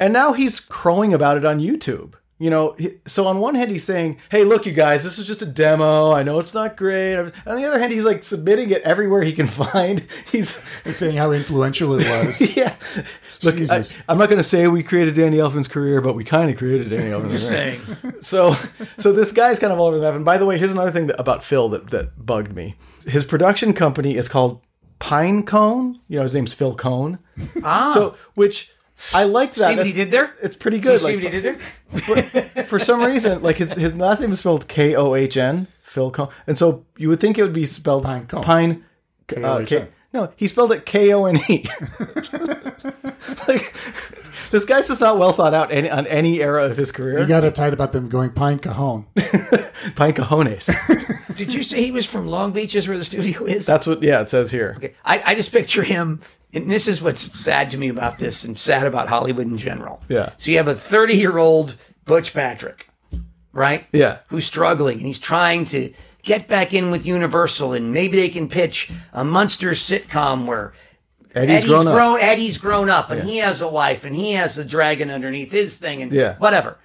And now he's crowing about it on YouTube. You know, he- so on one hand he's saying, "Hey, look, you guys, this is just a demo. I know it's not great." On the other hand, he's like submitting it everywhere he can find. He's
He's saying how influential it was.
yeah. Look, I,
Jesus.
I'm not going to say we created Danny Elfman's career, but we kind of created Danny Elfman's career.
Just saying.
So, so this guy's kind of all over the map. And by the way, here's another thing that, about Phil that, that bugged me. His production company is called Pine Cone. You know, his name's Phil Cone.
Ah,
So, which I like that.
see what he
That's-
did there?
It's pretty
Do you
good.
see
Like,
what he did there?
for some reason, like his, his last name is spelled K O H N, Phil Cone. And so you would think it would be spelled
Pine Cone.
Pine uh,
K-O-H-N.
K- no, he spelled it K O N E. Like this guy's just not well thought out any, on any era of his
He
career.
got uptight about them going pine cajon.
Pine Cojones.
Did you say he was from Long Beach? Is where the studio is.
That's what yeah it says here.
Okay. I, I just picture him, and this is what's sad to me about this and sad about Hollywood in general.
Yeah.
So you have a 30 year old Butch Patrick, right?
Yeah.
Who's struggling and he's trying to get back in with Universal and maybe they can pitch a Munster sitcom where
Eddie's,
Eddie's
grown up.
grown. Eddie's grown up, and he has a wife, and he has a dragon underneath his thing, and
Yeah.
whatever.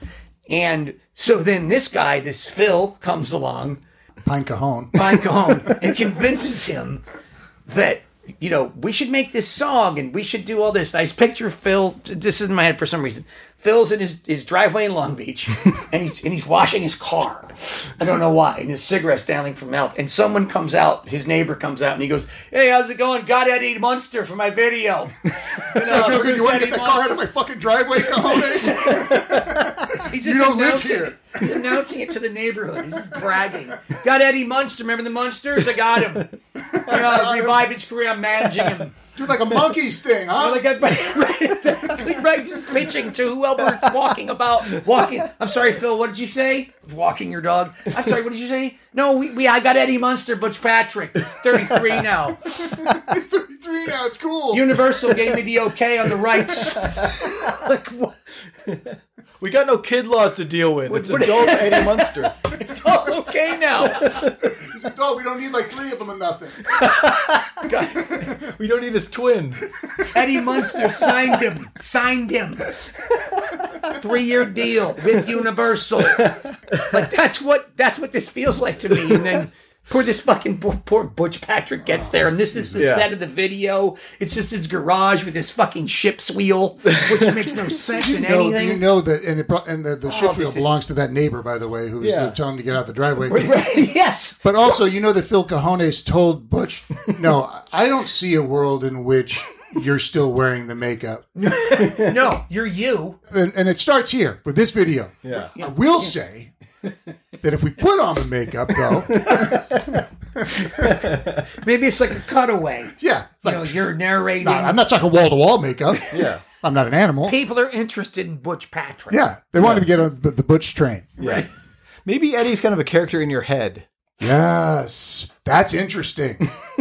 And so then this guy, this Phil, comes along,
Pine cajon.
Pine Cone, and convinces him that you know we should make this song and we should do all this. And I just picture Phil. This is in my head for some reason. Phil's in his, his driveway in Long Beach, and he's and he's washing his car. I don't know why, and his cigarette's dangling from mouth. And someone comes out. His neighbor comes out, and he goes, "Hey, how's it going? Got Eddie Munster for my video." You know,
That's real good. You want to
Eddie
get that car out
Munster.
of my fucking driveway, cajones?
He's just
You don't live
announcing
here.
it- He's announcing it to the neighborhood. He's just bragging. Got Eddie Munster. Remember the Munsters? I got him. I got revived his career. I'm managing him.
Do like a monkey's thing, huh?
Well, I got right, exactly right. Just pitching to whoever walking about walking. I'm sorry, Phil. What did you say? Walking your dog. I'm sorry. What did you say? No, we, we I got Eddie Munster, Butch Patrick. He's 33 now.
He's 33 now. It's cool.
Universal gave me the okay on the rights. like what?
We got no kid laws to deal with. It's
what-
adult Eddie Munster.
It's all okay now.
He's adult. We don't need like three of them and nothing.
We don't need his twin.
Eddie Munster signed him. Signed him. Three year deal with Universal. Like that's what that's what this feels like to me. And then poor this fucking poor, poor Butch Patrick gets there, and this is the
Yeah.
set of the video. It's just his garage with his fucking ship's wheel, which makes no sense in
You know,
anything. Oh,
you know that, and it brought, and the, the ship wheel
this is-
belongs to that neighbor, by the way, who's
Yeah.
uh, telling him to get out the driveway.
Right, yes.
But also, you know that Phil Cajones told Butch, "No, I don't see a world in which you're still wearing the makeup."
No, you're you.
And, and it starts here with this video.
Yeah.
I will say that if we put on the makeup, though,
Maybe it's like a cutaway.
yeah,
You
like,
know, you're narrating.
nah, I'm not talking wall to wall makeup.
Yeah.
I'm not an animal.
People are interested in Butch Patrick.
Yeah, they wanted to get on the, the Butch train.
Right.
Maybe Eddie's kind of a character in your head.
Yes, that's interesting.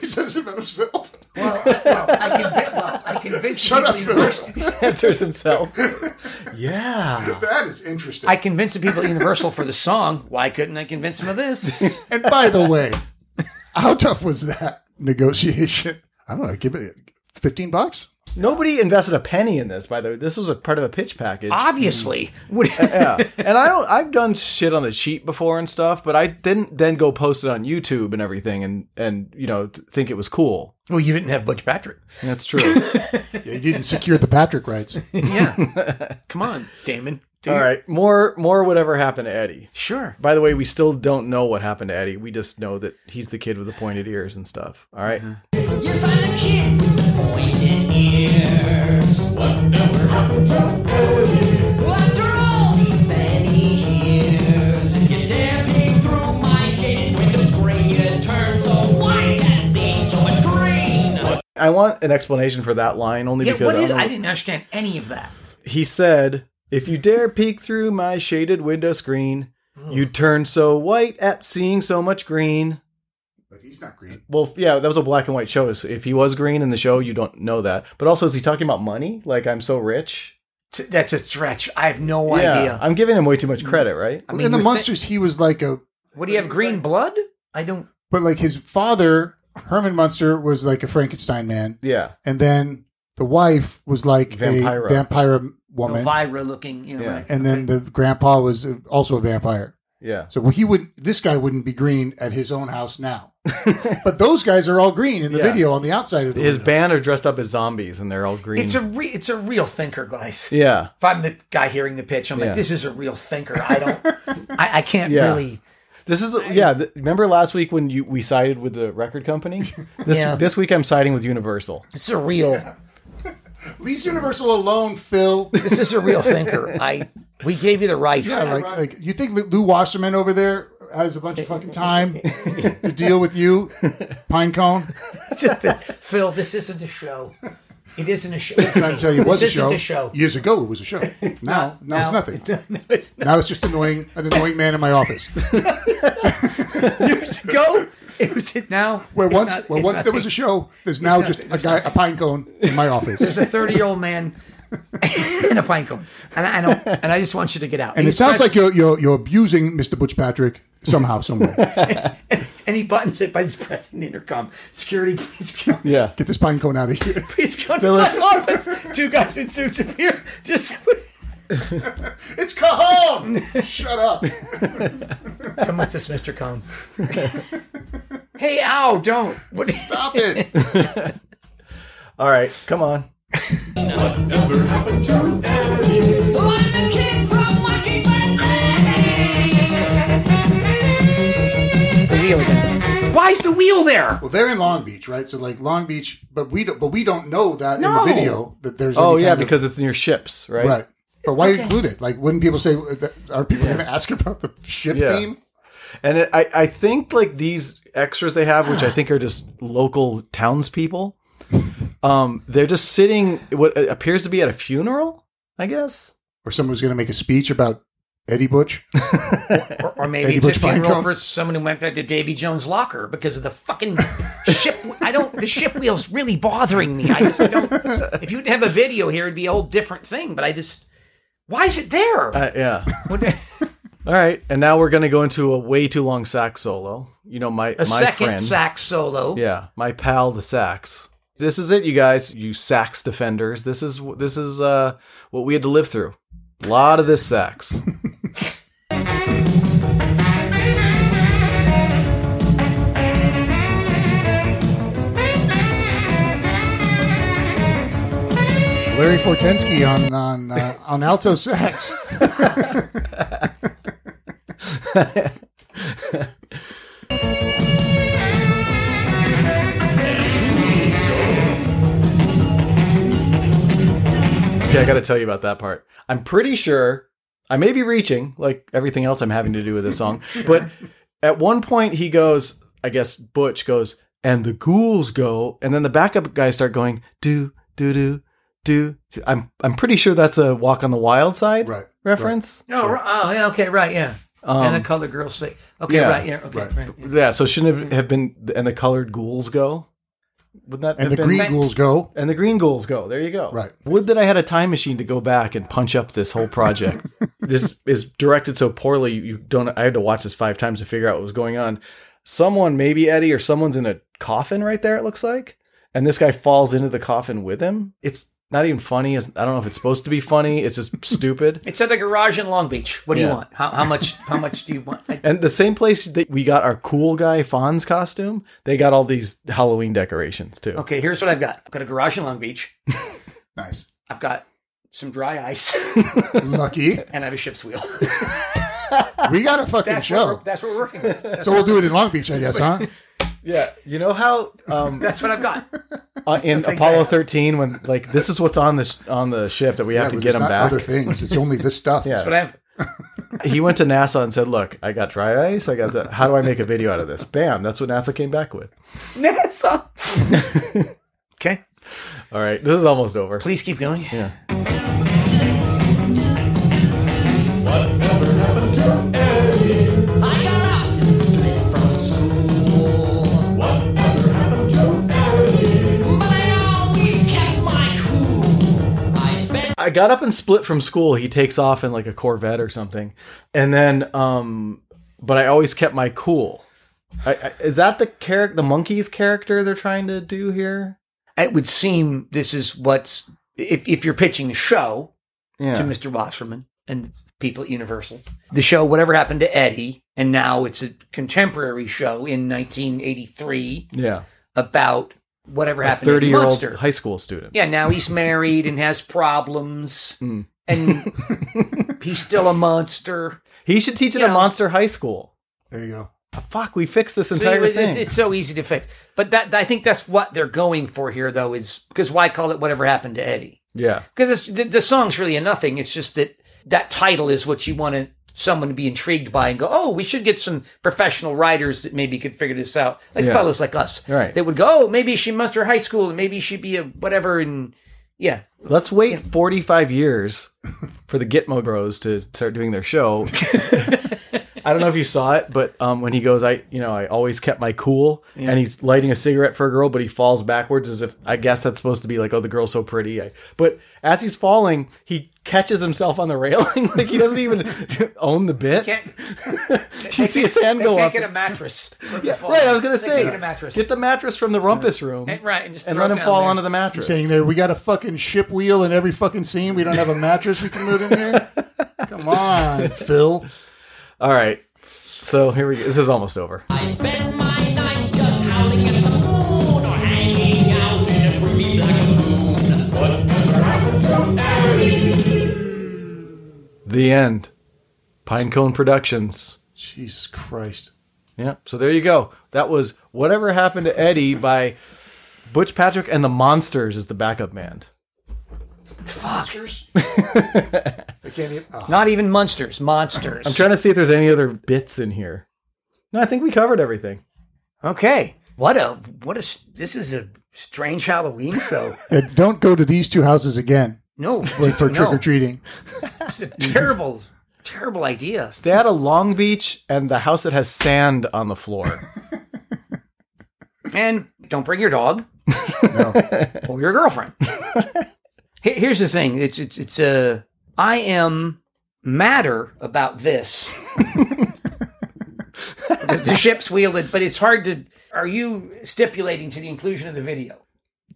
he says about himself.
Well, I, well, I convi- well, I convinced
Shut
people
up, Phil.
Universal.
Answers himself. Yeah.
That is interesting.
I convinced the people at Universal for the song. Why couldn't I convince them of this?
and by the way, how tough was that negotiation? I don't know. Give it fifteen bucks.
Nobody invested a penny in this, by the way. This was a part of a pitch package.
Obviously, would,
yeah. And I don't I've done shit on the sheet before and stuff, but I didn't then go post it on YouTube and everything and and you know t- think it was cool.
well, you didn't have Butch Patrick.
And that's true.
Yeah, you didn't secure the Patrick rights.
Yeah, come on, Damon. Do
All
your-
right. More more whatever happened to Eddie.
sure.
By the way, we still don't know what happened to
Uh-huh.
Eddie. We just know that he's the kid with the pointed ears and stuff. All right?
Yes, I'm the kid
an explanation for that line only
Yeah,
because
what
I,
is,
don't know-
I didn't understand any of that.
he said, "If you dare peek through my shaded window screen, you turn so white at seeing so much green."
But he's not green.
Well, f- yeah, that was a black and white show. So if he was green in the show, you don't know that. But also, is he talking about money? Like I'm so rich?
T- That's a stretch. I have no
Yeah,
idea. Mm.
I'm giving him way too much credit, right?
I
Well,
mean,
in the
you thi-
monsters, he was like a,
Would he have green blood? I don't.
but like his father, Herman Munster, was like a Frankenstein man,
yeah,
and then the wife was like
Vampira.
a vampire woman,
Elvira looking, you know.
Yeah.
Right.
and then the grandpa was uh, also a vampire.
yeah.
So he would, this guy wouldn't be green at his own house now, but those guys are all green in the
Yeah.
video on the outside of the
His
window.
band are dressed up as zombies, and they're all green.
It's a re- it's a real thinker, guys.
yeah,
If I'm the guy hearing the pitch, I'm
Yeah.
like, this is a real thinker. I don't. I, I can't
Yeah.
really.
This is the, yeah. Th- remember last week when you we sided with the record company? This
Yeah.
this week I'm siding with Universal.
It's a real.
Leave Universal alone, Phil.
This is a real thinker. I. We gave you the rights.
Yeah, like, like you think that Lou Wasserman over there has a bunch of fucking time to deal with you, Pinecone?
It's just this- Phil, this isn't a show. It isn't a show.
Can I tell you, it was a
This
show.
isn't a show.
Years ago, it was a show. Now, now, it's nothing.
No, it's not.
Now it's just annoying, an annoying man in my office.
Years ago, it was it now.
Where
it's
once,
not-
where
it's
once
not
there was a show, there's now just a guy, a pine cone in my office,
there's a 30 year old man in a pine cone, and I, I don't, and I just want you to get out.
and it sounds like you're, you're you're abusing Mr. Butch Patrick somehow, somewhere.
and he buttons it by just pressing the intercom. Security, please come.
Yeah,
Get this pine cone out of here.
Please come to my office. Two guys in suits appear. Just
It's Cajon. Shut up.
come with this, Mr. Cone. hey, ow! Don't. What,
Stop it.
all right, come on.
I'm a kid from Wacky Lane.
Why's the wheel there?
Well, they're in Long Beach, right? So like Long Beach, but we don't, but we don't know that
No.
in the video that there's.
Oh
any
yeah,
kind of-
because it's near ships, right?
right. But why include it? Like, wouldn't people say, uh, that- "Are people going to ask about the ship
Yeah.
theme?"
And it, I I think like these extras they have, which I think are just local townspeople. Um, they're just sitting what appears to be at a funeral. I guess.
Or someone was going to make a speech about Eddie Butch?
Or, or maybe
Eddie
it's a
Butch Pine
funeral
Cone.
for someone who went back to Davy Jones' locker because of the fucking ship. I don't. The ship wheel's really bothering me. I just don't. If you'd have a video here, it'd be a whole different thing. But I just. Why is it there?
Uh, yeah.
What-
All right, and now we're gonna go into a way too long sax solo. You know my
a
my
second
friend.
sax solo.
Yeah, my pal the sax. This is it, you guys, you sax defenders. This is this is uh, what we had to live through. A lot of this sax.
Larry Fortensky on on uh, on alto sax.
okay, I got to tell you about that part. I'm pretty sure I may be reaching, like everything else I'm having to do with this song. But at one point, he goes, I guess Butch goes, and the ghouls go, and then the backup guys start going, do do do do. do." I'm I'm pretty sure that's a Walk on the Wild Side
Right,
reference.
No. ri- Oh, yeah. Okay. Right. Yeah.
Um,
and the color girls say, "Okay,
yeah,
right. Yeah. Okay.
right.
Right." yeah.
Yeah, so shouldn't it have been and the colored ghouls go? Would that
And
have
the
been-
Green Ghouls go.
and the green ghouls go? There you go.
Right.
Would that I had a time machine to go back and punch up this whole project. this is directed so poorly. You don't. I had to watch this five times to figure out what was going on. Someone, maybe Eddie, or someone's in a coffin right there. It looks like, and this guy falls into the coffin with him. It's not even funny. It's, I don't know if it's supposed to be funny. It's just stupid.
It's at the garage in Long Beach. What do
Yeah.
you want? How, how much? How much do you want? I-
And the same place that we got our cool guy Fonz costume, they got all these Halloween decorations too.
okay. Here's what I've got. I've got a garage in Long Beach.
Nice,
I've got some dry ice,
lucky.
and I have a ship's wheel.
We got a fucking
That's what
show,
we're, that's what we're working with.
so we'll do it in Long Beach, I guess, huh?
Yeah, you know how um,
That's what I've got.
uh, in
That's
Apollo
exact-
thirteen when like this is what's on this on the ship that we
but
have to get
there's
him
not
back.
Other things. It's only this stuff.
Yeah.
That's what I have.
he went to NASA and said, "Look, I got dry ice. I got the. How do I make a video out of this?" Bam! That's what NASA came back with.
NASA. okay.
All right, this is almost over.
Please keep going.
Yeah.
I got out and slid from school. Whatever happened to Abby? But I always kept my cool. I spent
I got up and split from school. He takes off in like a Corvette or something, and then um, but I always kept my cool. I, I, is that the character, the monkey's character they're trying to do here?
It would seem this is what's if if you're pitching a show
Yeah.
to Mr. Wasserman and people at Universal, the show whatever happened to Eddie, and now it's a contemporary show in 1983
Yeah,
about whatever
a
happened to
thirty-year-old
Monster.
high school student.
Yeah, now he's married and has problems,
Hmm.
and he's still a monster.
He should teach it at Monster High School. Ah,
There you go.
Fuck, we fixed this
See,
entire
it's,
thing.
it's so easy to fix. But that I think that's what they're going for here, though, is because why call it whatever happened to Eddie?
yeah,
Because the, the song's really a nothing. It's just that that title is what you want to, someone to be intrigued by and go, oh, we should get some professional writers that maybe could figure this out. Like
Yeah.
fellas like us.
Right.
That would go, oh, maybe she must her high school and maybe she'd be a whatever. And yeah.
Let's wait 45 years for the Gitmo Bros to start doing their show. I don't know if you saw it, but um, when he goes, I you know I always kept my cool,
Yeah.
and he's lighting a cigarette for a girl, but he falls backwards as if I guess that's supposed to be like, oh, the girl's so pretty. I, but as he's falling, he catches himself on the railing, like he doesn't even own the bit.
Can't,
you see his hand
they
go
can't
up.
get a mattress. from the
Yeah,
fall.
right, I was gonna
They
say,
can't get a mattress.
the mattress from the rumpus room,
And- right, and just
and
throw
let
it
him
down
fall
there.
onto the mattress.
Saying there, we got a fucking ship wheel in every fucking scene. We don't have a mattress we can put in here. Come on, Phil.
All right, so here we go. This is almost over.
I spent my nights just howling at the moon or hanging out in a ruby black moon. Whatever happened to Abby?
The end. Pinecone Productions.
Jesus Christ.
Yeah. So there you go. That was Whatever Happened to Eddie by Butch Patrick and the Monsters is the backup band.
Monsters. I can't even. ah.
Not even monsters, monsters.
I'm trying to see if there's any other bits in here. No, I think we covered everything.
Okay. What a what a s- this is a strange Halloween show.
Uh, don't go to these two houses again
No,
for, for
no.
trick or treating.
It's a terrible, terrible idea.
Stay out of Long Beach and the house that has sand on the floor.
And don't bring your dog or your girlfriend. Here- Here's the thing. It's it's it's a I am madder about this. Because the ship's wielded, but it's hard to. Are you stipulating to the inclusion of the video?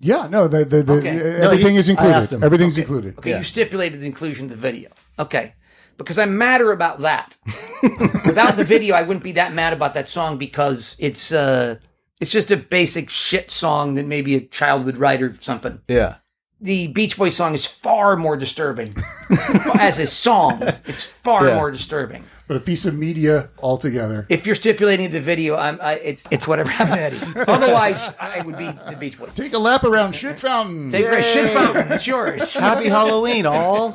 Yeah, no, the, the, the,
Okay.
uh,
No,
everything
he-
is
I
included.
asked him.
Everything's included.
Okay, you stipulated the inclusion of the video. Okay. Because I'm madder about that. Without the video, I wouldn't be that mad about that song because it's uh it's just a basic shit song that maybe a child would write or something.
yeah.
The Beach Boys song is far more disturbing. As a song, it's far
Yeah.
more disturbing.
But a piece of media altogether.
If you're stipulating the video, I'm I, it's it's whatever I'm at. Otherwise, I would be the Beach Boys.
Take a lap around Shit Fountain.
Take that shit from it's yours.
Happy Halloween, all.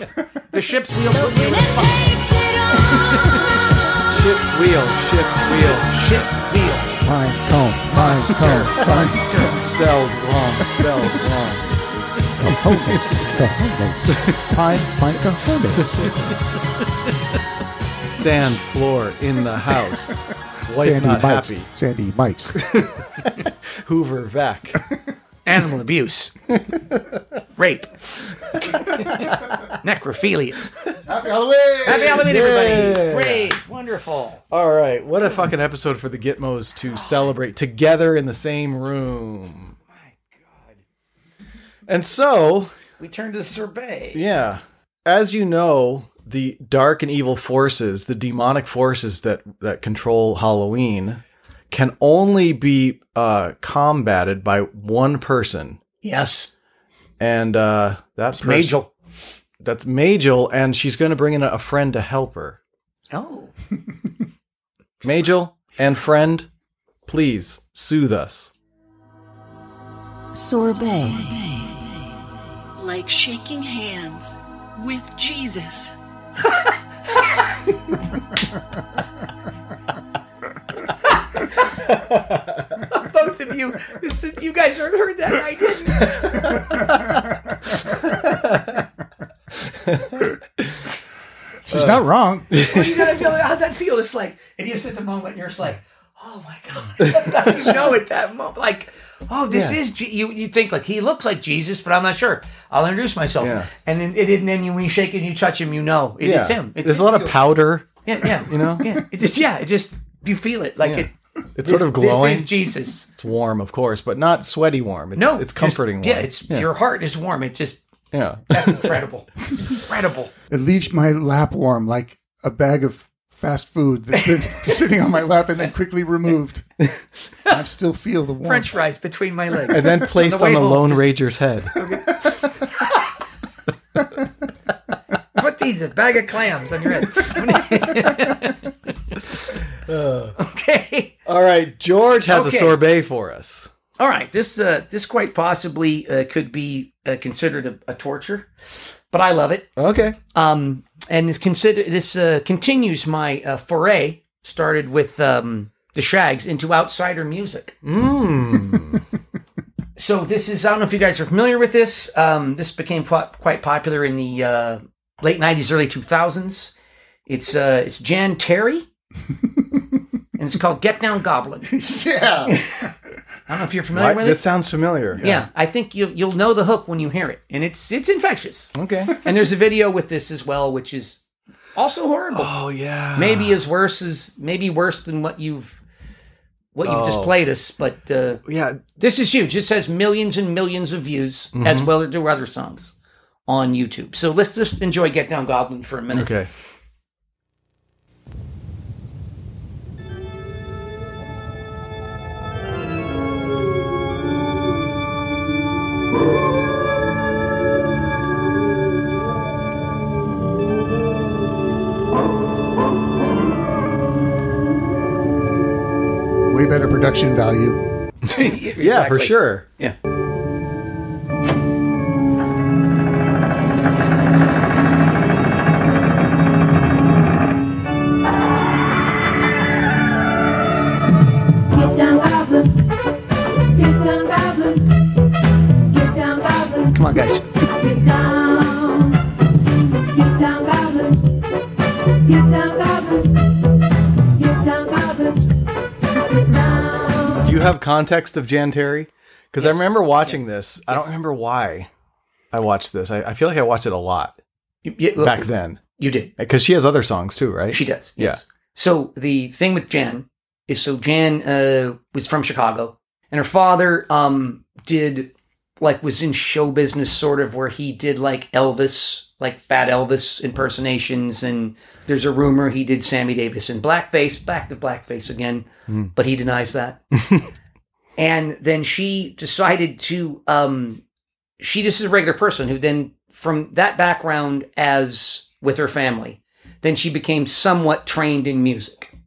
The ship's wheel put you in a
Ship wheel, ship wheel.
shit wheel.
Pine cone, pine cone, pine
Spelled wrong, spelled wrong.
cojones, cojones. Pine, pine cojones.
Sand floor in the house. Wife
Sandy
not
Mike's.
happy.
Sandy Mike's.
Hoover vac.
animal abuse, rape, necrophilia.
Happy Halloween!
Happy Halloween, everybody!
Yeah.
Great, wonderful.
All right, what a fucking episode for the Gitmos to celebrate together in the same room. And so,
We turned to sorbet.
yeah, as you know, the dark and evil forces, the demonic forces that that control Halloween, can only be uh, combated by one person,
Yes,
and uh, that's
Majel.
That's Majel, and she's going to bring in a, a friend to help her.
Oh,
Majel and friend, please soothe us.
Sorbet. Like shaking hands with Jesus.
both both of you. This is you guys heard heard that. I didn't.
She's not wrong.
well, you gotta feel. it. How's that feel? It's like, and you just at the moment, and you're just like, oh my god, you know at that moment, like, oh, this
Yeah.
is Je- you. You think like he looks like Jesus, but I'm not sure. I'll introduce myself,
Yeah.
and then it, and then you, when you shake it, and you touch him, you know it is
Yeah.
him. It's
There's a lot of powder.
Yeah, yeah,
You know?
yeah. It just, yeah, it just you feel it like it.
It's
this-
sort of glowing.
This is Jesus.
It's warm, of course, but not sweaty warm. It's,
No,
it's
just-
comforting warm.
Yeah, it's your heart is warm. It just
yeah.
that's incredible. it's incredible.
It leaves my lap warm like a bag of fast food that's been sitting on my lap and then quickly removed. I still feel the warmth.
French fries between my legs,
and then placed on
way
the
home,
Lone
just
Ranger's head.
Put these a bag of clams on your head. okay.
All right, George has
Okay.
a sorbet for us.
All right, this uh, this quite possibly uh, could be uh, considered a, a torture, but I love it.
Okay.
Um, and this consider this uh, continues my uh, foray started with um, the Shags into outsider music. So this is I don't know if you guys are familiar with this. Um, this became po- quite popular in the uh, late '90s, early 2000s. It's uh, it's Jan Terry, and it's called "Get Down Goblin."
Yeah.
I don't know if you're familiar
Right,
with
This
it.
sounds familiar.
Yeah. I think you you'll know the hook when you hear it, and it's it's infectious.
Okay.
and there's a video with this as well, which is also horrible.
Oh yeah.
Maybe as worse as maybe worse than what you've what you've just
Oh.
played us, but uh,
yeah,
this is huge. This has millions and millions of views as
Mhm.
well as do other songs on YouTube. So let's just enjoy "Get Down Goblin" for a minute.
Okay.
Way better production value.
Yeah, for sure.
Yeah.
Get down, goblin. Get down, goblin. Get down, goblin.
Come on, guys.
Get down. Get down, goblin. Get down, goblin. Get down, goblin. Get down.
Do you have context of Jan Terry? Because I remember watching this. I don't remember why I watched this. I, I feel like I watched it a lot
well,
back then.
You did.
Because she has other songs too, right?
She does. So the thing with Jan is so Jan uh, was from Chicago, and her father um, did like was in show business, sort of where he did like Elvis, like Fat Elvis impersonations, and there's a rumor he did Sammy Davis in blackface, back to blackface again,
Hmm.
but he denies that. and then she decided to um she just is a regular person who then from that background as with her family then she became somewhat trained in music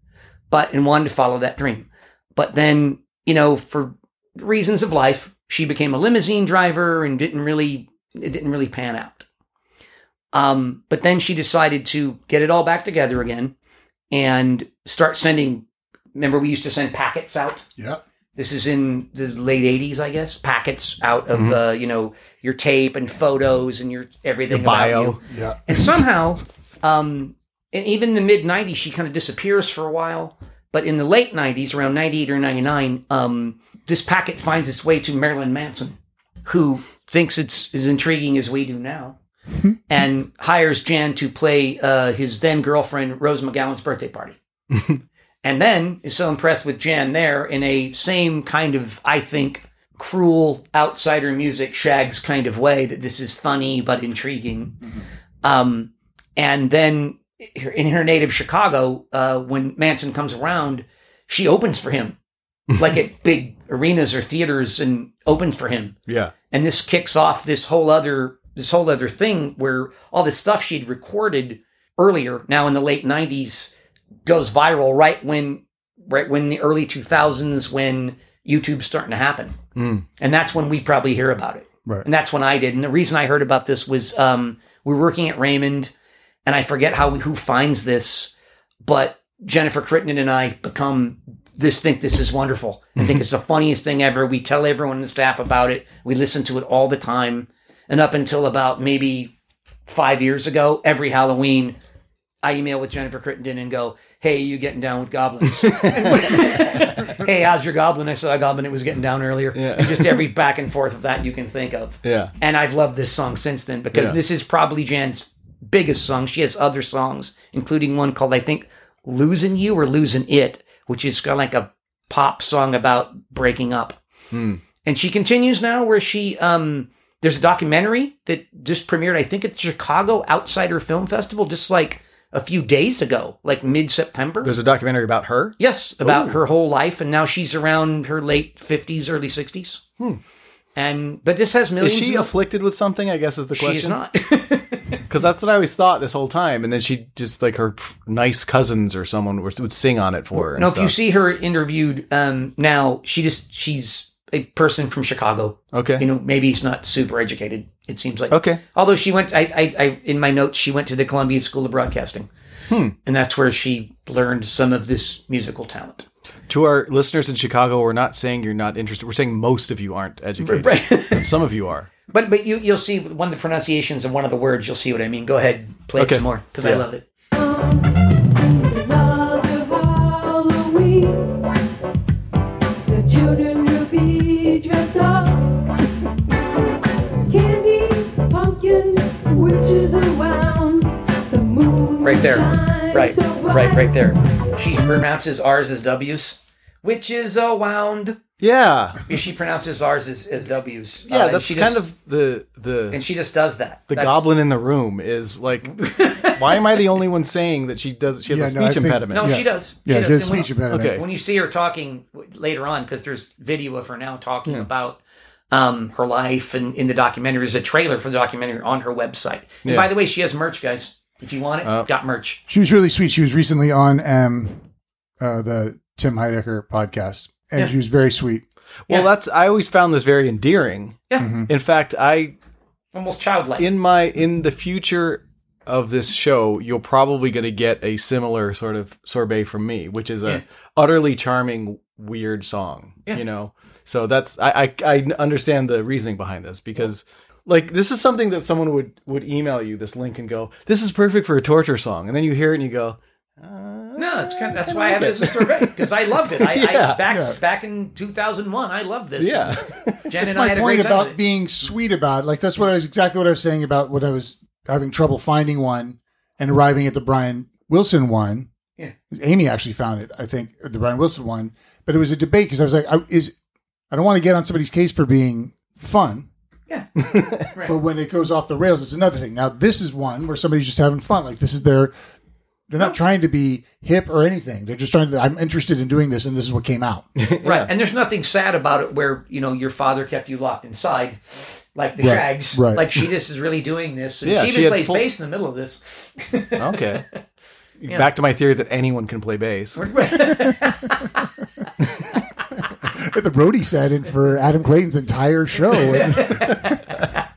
but and wanted to follow that dream but then you know for reasons of life she became a limousine driver and didn't really it didn't really pan out um but then she decided to get it all back together again and start sending remember we used to send packets out
Yep.
this is in the late 80s i guess packets out of
Mhm.
uh, you know your tape and photos and your everything
Your
about
bio.
you
Yeah.
and somehow um and even in the mid 90s she kind of disappears for a while but in the late 90s around 98 or 99 um this packet finds its way to marilyn manson who thinks it's as intriguing as we do now and hires jan to play uh, his then girlfriend rose mcgowan's birthday party and then is so impressed with Jan there in a same kind of, I think, cruel outsider music shags kind of way that this is funny but intriguing. Um, and then in her native Chicago, uh, when Manson comes around, she opens for him, like at big arenas or theaters, and opens for him
Yeah.
and this kicks off this whole other this whole other thing where all this stuff she'd recorded earlier now in the late 90s goes viral right when right when the early 2000s when youtube's starting to happen
Mm.
and that's when we probably hear about it
Right.
and that's when i did and the reason i heard about this was um, we were working at raymond and i forget how who finds this but jennifer crittenden and i become this think this is wonderful. I think it's the funniest thing ever. We tell everyone in the staff about it. We listen to it all the time. And up until about maybe five years ago, every Halloween, I email with Jennifer Crittenden and go, "Hey, you getting down with goblins? hey, how's your goblin? I saw a goblin. It was getting down earlier. And just every back and forth of that you can think of.
Yeah.
And I've loved this song since then because
Yeah.
this is probably Jan's biggest song. She has other songs, including one called I think "Losing You" or "Losing It," which is kind of like a pop song about breaking up.
Hmm.
And she continues now where she um there's a documentary that just premiered, I think, at the Chicago Outsider Film Festival just like a few days ago, like mid September.
There's a documentary about her.
Yes, about
Ooh.
her whole life, and now she's around her late fifties, early sixties.
Hmm.
And but this has millions.
Is she
of-
afflicted with something? I guess is the
She
question.
is not.
because that's what I always thought this whole time. And then she just like her pff, nice cousins or someone would, would sing on it for her. and
no, if you
stuff.
see her interviewed um, now, she just she's a person from Chicago.
Okay.
you know maybe she's not super educated. It seems like
Okay.
Although she went, I, I, I in my notes she went to the Columbia School of Broadcasting,
Hmm.
and that's where she learned some of this musical talent.
to our listeners in Chicago, we're not saying you're not interested. We're saying most of you aren't educated. But some of you are.
But but you you'll see one of the pronunciations of one of the words. You'll see what I mean. Go ahead, play it
Okay.
some more because I
Yeah.
love it.
Another Halloween. The children will be dressed up. Candy, pumpkins, witches around. The moon
Right there,
shines
right,
so
right, right there. She pronounces R's as W's, which is a wound.
Yeah.
She pronounces R's as, as W's. Uh,
Yeah,
and
that's
she
kind
just-
of the the
and she just does that.
the
That's-
goblin in the room is like. why am I the only one saying that she does? She has
Yeah, no,
a
I
speech
think-
impediment.
No, she does.
Yeah,
does.
she has
And when-
speech impediment.
Okay.
When you see her talking w- later on, because there's video of her now talking
Yeah.
about um, her life and in the documentary, there's a trailer for the documentary on her website. And
Yeah.
by the way, she has merch, guys. If you want it,
Oh.
got merch.
She was really sweet. She was recently on um, uh, the Tim Heidecker podcast, and
Yeah.
she was very sweet.
Well, that's I always found this very endearing.
Yeah.
In fact, I
Mm-hmm. Almost childlike.
in my in the future of this show, you're probably going to get a similar sort of sorbet from me, which is a
Yeah.
utterly charming, weird song.
Yeah.
You know, so that's I, I I understand the reasoning behind this because. Like this is something that someone would would email you this link and go, "This is perfect for a torture song," and then you hear it and you go,
No, it's kind of, that's
I
why I
like
have it
it.
as a survey because I loved it. I,
Yeah.
I back
Yeah.
back in 2001, I loved this.
Yeah.
Jen
That's
and I
my
had a
point
great time with
about being sweet about it. like that's what I was exactly what I was saying about when I was having trouble finding one and arriving at the Brian Wilson one.
Yeah.
Amy actually found it, I think, the Brian Wilson one, but it was a debate because I was like, I, is I don't want to get on somebody's case for being fun. Yeah. But when it goes off the rails, it's another thing. Now this is one where somebody's just having fun. Like this is their they're not trying to be hip or anything. They're just trying to I'm interested in doing this and this is what came out.
Right. And there's nothing sad about it where, you know, your father kept you locked inside like the
Right,
shags.
right.
Like she just is really doing this. And
Yeah,
she even
she had
plays
full-
bass in the middle of this.
"Okay."
Yeah.
Back to my theory that anyone can play bass.
the roadie sat in for Adam Clayton's entire show.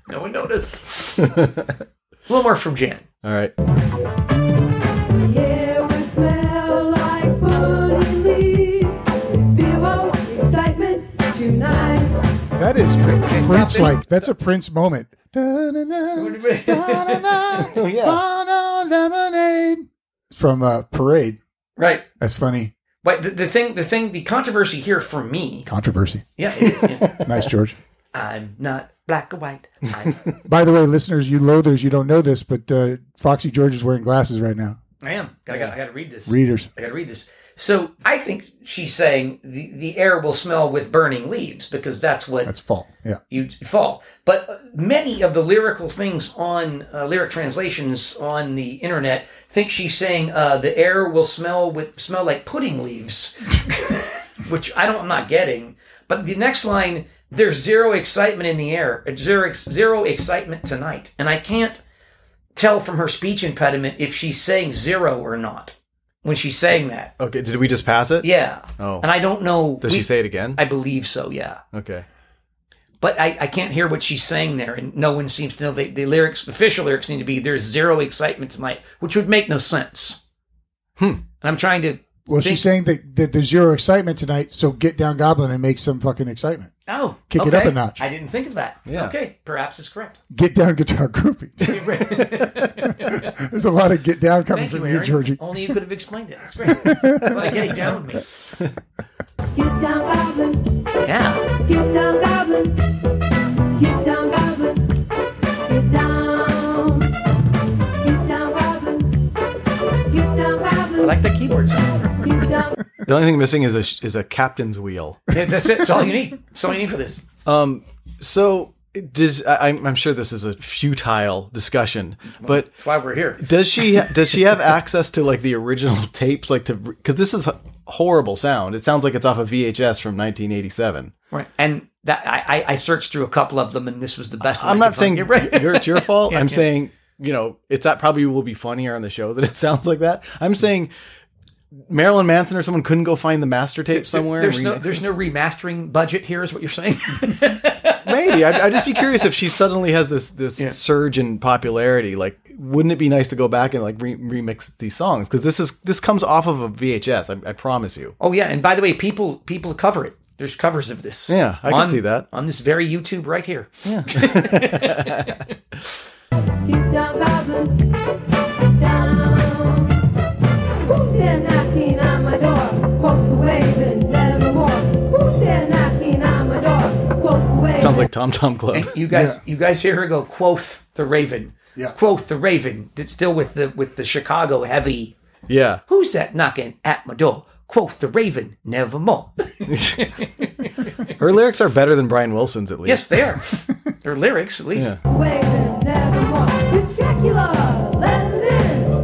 no one noticed. a little more from Jan.
All right.
Yeah, we smell like funny leaves. It's fear excitement tonight.
That is Prin-
Okay, stop
Prince
it.
like. That's a Prince moment. lemonade from uh, Parade.
Right.
That's funny.
But the, the thing, the thing, the controversy here for me.
Controversy.
Yeah. It is, yeah.
Nice, George.
I'm not black or white. I'm,
By the way, listeners, you loathers, you don't know this, but uh, Foxy George is wearing glasses right now.
I am. I got, I got to read this.
Readers.
I got to read this. So I think she's saying the, the air will smell with burning leaves because that's what
That's fall. Yeah.
you fall. But uh, many of the lyrical things on uh, lyric translations on the internet think she's saying uh, the air will smell with smell like pudding leaves, which I don't. I'm not getting. But the next line, there's zero excitement in the air. uh, Zero ex- zero excitement tonight, and I can't tell from her speech impediment if she's saying zero or not when she's saying that.
Okay. Did we just pass it?
Yeah.
Oh.
And I don't know.
Does she
we-
say it again?
I believe so. Yeah
Okay.
but I, I can't hear what she's saying there, and no one seems to know. The, the lyrics, the official lyrics, seem to be "There's zero excitement tonight," which would make no sense.
Hmm.
And I'm trying to
Well, she's saying that, that there's zero excitement tonight, so get down Goblin and make some fucking excitement.
Oh,
Kick it
okay.
up a notch.
I didn't think of that.
Yeah.
Okay, perhaps it's correct.
Get down Guitar Groupie. there's a lot of get down coming
Thank you,
from
Aaron.
you, Georgie.
Only you could have explained it. That's great. That's why getting down with me.
Get down, goblin.
Yeah.
Get down, goblin. Get down, goblin. Get down. Get down, goblin. Get down,
I
goblin.
like the keyboard sound.
Get down.
The only thing missing is a is a captain's wheel.
That's it. That's all you need. That's all you need for this.
Um. So does I, I'm I'm sure this is a futile discussion, but
That's why we're here.
does she does she have access to like the original tapes, like to because this is horrible sound. It sounds like it's off a of VHS from 1987.
Right. And that I, I- I searched through a couple of them, and this was the best. one
I'm
I
not
could
saying
find. You're right.
you're- it's your fault.
Yeah,
I'm
yeah.
saying you know it's that probably will be funnier on the show that it sounds like that. I'm saying Marilyn Manson or someone couldn't go find the master tape somewhere.
There's
and
no
remix
there's no remastering budget here, is what you're saying.
Maybe I'd, I'd just be curious if she suddenly has this this surge in popularity. Like, wouldn't it be nice to go back and like re- remix these songs? Because this is this comes off of a VHS. I, I promise you.
oh yeah, and by the way, people people cover it. There's covers of this.
Yeah, I can
on-
see that.
on this very YouTube right here. Yeah.
Get down, goblin. Get down. Who's there knocking on my door? Quote the waving, never more. Who's there knocking on my door? Quote the waving.
Sounds like Tom Tom Club.
And you guys, you guys hear her go, "Quoth the Raven."
Yeah.
Quoth the Raven. It's still with the with the Chicago heavy.
Yeah.
Who's that knocking at my door? Quoth the Raven, nevermore.
Her lyrics are better than Brian Wilson's at least.
yes, they are. Their lyrics, at least.
Yeah.
Waving, never more. It's Dracula. Let him in.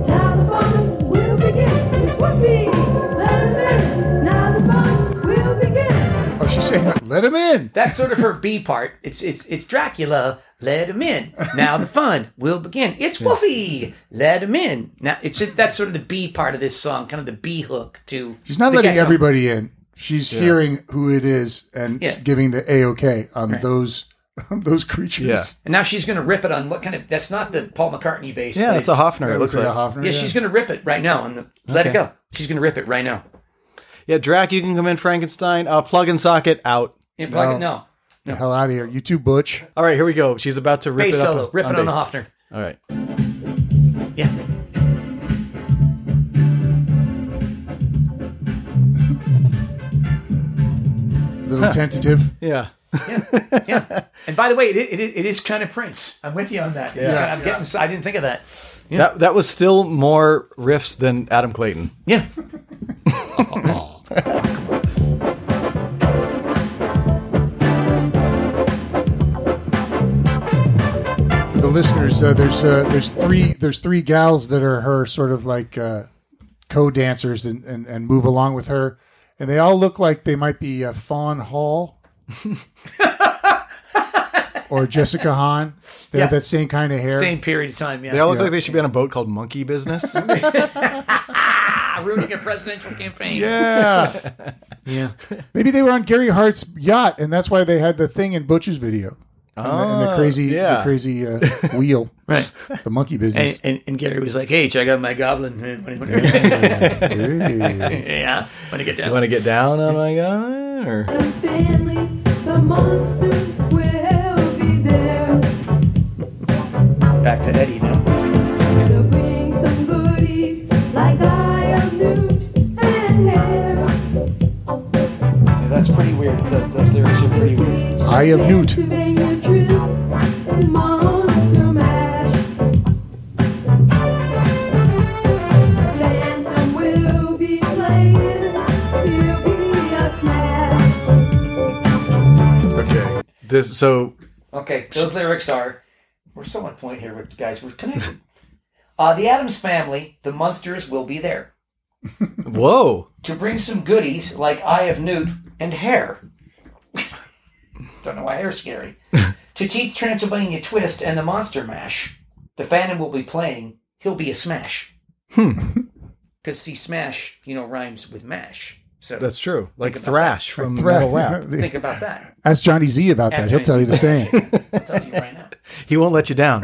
Now the fun will begin. It's Whoopi. Let him in. Now the fun will begin.
Oh, she's saying that. Let him in.
That's sort of her B part. It's it's it's Dracula. Let him in. Now the fun will begin. It's Woofy. Let him in. Now it's that's sort of the B part of this song, kind of the B hook to.
She's not
the
letting
get-go.
everybody in. She's
Yeah.
hearing who it is and
Yeah.
giving the a okay on
Right.
those on those creatures.
And now she's going to rip it on what kind of? That's not the Paul McCartney bass.
Yeah,
but
it's a Hofner, That it looks
would be like. a Hofner,
yeah,
yeah.
she's going to rip it right now. On the let it
Okay.
go. She's going to rip it right now.
Yeah, Drac, you can come in, Frankenstein. Uh, plug and socket out.
Yeah, plug it- No.
Get the hell out of here. You too, Butch.
All right, here we go. She's about to rip
Bass
it up
solo. Rip it on the
bass.
Hofner.
All right.
Little tentative.
Yeah.
And by the way, it, it, it is kind of Prince. I'm with you on that. It's
Yeah.
kinda- I'm getting. I didn't think of that.
That that was still more riffs than Adam Clayton.
Yeah.
For the listeners, uh, there's uh, there's three there's three gals that are her sort of like uh, co dancers and, and and move along with her, and they all look like they might be uh, Fawn Hall or Jessica Hahn. They have
Yeah.
that same kind of hair.
Same period of time. Yeah.
They all look
Yeah.
like they should be on a boat called Monkey Business.
Ah, ruining a presidential campaign.
Yeah.
Yeah.
Maybe they were on Gary Hart's yacht, and that's why they had the thing in Butch's video. And, the, and the
Ah,
crazy,
yeah.
the crazy uh, wheel,
Right.
the monkey business.
And, and, and Gary was like, "Hey, check out my goblin." yeah.
Hey.
Want to get
you
down?
want to get down on my guy? Or?
The family, the monsters will be there.
Back to Eddie now.
They'll bring some goodies like I am newt and hare.
Yeah, that's pretty weird. Those, those lyrics are pretty weird.
Eye of Newt.
Pennsylvania tryst and monster mash. Phantom will be playing. He'll be a smash.
Okay. This so
Okay, those lyrics are. We're so on point here, with guys. We're connected. Uh, the Adams family, the Munsters will be there
whoa.
to bring some goodies like Eye of Newt and hair. Don't know why hair's scary. to teach Transylvania Twist and the Monster Mash. The Phantom will be playing. He'll be a smash. Hmm. Because see, smash you know rhymes with mash. So
That's true. Like thrash from
Thra-
Metal Lab.
think about that.
Ask Johnny Z about that.
Ask
He'll
Johnny
tell you
Z.
the same.
I'll tell you right now.
He won't let you down.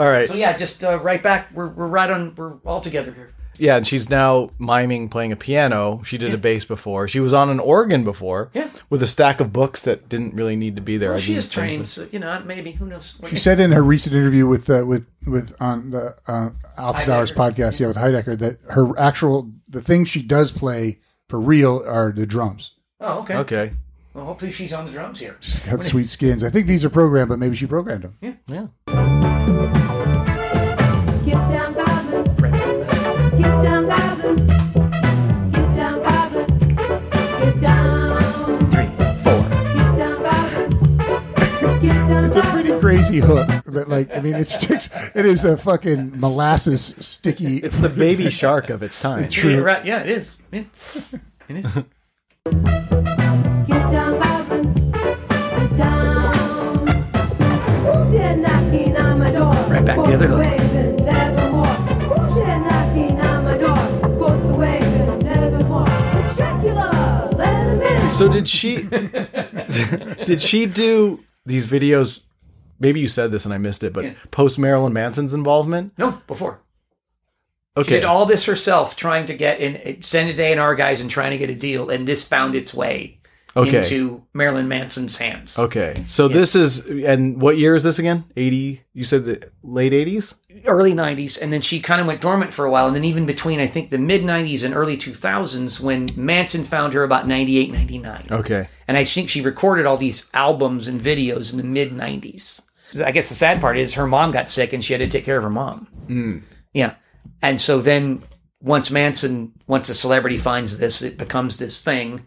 All right.
So yeah, just uh, right back. We're, we're right on. We're all together here.
Yeah, and she's now miming playing a piano. She did a bass before. She was on an organ before.
Yeah.
With a stack of books that didn't really need to be there.
Well,
I
she
didn't
is
think
trained, so, you know, maybe who knows.
She said in her recent interview with uh, with with on the uh, Office Hours podcast, yeah, with Heidecker, that her actual the things she does play for real are the drums.
Oh, okay.
Okay.
Well, hopefully she's on the drums here.
She's got sweet skins. I think these are programmed, but maybe she programmed them.
Yeah.
Yeah.
Get down, goblin. Get down, goblin. Get down, goblin. Get down.
Three, four.
Get down, goblin. Get down,
It's a pretty crazy hook. That like, I mean, it sticks. It is a fucking molasses sticky.
It's the baby shark of its time.
Yeah, right. Yeah, it is. Yeah. It is.
Get down, goblin. Get down. Who's here knocking on my door?
Right back the other hook.
Waving nevermore. Who's here knocking on my door? Forth waving nevermore. It's Dracula. Let him in.
So did she? did she do these videos? Maybe you said this and I missed it, but post Marilyn Manson's involvement.
No, before. She
Okay.
did all this herself, trying to get in, eh, send it to A&R guys and trying to get a deal, and this found its way
Okay. Oh.
into Marilyn Manson's hands.
okay. So this is and what year is this again? Eighty? You said the late eighties.
Early 90s, and then she kind of went dormant for a while, and then even between, I think, the mid 90s and early 2000s when Manson found her about 98, 99.
Okay.
And I think she recorded all these albums and videos in the mid 90s. I guess the sad part is her mom got sick and she had to take care of her mom.
Mm.
Yeah. And so then once Manson, once a celebrity finds this, it becomes this thing.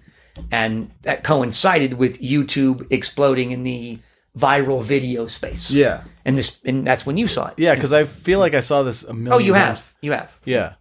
And that coincided with YouTube exploding in the viral video space.
Yeah.
And this and that's when you saw it.
Yeah, because I feel like I saw this a million.
Oh, you
times.
have. You have.
Yeah.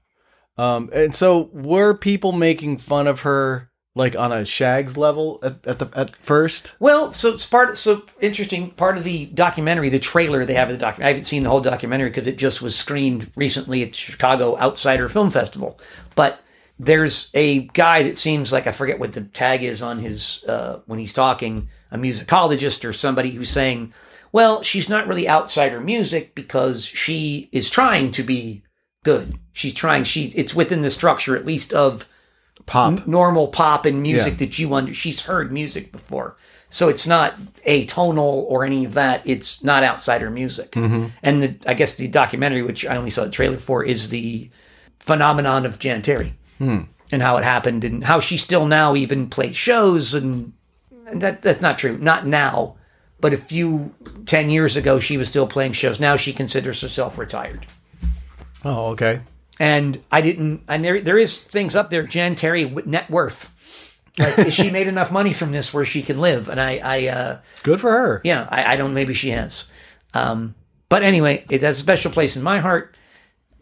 Um, and so were people making fun of her like on a Shags level at, at the at first?
Well, so it's part so interesting part of the documentary, the trailer they have of the documentary. I haven't seen the whole documentary because it just was screened recently at Chicago Outsider Film Festival. But there's a guy that seems like I forget what the tag is on his uh, when he's talking, a musicologist or somebody who's saying, "Well, she's not really outsider music because she is trying to be good. She's trying. She it's within the structure at least of."
Pop.
n- normal pop and music
Yeah.
that you under she's heard music before so it's not atonal or any of that it's not outsider music
Mhm.
and the, i guess the documentary which i only saw the trailer for is the phenomenon of jan terry
Hmm.
and how it happened and how she still now even plays shows and that that's not true not now but a few 10 years ago she was still playing shows now she considers herself retired
Oh, okay.
and I didn't. And there, there is things up there. Jan Terry w- net worth. Like, has she made enough money from this where she can live? And I, I, uh,
Good for her.
yeah, I, I don't. Maybe she has. Um, but anyway, it has a special place in my heart.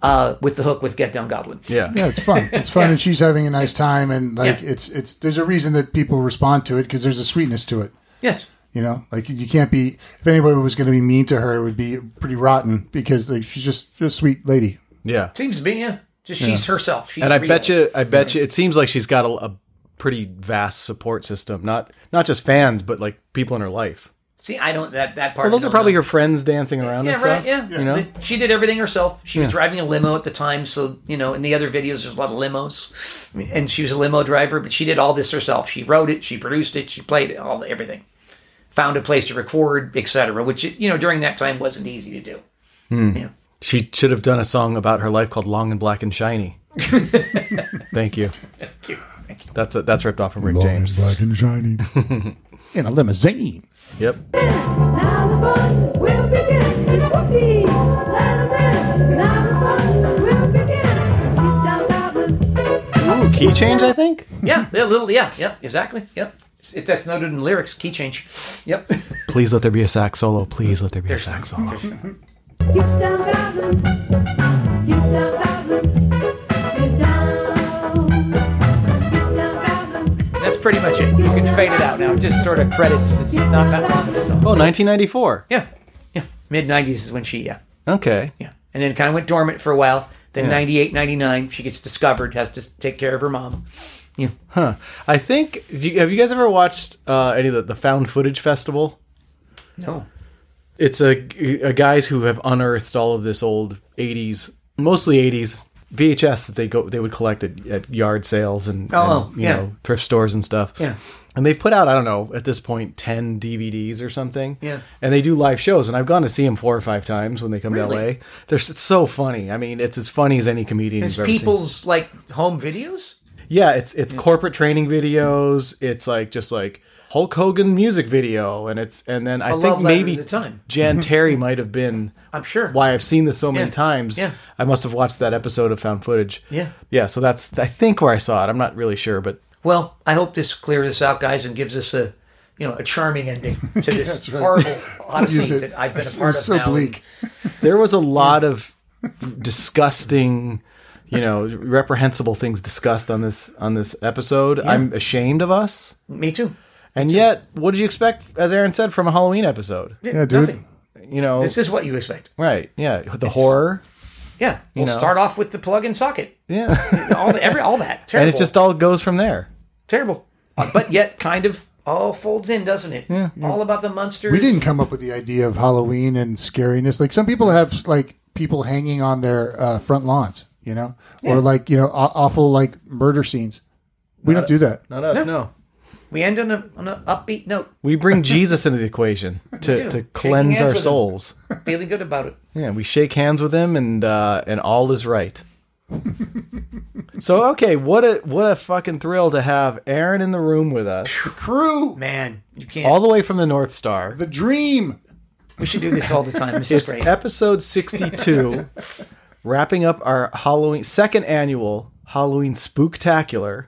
Uh, with the hook with Get Down Goblin.
Yeah.
Yeah, it's fun. It's fun, and she's having a nice time, and like it's it's. There's a reason that people respond to it because there's a sweetness to it.
Yes.
You know, like you can't be. If anybody was going to be mean to her, it would be pretty rotten because like she's just just a sweet lady.
Yeah.
Seems to be yeah. Just
Yeah.
she's herself. She's
and I
real.
bet you, I bet you, it seems like she's got a, a pretty vast support system. Not not just fans, but like people in her life.
See, I don't that that part.
Well,
I
those are
don't
probably
know.
her friends dancing around
Yeah,
and
right.
stuff.
Yeah,
You know.
The- she did everything herself. She was
Yeah.
driving a limo at the time, so you know, in the other videos, there's a lot of limos, and she was a limo driver. But she did all this herself. She wrote it, she produced it, she played it, all everything. Found a place to record, etc. Which you know, during that time, wasn't easy to do.
Hmm.
Yeah.
She should have done a song about her life called "Long and Black and Shiny." Thank you. Thank
you.
That's a, that's ripped off from Rick James.
black and shiny. in a limousine.
Yep.
Now the fun will begin. It's whoopee. Let him in. Now the fun will begin. Get down, goblin.
Ooh, key change, I think.
yeah, yeah, little, yeah, yeah, exactly. Yep, It's- it, that's noted in lyrics. Key change. Yep.
Please let there be a sax solo. Please let there be
There's
a sax
sax
solo.
Get down, goblin. Get down, goblin. Get down. Get down, goblin.
That's pretty much it. You can fade it out now. Just sort of credits. It's not that long of a song.
Oh, 1994.
Yeah, yeah. Mid '90s is when she yeah.
Okay.
Yeah. and then kind of went dormant for a while. Then
Yeah.
ninety eight, ninety nine, 98, 99, she gets discovered, has to take care of her mom. Yeah.
Huh. I think. do you- have you guys ever watched uh, any of the, the found footage festival?
No.
It's a, a guys who have unearthed all of this old '80s, mostly '80s VHS that they go they would collect at, at yard sales and,
Oh,
and, you
yeah.
know thrift stores and stuff.
Yeah.
And they've put out I don't know at this point ten DVDs or something.
Yeah.
And they do live shows, and I've gone to see them four or five times when they come
Really?
to LA. They're s- it's so funny. I mean, it's as funny as any comedian.
It's
you've ever seen.
people's like home videos.
Yeah, it's it's corporate training videos. It's like just like Hulk Hogan music video, and it's and then I
A
think
love letter
maybe
to time.
Jan Terry might have been.
I'm sure.
why I've seen this so many
Yeah,
times.
yeah.
I must have watched that episode of Found Footage.
Yeah.
yeah. So that's I think where I saw it. I'm not really sure, but
Well, I hope this clears this out, guys, and gives us a you know a charming ending to this
That's right.
horrible
Use
odyssey
it.
that I've been
It's-
a part
it's
of
so
now.
bleak.
there was a lot of disgusting, you know, reprehensible things discussed on this on this episode. I'm ashamed of us.
Me too.
And yet, what did you expect, as Aaron said, from a Halloween episode?
Yeah, dude. nothing.
You know,
This is what you expect.
right. Yeah, the horror.
Yeah,
You
we'll
know.
start off with the plug and socket.
Yeah,
all the, every all that terrible,
And it just all goes from there.
terrible, Uh, but yet kind of all folds in, doesn't it? Yeah, all about the monsters.
We didn't come up with the idea of Halloween and scariness. Like some people have, like people hanging on their uh, front lawns, you know, or like you know aw- awful like murder scenes. We
Not
don't do that.
Not us.
No.
no.
We end on a on an upbeat note,
We bring Jesus into the equation
do.
to, to
Shaking
cleanse
hands
our
with him.
souls.
feeling good about it.
Yeah, we shake hands with him, and uh, and all is right. so okay, what a what a fucking thrill to have Aaron in the room with us,
Crew,
Man, you can't.
all the way from the North Star.
the dream.
we should do this all the time. This is
It's
great.
episode sixty-two, wrapping up our Halloween second annual Halloween Spooktacular,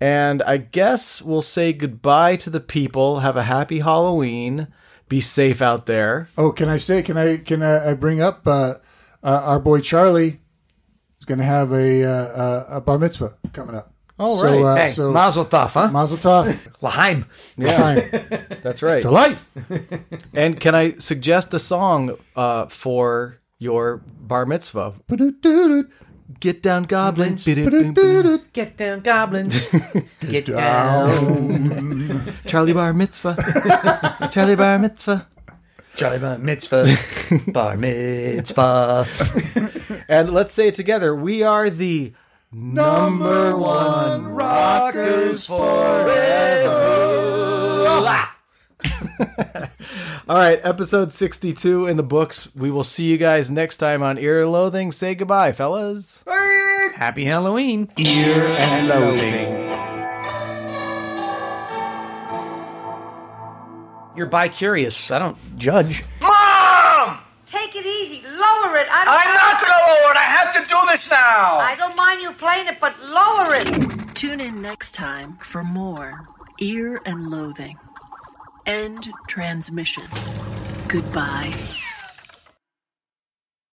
and I guess we'll say goodbye to the people. Have a happy Halloween. Be safe out there.
Oh, can I say? Can I? Can I, I bring up uh, uh, our boy Charlie? Is going to have a, uh, a a bar mitzvah coming up.
All
So,
right.
uh,
hey,
so
Mazel Tov, huh?
Mazel Tov.
Lahaim.
Time.
That's right.
The light.
And can I suggest a song uh, for your bar mitzvah?
Ba-do-do-do.
Get down, goblins. Charlie
Ba-do-do-do.
Get down, goblins. Get down.
bar mitzvah. Charlie bar mitzvah.
Charlie Bar Mitzvah. Bar Mitzvah.
And let's say it together. We are the number one rockers forever. All right, episode 62 in the books. We will see you guys next time on Ear Loathing. Say goodbye, fellas.
Happy Halloween.
Ear and Loathing.
You're bi curious. I don't judge.
Mom!
Take it easy. Lower it. I don't
I'm not gonna lower it. I have to do this now.
I don't mind you playing it, but lower it.
Tune in next time for more Ear and Loathing. End transmission. Goodbye.